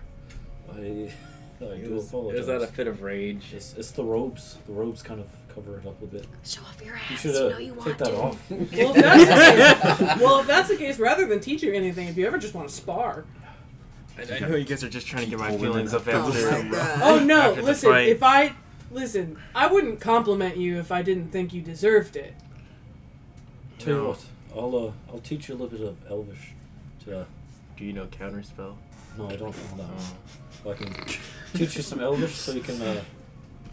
[SPEAKER 2] I, I
[SPEAKER 7] It
[SPEAKER 2] do
[SPEAKER 7] was, it
[SPEAKER 2] apologize.
[SPEAKER 7] was out of fit of rage.
[SPEAKER 2] It's, it's the robes. The robes kind of cover it up a bit.
[SPEAKER 3] Show off your
[SPEAKER 2] You
[SPEAKER 3] ass.
[SPEAKER 2] should
[SPEAKER 3] You know
[SPEAKER 2] uh,
[SPEAKER 3] you
[SPEAKER 2] take
[SPEAKER 3] want
[SPEAKER 2] that
[SPEAKER 3] to.
[SPEAKER 2] off.
[SPEAKER 6] Well, if that's the case, well, if that's the case, rather than teach you anything, if you ever just want to spar.
[SPEAKER 4] I, I know you guys are just trying to get my
[SPEAKER 1] People
[SPEAKER 4] feelings
[SPEAKER 1] in
[SPEAKER 4] up
[SPEAKER 1] the
[SPEAKER 7] *laughs*
[SPEAKER 4] after.
[SPEAKER 6] Oh no!
[SPEAKER 4] Uh, After the
[SPEAKER 6] Listen,
[SPEAKER 4] fight.
[SPEAKER 6] if I listen, I wouldn't compliment you if I didn't think you deserved it.
[SPEAKER 2] Tell you
[SPEAKER 4] No.
[SPEAKER 2] what, I'll uh, I'll teach you a little bit of Elvish. To,
[SPEAKER 4] Do you know counterspell?
[SPEAKER 2] no, I don't know that.
[SPEAKER 4] Oh.
[SPEAKER 2] I can teach you some Elvish so you can uh,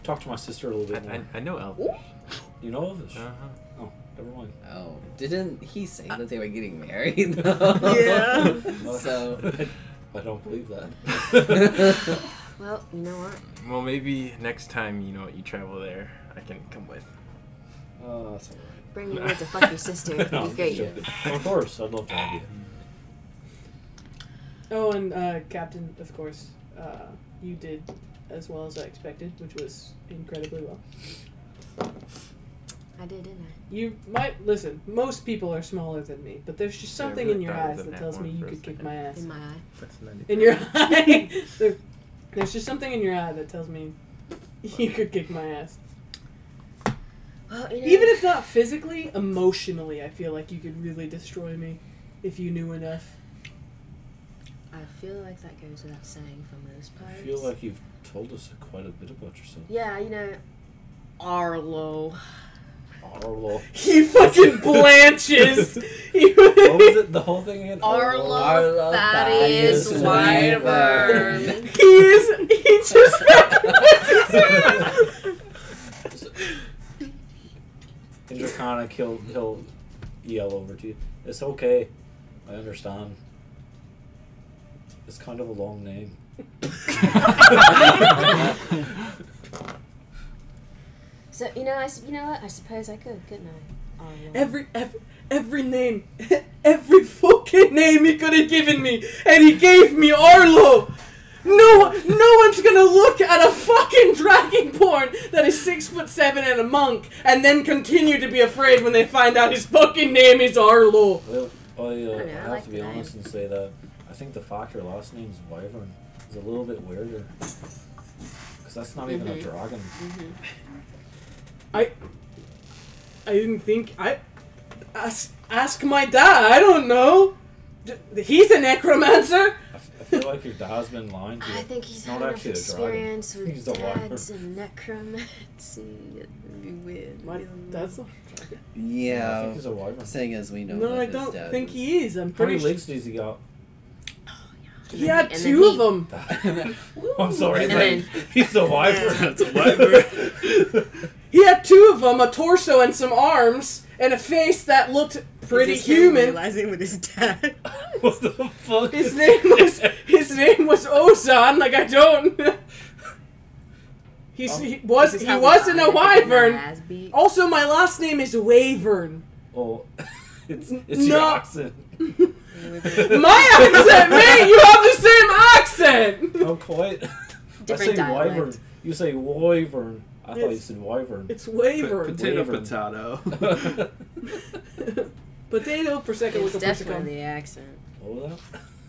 [SPEAKER 2] talk to my sister a little
[SPEAKER 4] I,
[SPEAKER 2] bit more.
[SPEAKER 4] I, I know Elvish.
[SPEAKER 2] You know Elvish?
[SPEAKER 4] Uh-huh.
[SPEAKER 2] Never *laughs* mind.
[SPEAKER 5] Oh, didn't he say that they were getting married? though? *laughs* So
[SPEAKER 2] I don't believe *laughs* that.
[SPEAKER 3] Well, you know what?
[SPEAKER 4] Well, maybe next time you know you travel there, I can come with.
[SPEAKER 2] Oh, that's alright.
[SPEAKER 3] Bring me to fuck
[SPEAKER 2] *laughs*
[SPEAKER 3] your sister. It'd
[SPEAKER 2] No,
[SPEAKER 3] be
[SPEAKER 2] I'm just
[SPEAKER 3] great.
[SPEAKER 2] joking. Of course, I'd love to have you. *laughs*
[SPEAKER 6] Oh, and uh, Captain, of course, uh, you did as well as I expected, which was incredibly well.
[SPEAKER 3] I did, didn't
[SPEAKER 6] You might listen. Most people are smaller than me, but there's just
[SPEAKER 4] Yeah, I
[SPEAKER 6] something
[SPEAKER 4] really
[SPEAKER 6] in your
[SPEAKER 4] thought it
[SPEAKER 6] eyes
[SPEAKER 4] was in
[SPEAKER 6] that
[SPEAKER 4] that
[SPEAKER 6] tells me
[SPEAKER 4] one for
[SPEAKER 6] you
[SPEAKER 4] a
[SPEAKER 6] could kick
[SPEAKER 4] second.
[SPEAKER 6] my
[SPEAKER 3] I?
[SPEAKER 6] ass.
[SPEAKER 3] In my eye.
[SPEAKER 7] That's not
[SPEAKER 3] *laughs*
[SPEAKER 6] in your eye. *laughs* there, there's just something in your eye that tells me you could kick my ass.
[SPEAKER 3] Well, you know,
[SPEAKER 6] Even if not physically, emotionally, I feel like you could really destroy me if you knew enough. *laughs*
[SPEAKER 3] I feel like that goes without saying for most
[SPEAKER 2] I
[SPEAKER 3] pirates.
[SPEAKER 2] feel like you've told us quite a bit about yourself.
[SPEAKER 3] Yeah, you know, Arlo.
[SPEAKER 2] Arlo.
[SPEAKER 6] He fucking blanches. He-
[SPEAKER 2] What was it? The whole thing again?
[SPEAKER 3] Arlo,
[SPEAKER 5] Arlo
[SPEAKER 3] Thaddeus,
[SPEAKER 5] Thaddeus
[SPEAKER 3] Wyvern.
[SPEAKER 5] Wyvern.
[SPEAKER 6] *laughs* He is. He
[SPEAKER 2] *laughs*
[SPEAKER 6] just. *laughs*
[SPEAKER 2] In Draconic, he'll, he'll yell over to you. It's okay. I understand. It's kind of a long *laughs* name.
[SPEAKER 3] So you know, I s- you know what? I suppose I could, couldn't I? Arlo.
[SPEAKER 6] every, every every name, *laughs* every fucking name he could have given me, and he gave me Arlo. No, no one's gonna look at a fucking dragonborn that is six foot seven and a monk, and then continue to be afraid when they find out his fucking name is Arlo.
[SPEAKER 2] Well, I, uh, I,
[SPEAKER 3] I
[SPEAKER 2] have
[SPEAKER 3] like
[SPEAKER 2] to be
[SPEAKER 3] the name.
[SPEAKER 2] honest and say that I think the fact your last name's Wyvern is a little bit weirder. Because that's not even a
[SPEAKER 3] Mhm.
[SPEAKER 2] dragon.
[SPEAKER 6] I didn't think I ask, ask my dad. I don't know. D- he's a necromancer.
[SPEAKER 2] I, f- I feel like your dad's been lying to you.
[SPEAKER 3] I think he's
[SPEAKER 2] Not
[SPEAKER 3] had enough
[SPEAKER 2] actually a dragon.
[SPEAKER 3] experience
[SPEAKER 2] He's
[SPEAKER 3] with
[SPEAKER 2] a liar.
[SPEAKER 3] dads and necromancy. It'd be weird.
[SPEAKER 6] My dad's not-
[SPEAKER 2] I
[SPEAKER 5] yeah.
[SPEAKER 2] think he's a wyvern.
[SPEAKER 5] Saying as we know.
[SPEAKER 6] no,
[SPEAKER 5] that
[SPEAKER 6] I
[SPEAKER 5] his
[SPEAKER 6] don't
[SPEAKER 5] dad
[SPEAKER 6] think
[SPEAKER 5] was-
[SPEAKER 6] he is. I'm
[SPEAKER 2] How many
[SPEAKER 6] pretty sure
[SPEAKER 2] legs does he got? *laughs*
[SPEAKER 6] he had two of them.
[SPEAKER 2] I'm sorry.
[SPEAKER 3] And
[SPEAKER 2] like, he's a wyvern.
[SPEAKER 1] That's a wyvern.
[SPEAKER 6] He had two of them, a torso and some arms, and a face that looked pretty human.
[SPEAKER 3] Realizing with his
[SPEAKER 6] *laughs*
[SPEAKER 3] dad.
[SPEAKER 2] *laughs* what the fuck?
[SPEAKER 6] His name was his name was Ozan. Like I don't.
[SPEAKER 3] Oh,
[SPEAKER 6] He's, he was he wasn't a wyvern. Oh, Also, my last name is
[SPEAKER 3] *laughs*
[SPEAKER 6] Wavern.
[SPEAKER 2] Oh, it's, it's your
[SPEAKER 6] No.
[SPEAKER 2] accent.
[SPEAKER 6] My
[SPEAKER 2] *laughs*
[SPEAKER 6] accent, mate. You have the same accent.
[SPEAKER 2] Oh, quite. I say
[SPEAKER 3] Different dialect.
[SPEAKER 2] wyvern. You say wyvern. I thought you
[SPEAKER 6] It's-
[SPEAKER 2] said
[SPEAKER 3] *laughs*
[SPEAKER 2] wyvern.
[SPEAKER 6] It's Wavern.
[SPEAKER 1] Potato,
[SPEAKER 2] Wyvern.
[SPEAKER 1] potato.
[SPEAKER 4] *laughs*
[SPEAKER 1] *laughs*
[SPEAKER 2] what
[SPEAKER 6] *laughs* Potato Prosecco
[SPEAKER 3] It's
[SPEAKER 6] Lica
[SPEAKER 3] definitely
[SPEAKER 6] Persico.
[SPEAKER 3] the accent.
[SPEAKER 2] was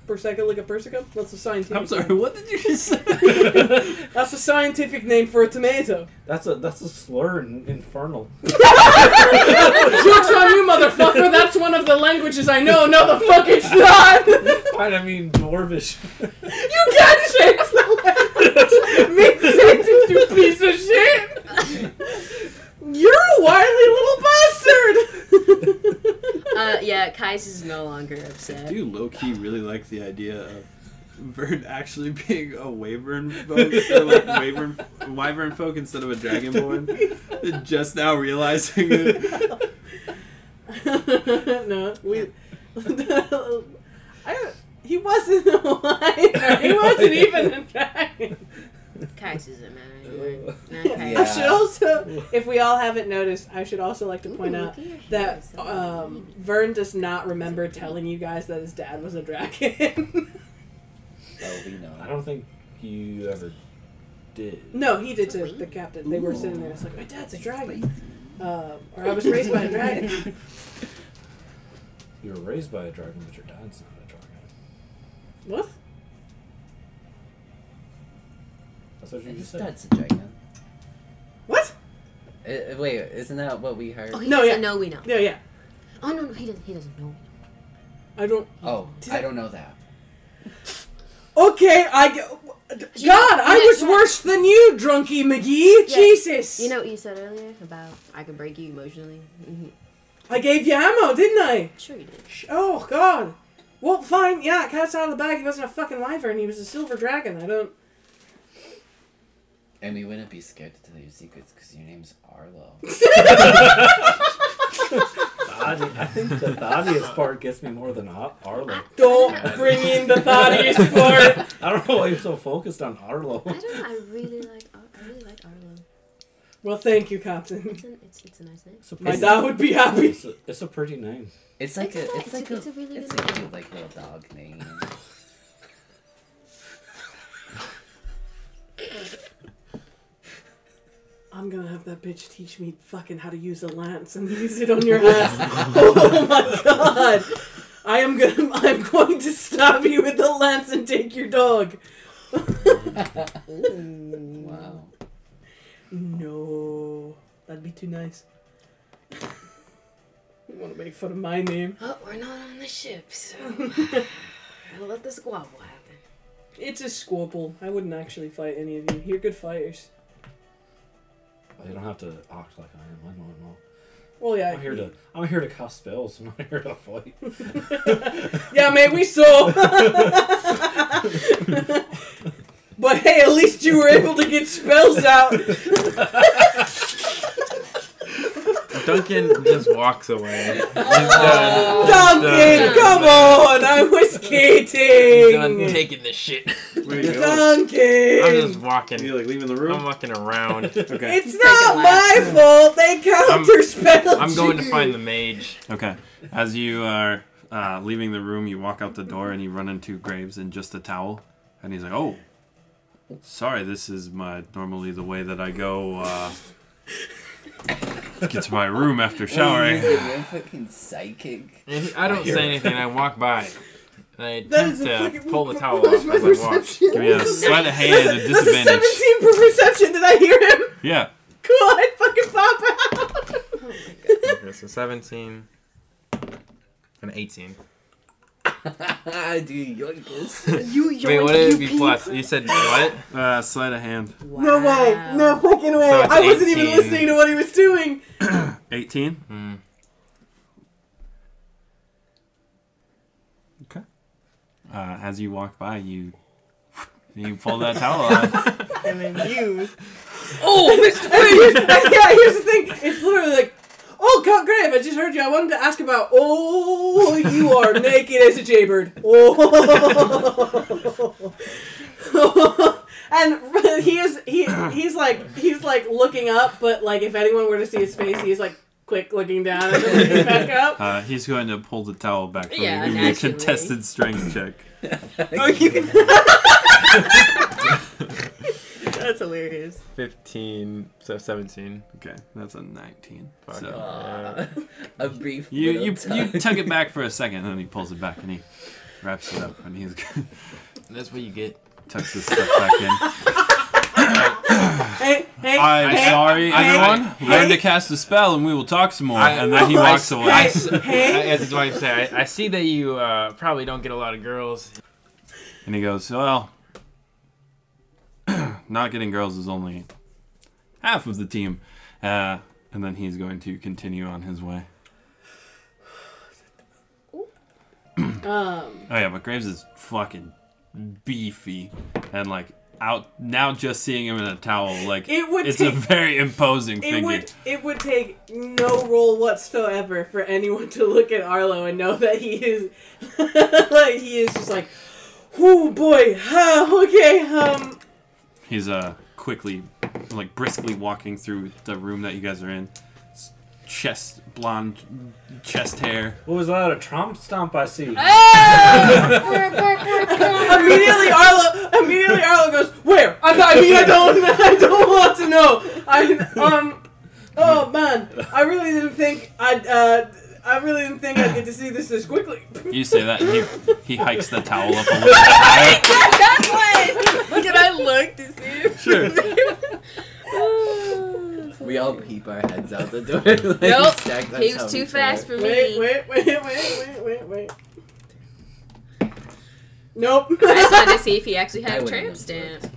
[SPEAKER 6] Prosecco Lica Persico. That's a scientific.
[SPEAKER 1] I'm sorry,
[SPEAKER 6] name.
[SPEAKER 1] what did you just say?
[SPEAKER 2] that?
[SPEAKER 6] That's a scientific name for a tomato.
[SPEAKER 2] That's a that's a slur in infernal.
[SPEAKER 6] Jokes on you, motherfucker. That's one of the languages I know. No, the fuck it's not.
[SPEAKER 2] Fine, I mean dwarvish.
[SPEAKER 6] You can't change the language. Make sentence, you piece of shit. You're a wily little bastard.
[SPEAKER 3] Uh, yeah, Kais is no longer upset.
[SPEAKER 1] do low key really like the idea of Vern actually being a Wavern folk, or like Wavern, Wyvern folk instead of a Dragonborn. Just now realizing it.
[SPEAKER 6] *laughs* no, we. I, he wasn't a liar. He wasn't even a dragon.
[SPEAKER 3] Cax doesn't matter.
[SPEAKER 6] Okay.
[SPEAKER 3] Okay.
[SPEAKER 6] I
[SPEAKER 5] Yeah.
[SPEAKER 6] should also, if we point haven't noticed, I should also like to point out that
[SPEAKER 3] Yes,
[SPEAKER 6] um, Vern does not remember telling you guys that his dad was a dragon. *laughs*
[SPEAKER 5] Oh, we know.
[SPEAKER 2] I don't think you ever did.
[SPEAKER 6] no, he did to the captain. They were sitting there. It's like my dad's a dragon, um, or I was raised by
[SPEAKER 3] *laughs*
[SPEAKER 6] a dragon.
[SPEAKER 2] You were raised by a dragon, but your dad's not a dragon.
[SPEAKER 6] What?
[SPEAKER 2] That's what you
[SPEAKER 5] His
[SPEAKER 2] just said.
[SPEAKER 5] dad's a dragon.
[SPEAKER 6] What?
[SPEAKER 5] Uh, wait, isn't that what we heard?
[SPEAKER 3] Oh, he
[SPEAKER 6] No,
[SPEAKER 3] no,
[SPEAKER 6] yeah.
[SPEAKER 3] doesn't know we know.
[SPEAKER 6] No, yeah.
[SPEAKER 3] Oh no, no, he doesn't. He doesn't know.
[SPEAKER 6] I don't.
[SPEAKER 5] Oh,
[SPEAKER 6] Did
[SPEAKER 5] I don't know that.
[SPEAKER 6] Okay, I. g-
[SPEAKER 3] You know-
[SPEAKER 6] God, I
[SPEAKER 3] you know-
[SPEAKER 6] was
[SPEAKER 3] you know-
[SPEAKER 6] worse than you, Drunky McGee.
[SPEAKER 3] Yeah.
[SPEAKER 6] Jesus.
[SPEAKER 3] You know what you said earlier about I could break you emotionally. hmm
[SPEAKER 6] I gave you ammo, didn't I?
[SPEAKER 3] Sure you did.
[SPEAKER 6] Sh- Oh God! Well, fine. Yeah, cat's out of the bag. He wasn't a fucking wyvern. He was a silver dragon. I don't.
[SPEAKER 5] And we wouldn't be scared to tell you secrets because your name's Arlo.
[SPEAKER 2] I think the Thaddeus part gets me more than Ar- Arlo.
[SPEAKER 3] *laughs*
[SPEAKER 6] Don't bring in the Thaddeus part.
[SPEAKER 2] I don't know why you're so focused on Arlo.
[SPEAKER 3] I don't. I really like. Ar- I really like Arlo.
[SPEAKER 6] Well, thank you, Captain.
[SPEAKER 3] It's, an, it's, it's a nice name.
[SPEAKER 2] It's a
[SPEAKER 6] My
[SPEAKER 2] pretty,
[SPEAKER 6] dad would be happy.
[SPEAKER 2] it's a, it's a pretty name.
[SPEAKER 5] It's like
[SPEAKER 3] It's
[SPEAKER 5] a,
[SPEAKER 3] nice.
[SPEAKER 5] it's like
[SPEAKER 3] It's
[SPEAKER 5] a,
[SPEAKER 3] a really
[SPEAKER 5] it's
[SPEAKER 3] good
[SPEAKER 5] a
[SPEAKER 3] name.
[SPEAKER 5] cute like little dog name.
[SPEAKER 6] *laughs*
[SPEAKER 5] *laughs*
[SPEAKER 6] I'm gonna have that bitch teach me fucking how to use a lance and use it *laughs* on your ass. oh my God! I am gonna. *laughs* I'm going to stab you with the lance and take your dog.
[SPEAKER 5] Wow.
[SPEAKER 6] No, that'd be too nice. *laughs* You want to make fun of my name?
[SPEAKER 3] Oh, we're not on the ship, so *laughs* I'll let the squabble happen.
[SPEAKER 6] It's a squabble. I wouldn't actually fight any of you. You're good fighters.
[SPEAKER 2] You don't have to act like I am. I know I'm not.
[SPEAKER 6] Well, yeah.
[SPEAKER 2] I'm here
[SPEAKER 6] *laughs*
[SPEAKER 2] to I'm here to cast spells. I'm not here to fight.
[SPEAKER 6] Yeah, man, we saw. but hey, at least you were able to get spells out.
[SPEAKER 4] Duncan just walks away. He's Uh, done.
[SPEAKER 6] Oh. Duncan, come on! I was
[SPEAKER 4] He's done
[SPEAKER 6] kidding.
[SPEAKER 4] taking
[SPEAKER 1] *laughs*
[SPEAKER 4] this shit.
[SPEAKER 1] Where you going?
[SPEAKER 4] I'm
[SPEAKER 6] Duncan,
[SPEAKER 4] just walking.
[SPEAKER 1] You like leaving the
[SPEAKER 4] I'm
[SPEAKER 1] room?
[SPEAKER 4] walking
[SPEAKER 1] *laughs*
[SPEAKER 4] around.
[SPEAKER 1] Okay.
[SPEAKER 6] it's not my fault. They *laughs* counter spells.
[SPEAKER 4] I'm going to find the mage.
[SPEAKER 1] Okay. As you are uh, leaving the room, you walk out the door and you run into Graves in just a towel. And he's like, oh, sorry, this is my normally the way that I go uh, get to my room after showering.
[SPEAKER 5] You're a fucking *laughs* psychic.
[SPEAKER 4] And he- I don't say anything. I walk by. And I
[SPEAKER 6] That is
[SPEAKER 4] attempt
[SPEAKER 6] a
[SPEAKER 4] to
[SPEAKER 6] fucking-
[SPEAKER 4] pull the towel
[SPEAKER 6] Where's
[SPEAKER 4] off
[SPEAKER 6] my
[SPEAKER 4] as I walk.
[SPEAKER 6] perception?
[SPEAKER 1] Give me a sleight of hand at a
[SPEAKER 6] That's a
[SPEAKER 1] disadvantage.
[SPEAKER 6] 17 per perception. Did I hear him?
[SPEAKER 1] Yeah.
[SPEAKER 6] Cool, I fucking pop out.
[SPEAKER 4] Okay, so 17 and 18.
[SPEAKER 5] Do you like this?
[SPEAKER 3] You, you,
[SPEAKER 4] Wait, what did it be plus? You said
[SPEAKER 6] *laughs*
[SPEAKER 4] what?
[SPEAKER 1] Uh, sleight of hand.
[SPEAKER 6] No way. No fucking way.
[SPEAKER 4] So it's
[SPEAKER 6] I wasn't even
[SPEAKER 4] 18.
[SPEAKER 6] listening to what he was doing.
[SPEAKER 1] 18?
[SPEAKER 4] Hmm.
[SPEAKER 1] Okay. Uh, as you walk by, you you pull that towel off.
[SPEAKER 6] And then you.
[SPEAKER 3] Oh, Mr.
[SPEAKER 6] And here's, *laughs* yeah, here's the thing. It's literally like, oh, God, Graham, I just heard you. I wanted to ask about, oh, you *laughs* are naked as a jaybird. Oh. *laughs* and he is, he, he's like, he's like looking up, but like if anyone were to see his face, he's like quick looking down and then looking back up.
[SPEAKER 1] Uh, he's going to pull the towel back from you.
[SPEAKER 3] Yeah,
[SPEAKER 1] Give me a
[SPEAKER 3] naturally.
[SPEAKER 1] contested strength check.
[SPEAKER 6] Oh, you *laughs* can. That's hilarious.
[SPEAKER 4] 15, so 17.
[SPEAKER 1] Okay, that's a 19.
[SPEAKER 4] Fuck.
[SPEAKER 1] So
[SPEAKER 4] uh,
[SPEAKER 5] Aw. a brief.
[SPEAKER 1] you
[SPEAKER 5] little
[SPEAKER 1] you,
[SPEAKER 5] tug.
[SPEAKER 1] you tug it back for a second, and then he pulls it back and he wraps it up and he *laughs*
[SPEAKER 4] That's what
[SPEAKER 3] *laughs*
[SPEAKER 4] you get.
[SPEAKER 1] tucks his stuff back in.
[SPEAKER 6] Hey, hey,
[SPEAKER 4] Uh,
[SPEAKER 1] I'm
[SPEAKER 6] hey,
[SPEAKER 1] sorry,
[SPEAKER 4] I-
[SPEAKER 1] everyone.
[SPEAKER 4] I-
[SPEAKER 1] Learn to cast a spell, and we will talk some more.
[SPEAKER 4] I-
[SPEAKER 1] and then he
[SPEAKER 6] I-
[SPEAKER 1] walks away.
[SPEAKER 4] I s-
[SPEAKER 6] Hey.
[SPEAKER 4] as his wife said, I, I see that you uh, probably don't get a lot of girls.
[SPEAKER 1] And he goes, Well, *clears throat* not getting girls is only half of the team. Uh, and then he's going to continue on his way.
[SPEAKER 6] Um,
[SPEAKER 1] *clears throat* Oh, yeah, but Graves is fucking beefy, and like out now. Just seeing him in a towel, like
[SPEAKER 6] It would
[SPEAKER 1] it's a
[SPEAKER 6] take-
[SPEAKER 1] very imposing
[SPEAKER 6] It
[SPEAKER 1] figure.
[SPEAKER 6] would it would take no role whatsoever for anyone to look at Arlo and know that he is *laughs* like he is just like, oh boy, huh, okay, um,
[SPEAKER 1] He's uh quickly, like briskly walking through the room that you guys are in. S- Chest blonde, chest hair.
[SPEAKER 2] What was that? A Trump stomp I see.
[SPEAKER 6] immediately Arlo immediately Arlo goes where I, I mean I don't *laughs* I don't want to know I um oh man I really didn't think I uh I really didn't think I'd get to see this this quickly
[SPEAKER 1] You say that, and he he hikes the towel up a little bit higher.
[SPEAKER 3] Can I look to see if
[SPEAKER 1] Sure.
[SPEAKER 5] We all peep our heads out the door. *laughs* Like,
[SPEAKER 3] Nope.
[SPEAKER 5] stacked on
[SPEAKER 3] he
[SPEAKER 5] top
[SPEAKER 3] was
[SPEAKER 5] of
[SPEAKER 3] too
[SPEAKER 5] each
[SPEAKER 3] fast
[SPEAKER 5] other.
[SPEAKER 3] for me.
[SPEAKER 6] wait wait wait wait wait wait wait nope
[SPEAKER 3] I just wanted to see if he actually
[SPEAKER 5] I
[SPEAKER 3] had a
[SPEAKER 5] wouldn't
[SPEAKER 3] tramp
[SPEAKER 5] have
[SPEAKER 3] stamp.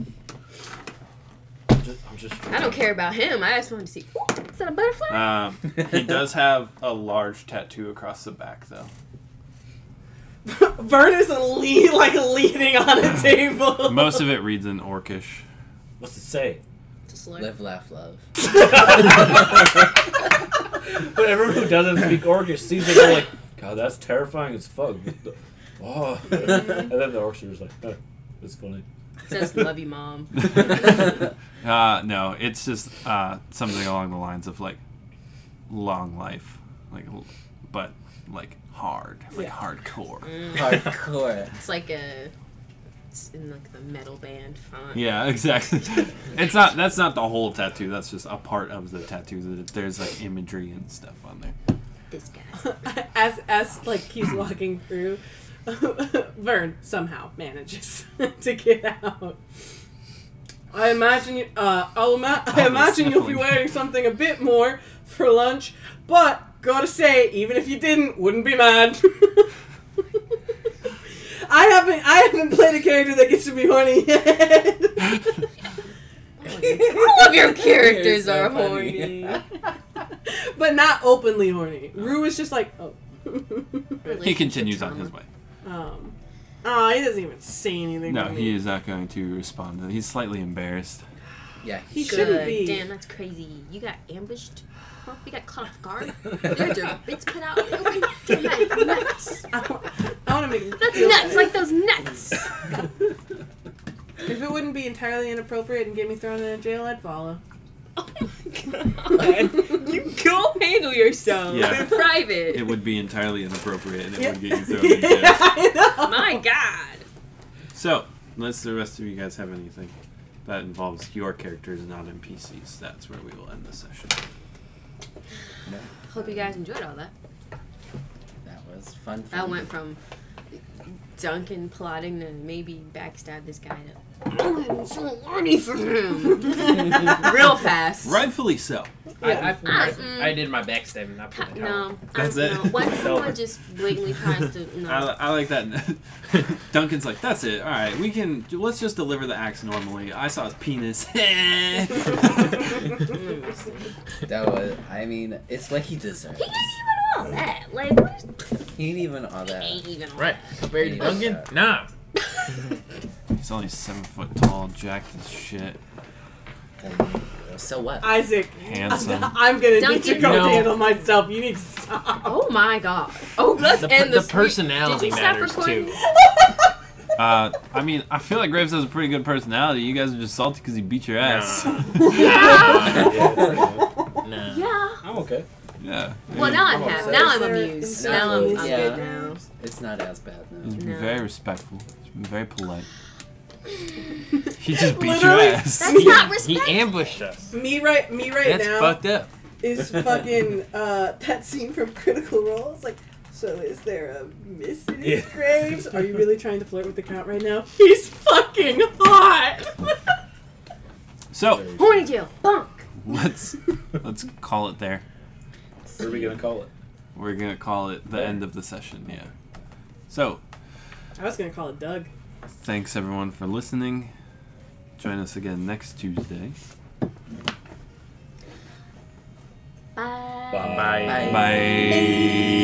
[SPEAKER 2] I'm just, I'm just
[SPEAKER 3] I don't care about him. I just wanted to see. Ooh, Is that a butterfly?
[SPEAKER 1] Um, he does have a large tattoo across the back, though.
[SPEAKER 6] Vern is le- like leaning on a
[SPEAKER 1] *laughs*
[SPEAKER 6] table
[SPEAKER 1] Most of it reads in Orcish.
[SPEAKER 2] What's it say?
[SPEAKER 3] Just like-
[SPEAKER 5] Live, laugh,
[SPEAKER 3] *laughs*
[SPEAKER 5] love.
[SPEAKER 2] *laughs* But everyone who doesn't speak Orcish sees it they're like, God, that's terrifying as fuck. *laughs* Oh. and then the Orcish was like, oh, that's funny.
[SPEAKER 1] *laughs*
[SPEAKER 3] It says love you, mom.
[SPEAKER 1] Uh, no, it's just uh, something along the lines of like long life, like l- but like hard, like hardcore.
[SPEAKER 5] Hardcore.
[SPEAKER 3] It's like a. It's in like the metal band font.
[SPEAKER 1] Yeah, exactly. it's not. That's not the whole tattoo. That's just a part of the tattoo. That there's like imagery and stuff on there.
[SPEAKER 3] This guy. *laughs*
[SPEAKER 6] as as like he's walking through, *laughs* Vern somehow manages *laughs* to get out. I imagine you. Uh, I'll ima- I
[SPEAKER 1] Probably
[SPEAKER 6] imagine you'll be
[SPEAKER 1] sniffling.
[SPEAKER 6] wearing something a bit more for lunch, but gotta say, even if you didn't, wouldn't be mad. *laughs* I haven't. I haven't played a character that gets to be horny yet. *laughs*
[SPEAKER 3] All of your characters
[SPEAKER 5] so
[SPEAKER 3] are
[SPEAKER 5] funny.
[SPEAKER 3] horny.
[SPEAKER 6] *laughs* but not openly horny. Rue is just like,
[SPEAKER 1] *laughs*
[SPEAKER 6] oh.
[SPEAKER 1] He continues on his way.
[SPEAKER 6] um, oh, he doesn't even say anything.
[SPEAKER 1] No,
[SPEAKER 6] to
[SPEAKER 1] he
[SPEAKER 6] me.
[SPEAKER 1] is not going to respond. to He's slightly embarrassed.
[SPEAKER 5] *laughs* Yeah.
[SPEAKER 6] He
[SPEAKER 3] Good.
[SPEAKER 6] shouldn't be.
[SPEAKER 3] Damn, that's crazy. You got ambushed. Huh? You got caught off guard. You
[SPEAKER 1] *laughs*
[SPEAKER 3] had
[SPEAKER 4] *laughs*
[SPEAKER 3] your bits put out. Oh in the open? Damn, that's nuts.
[SPEAKER 6] *laughs* I want to make him
[SPEAKER 3] That's
[SPEAKER 6] feel
[SPEAKER 3] nuts.
[SPEAKER 6] bad.
[SPEAKER 3] Like those nuts. *laughs*
[SPEAKER 6] If it wouldn't be entirely inappropriate and get me thrown in a jail, I'd follow.
[SPEAKER 3] Oh my god. you go handle yourself.
[SPEAKER 1] Yeah.
[SPEAKER 3] *laughs* They're private.
[SPEAKER 1] It would be entirely inappropriate, and it would
[SPEAKER 6] *laughs*
[SPEAKER 1] get you thrown in
[SPEAKER 6] yeah,
[SPEAKER 1] jail.
[SPEAKER 6] I know.
[SPEAKER 3] My god.
[SPEAKER 1] So, unless the rest of you guys have anything that involves your characters, not NPCs, that's where we will end the session.
[SPEAKER 3] Hope you guys enjoyed all that.
[SPEAKER 5] That was fun. For
[SPEAKER 3] That
[SPEAKER 5] me.
[SPEAKER 3] went from Duncan plotting to maybe backstab this guy to. Oh, it's so horny for him. Real fast.
[SPEAKER 1] Rightfully so.
[SPEAKER 7] I,
[SPEAKER 3] Mm-mm.
[SPEAKER 7] I, I did my backstabbing. I put the towel.
[SPEAKER 3] No,
[SPEAKER 1] That's
[SPEAKER 3] I,
[SPEAKER 1] it.
[SPEAKER 3] No. Once
[SPEAKER 1] So-
[SPEAKER 3] someone just blatantly tries to, no.
[SPEAKER 1] I, I like that. *laughs* Duncan's like, that's it. All right, we can. Let's just deliver the axe normally. I saw his penis. *laughs*
[SPEAKER 3] *laughs* Mm.
[SPEAKER 5] That was. I mean, it's like he deserved.
[SPEAKER 3] He ain't even all that. Like, what is
[SPEAKER 5] He ain't even all
[SPEAKER 3] he
[SPEAKER 5] that.
[SPEAKER 3] ain't even all
[SPEAKER 7] Right. Compared to
[SPEAKER 5] Yeah.
[SPEAKER 7] Duncan? Nah.
[SPEAKER 1] He's only seven foot tall, jacked as shit,
[SPEAKER 5] So what?
[SPEAKER 6] Isaac,
[SPEAKER 1] handsome.
[SPEAKER 6] *laughs* I'm gonna need to
[SPEAKER 3] Duncan.
[SPEAKER 6] go
[SPEAKER 7] No.
[SPEAKER 6] handle myself. You need to stop.
[SPEAKER 3] *laughs* Oh my god. Oh, let's
[SPEAKER 7] The, per-
[SPEAKER 3] end
[SPEAKER 7] the
[SPEAKER 3] this.
[SPEAKER 7] personality
[SPEAKER 3] Did you stop
[SPEAKER 7] matters
[SPEAKER 4] *laughs*
[SPEAKER 3] recording?
[SPEAKER 7] too.
[SPEAKER 1] Uh, I mean, I feel like Graves has a pretty good personality. You guys are just salty because he beat your ass.
[SPEAKER 7] Nah.
[SPEAKER 2] Yeah,
[SPEAKER 3] *laughs*
[SPEAKER 7] Nah.
[SPEAKER 3] Yeah.
[SPEAKER 2] I'm okay.
[SPEAKER 1] *laughs* Yeah.
[SPEAKER 3] Well, now I'm
[SPEAKER 5] I'm
[SPEAKER 3] happy.
[SPEAKER 5] upset.
[SPEAKER 3] Now I'm
[SPEAKER 6] They're
[SPEAKER 3] amused.
[SPEAKER 6] in
[SPEAKER 3] Now I'm, I'm
[SPEAKER 5] Yeah.
[SPEAKER 3] good now.
[SPEAKER 5] It's not as bad
[SPEAKER 1] He's
[SPEAKER 5] now.
[SPEAKER 1] been
[SPEAKER 3] No.
[SPEAKER 1] very respectful. He's been very
[SPEAKER 3] *laughs*
[SPEAKER 1] polite. He just beat your
[SPEAKER 6] Literally,
[SPEAKER 1] ass.
[SPEAKER 3] That's not
[SPEAKER 7] He
[SPEAKER 3] respect.
[SPEAKER 7] ambushed us.
[SPEAKER 6] Me right, me right
[SPEAKER 7] That's
[SPEAKER 6] now
[SPEAKER 7] fucked up. *laughs*
[SPEAKER 6] is fucking uh, that scene from Critical Role. It's like, so is there a miss in his
[SPEAKER 2] Yeah.
[SPEAKER 6] graves? Are you really trying to flirt with the count right now? *laughs* He's fucking hot.
[SPEAKER 1] *laughs* So
[SPEAKER 3] Horny jail. Bunk.
[SPEAKER 1] let's let's call it there.
[SPEAKER 2] What are we gonna call it?
[SPEAKER 1] We're gonna call it the end of the session. Yeah. So
[SPEAKER 6] *laughs* I was gonna call it Doug.
[SPEAKER 1] thanks everyone for listening. Join us again next Tuesday.
[SPEAKER 3] Bye.
[SPEAKER 2] Bye.
[SPEAKER 5] Bye.
[SPEAKER 1] Bye.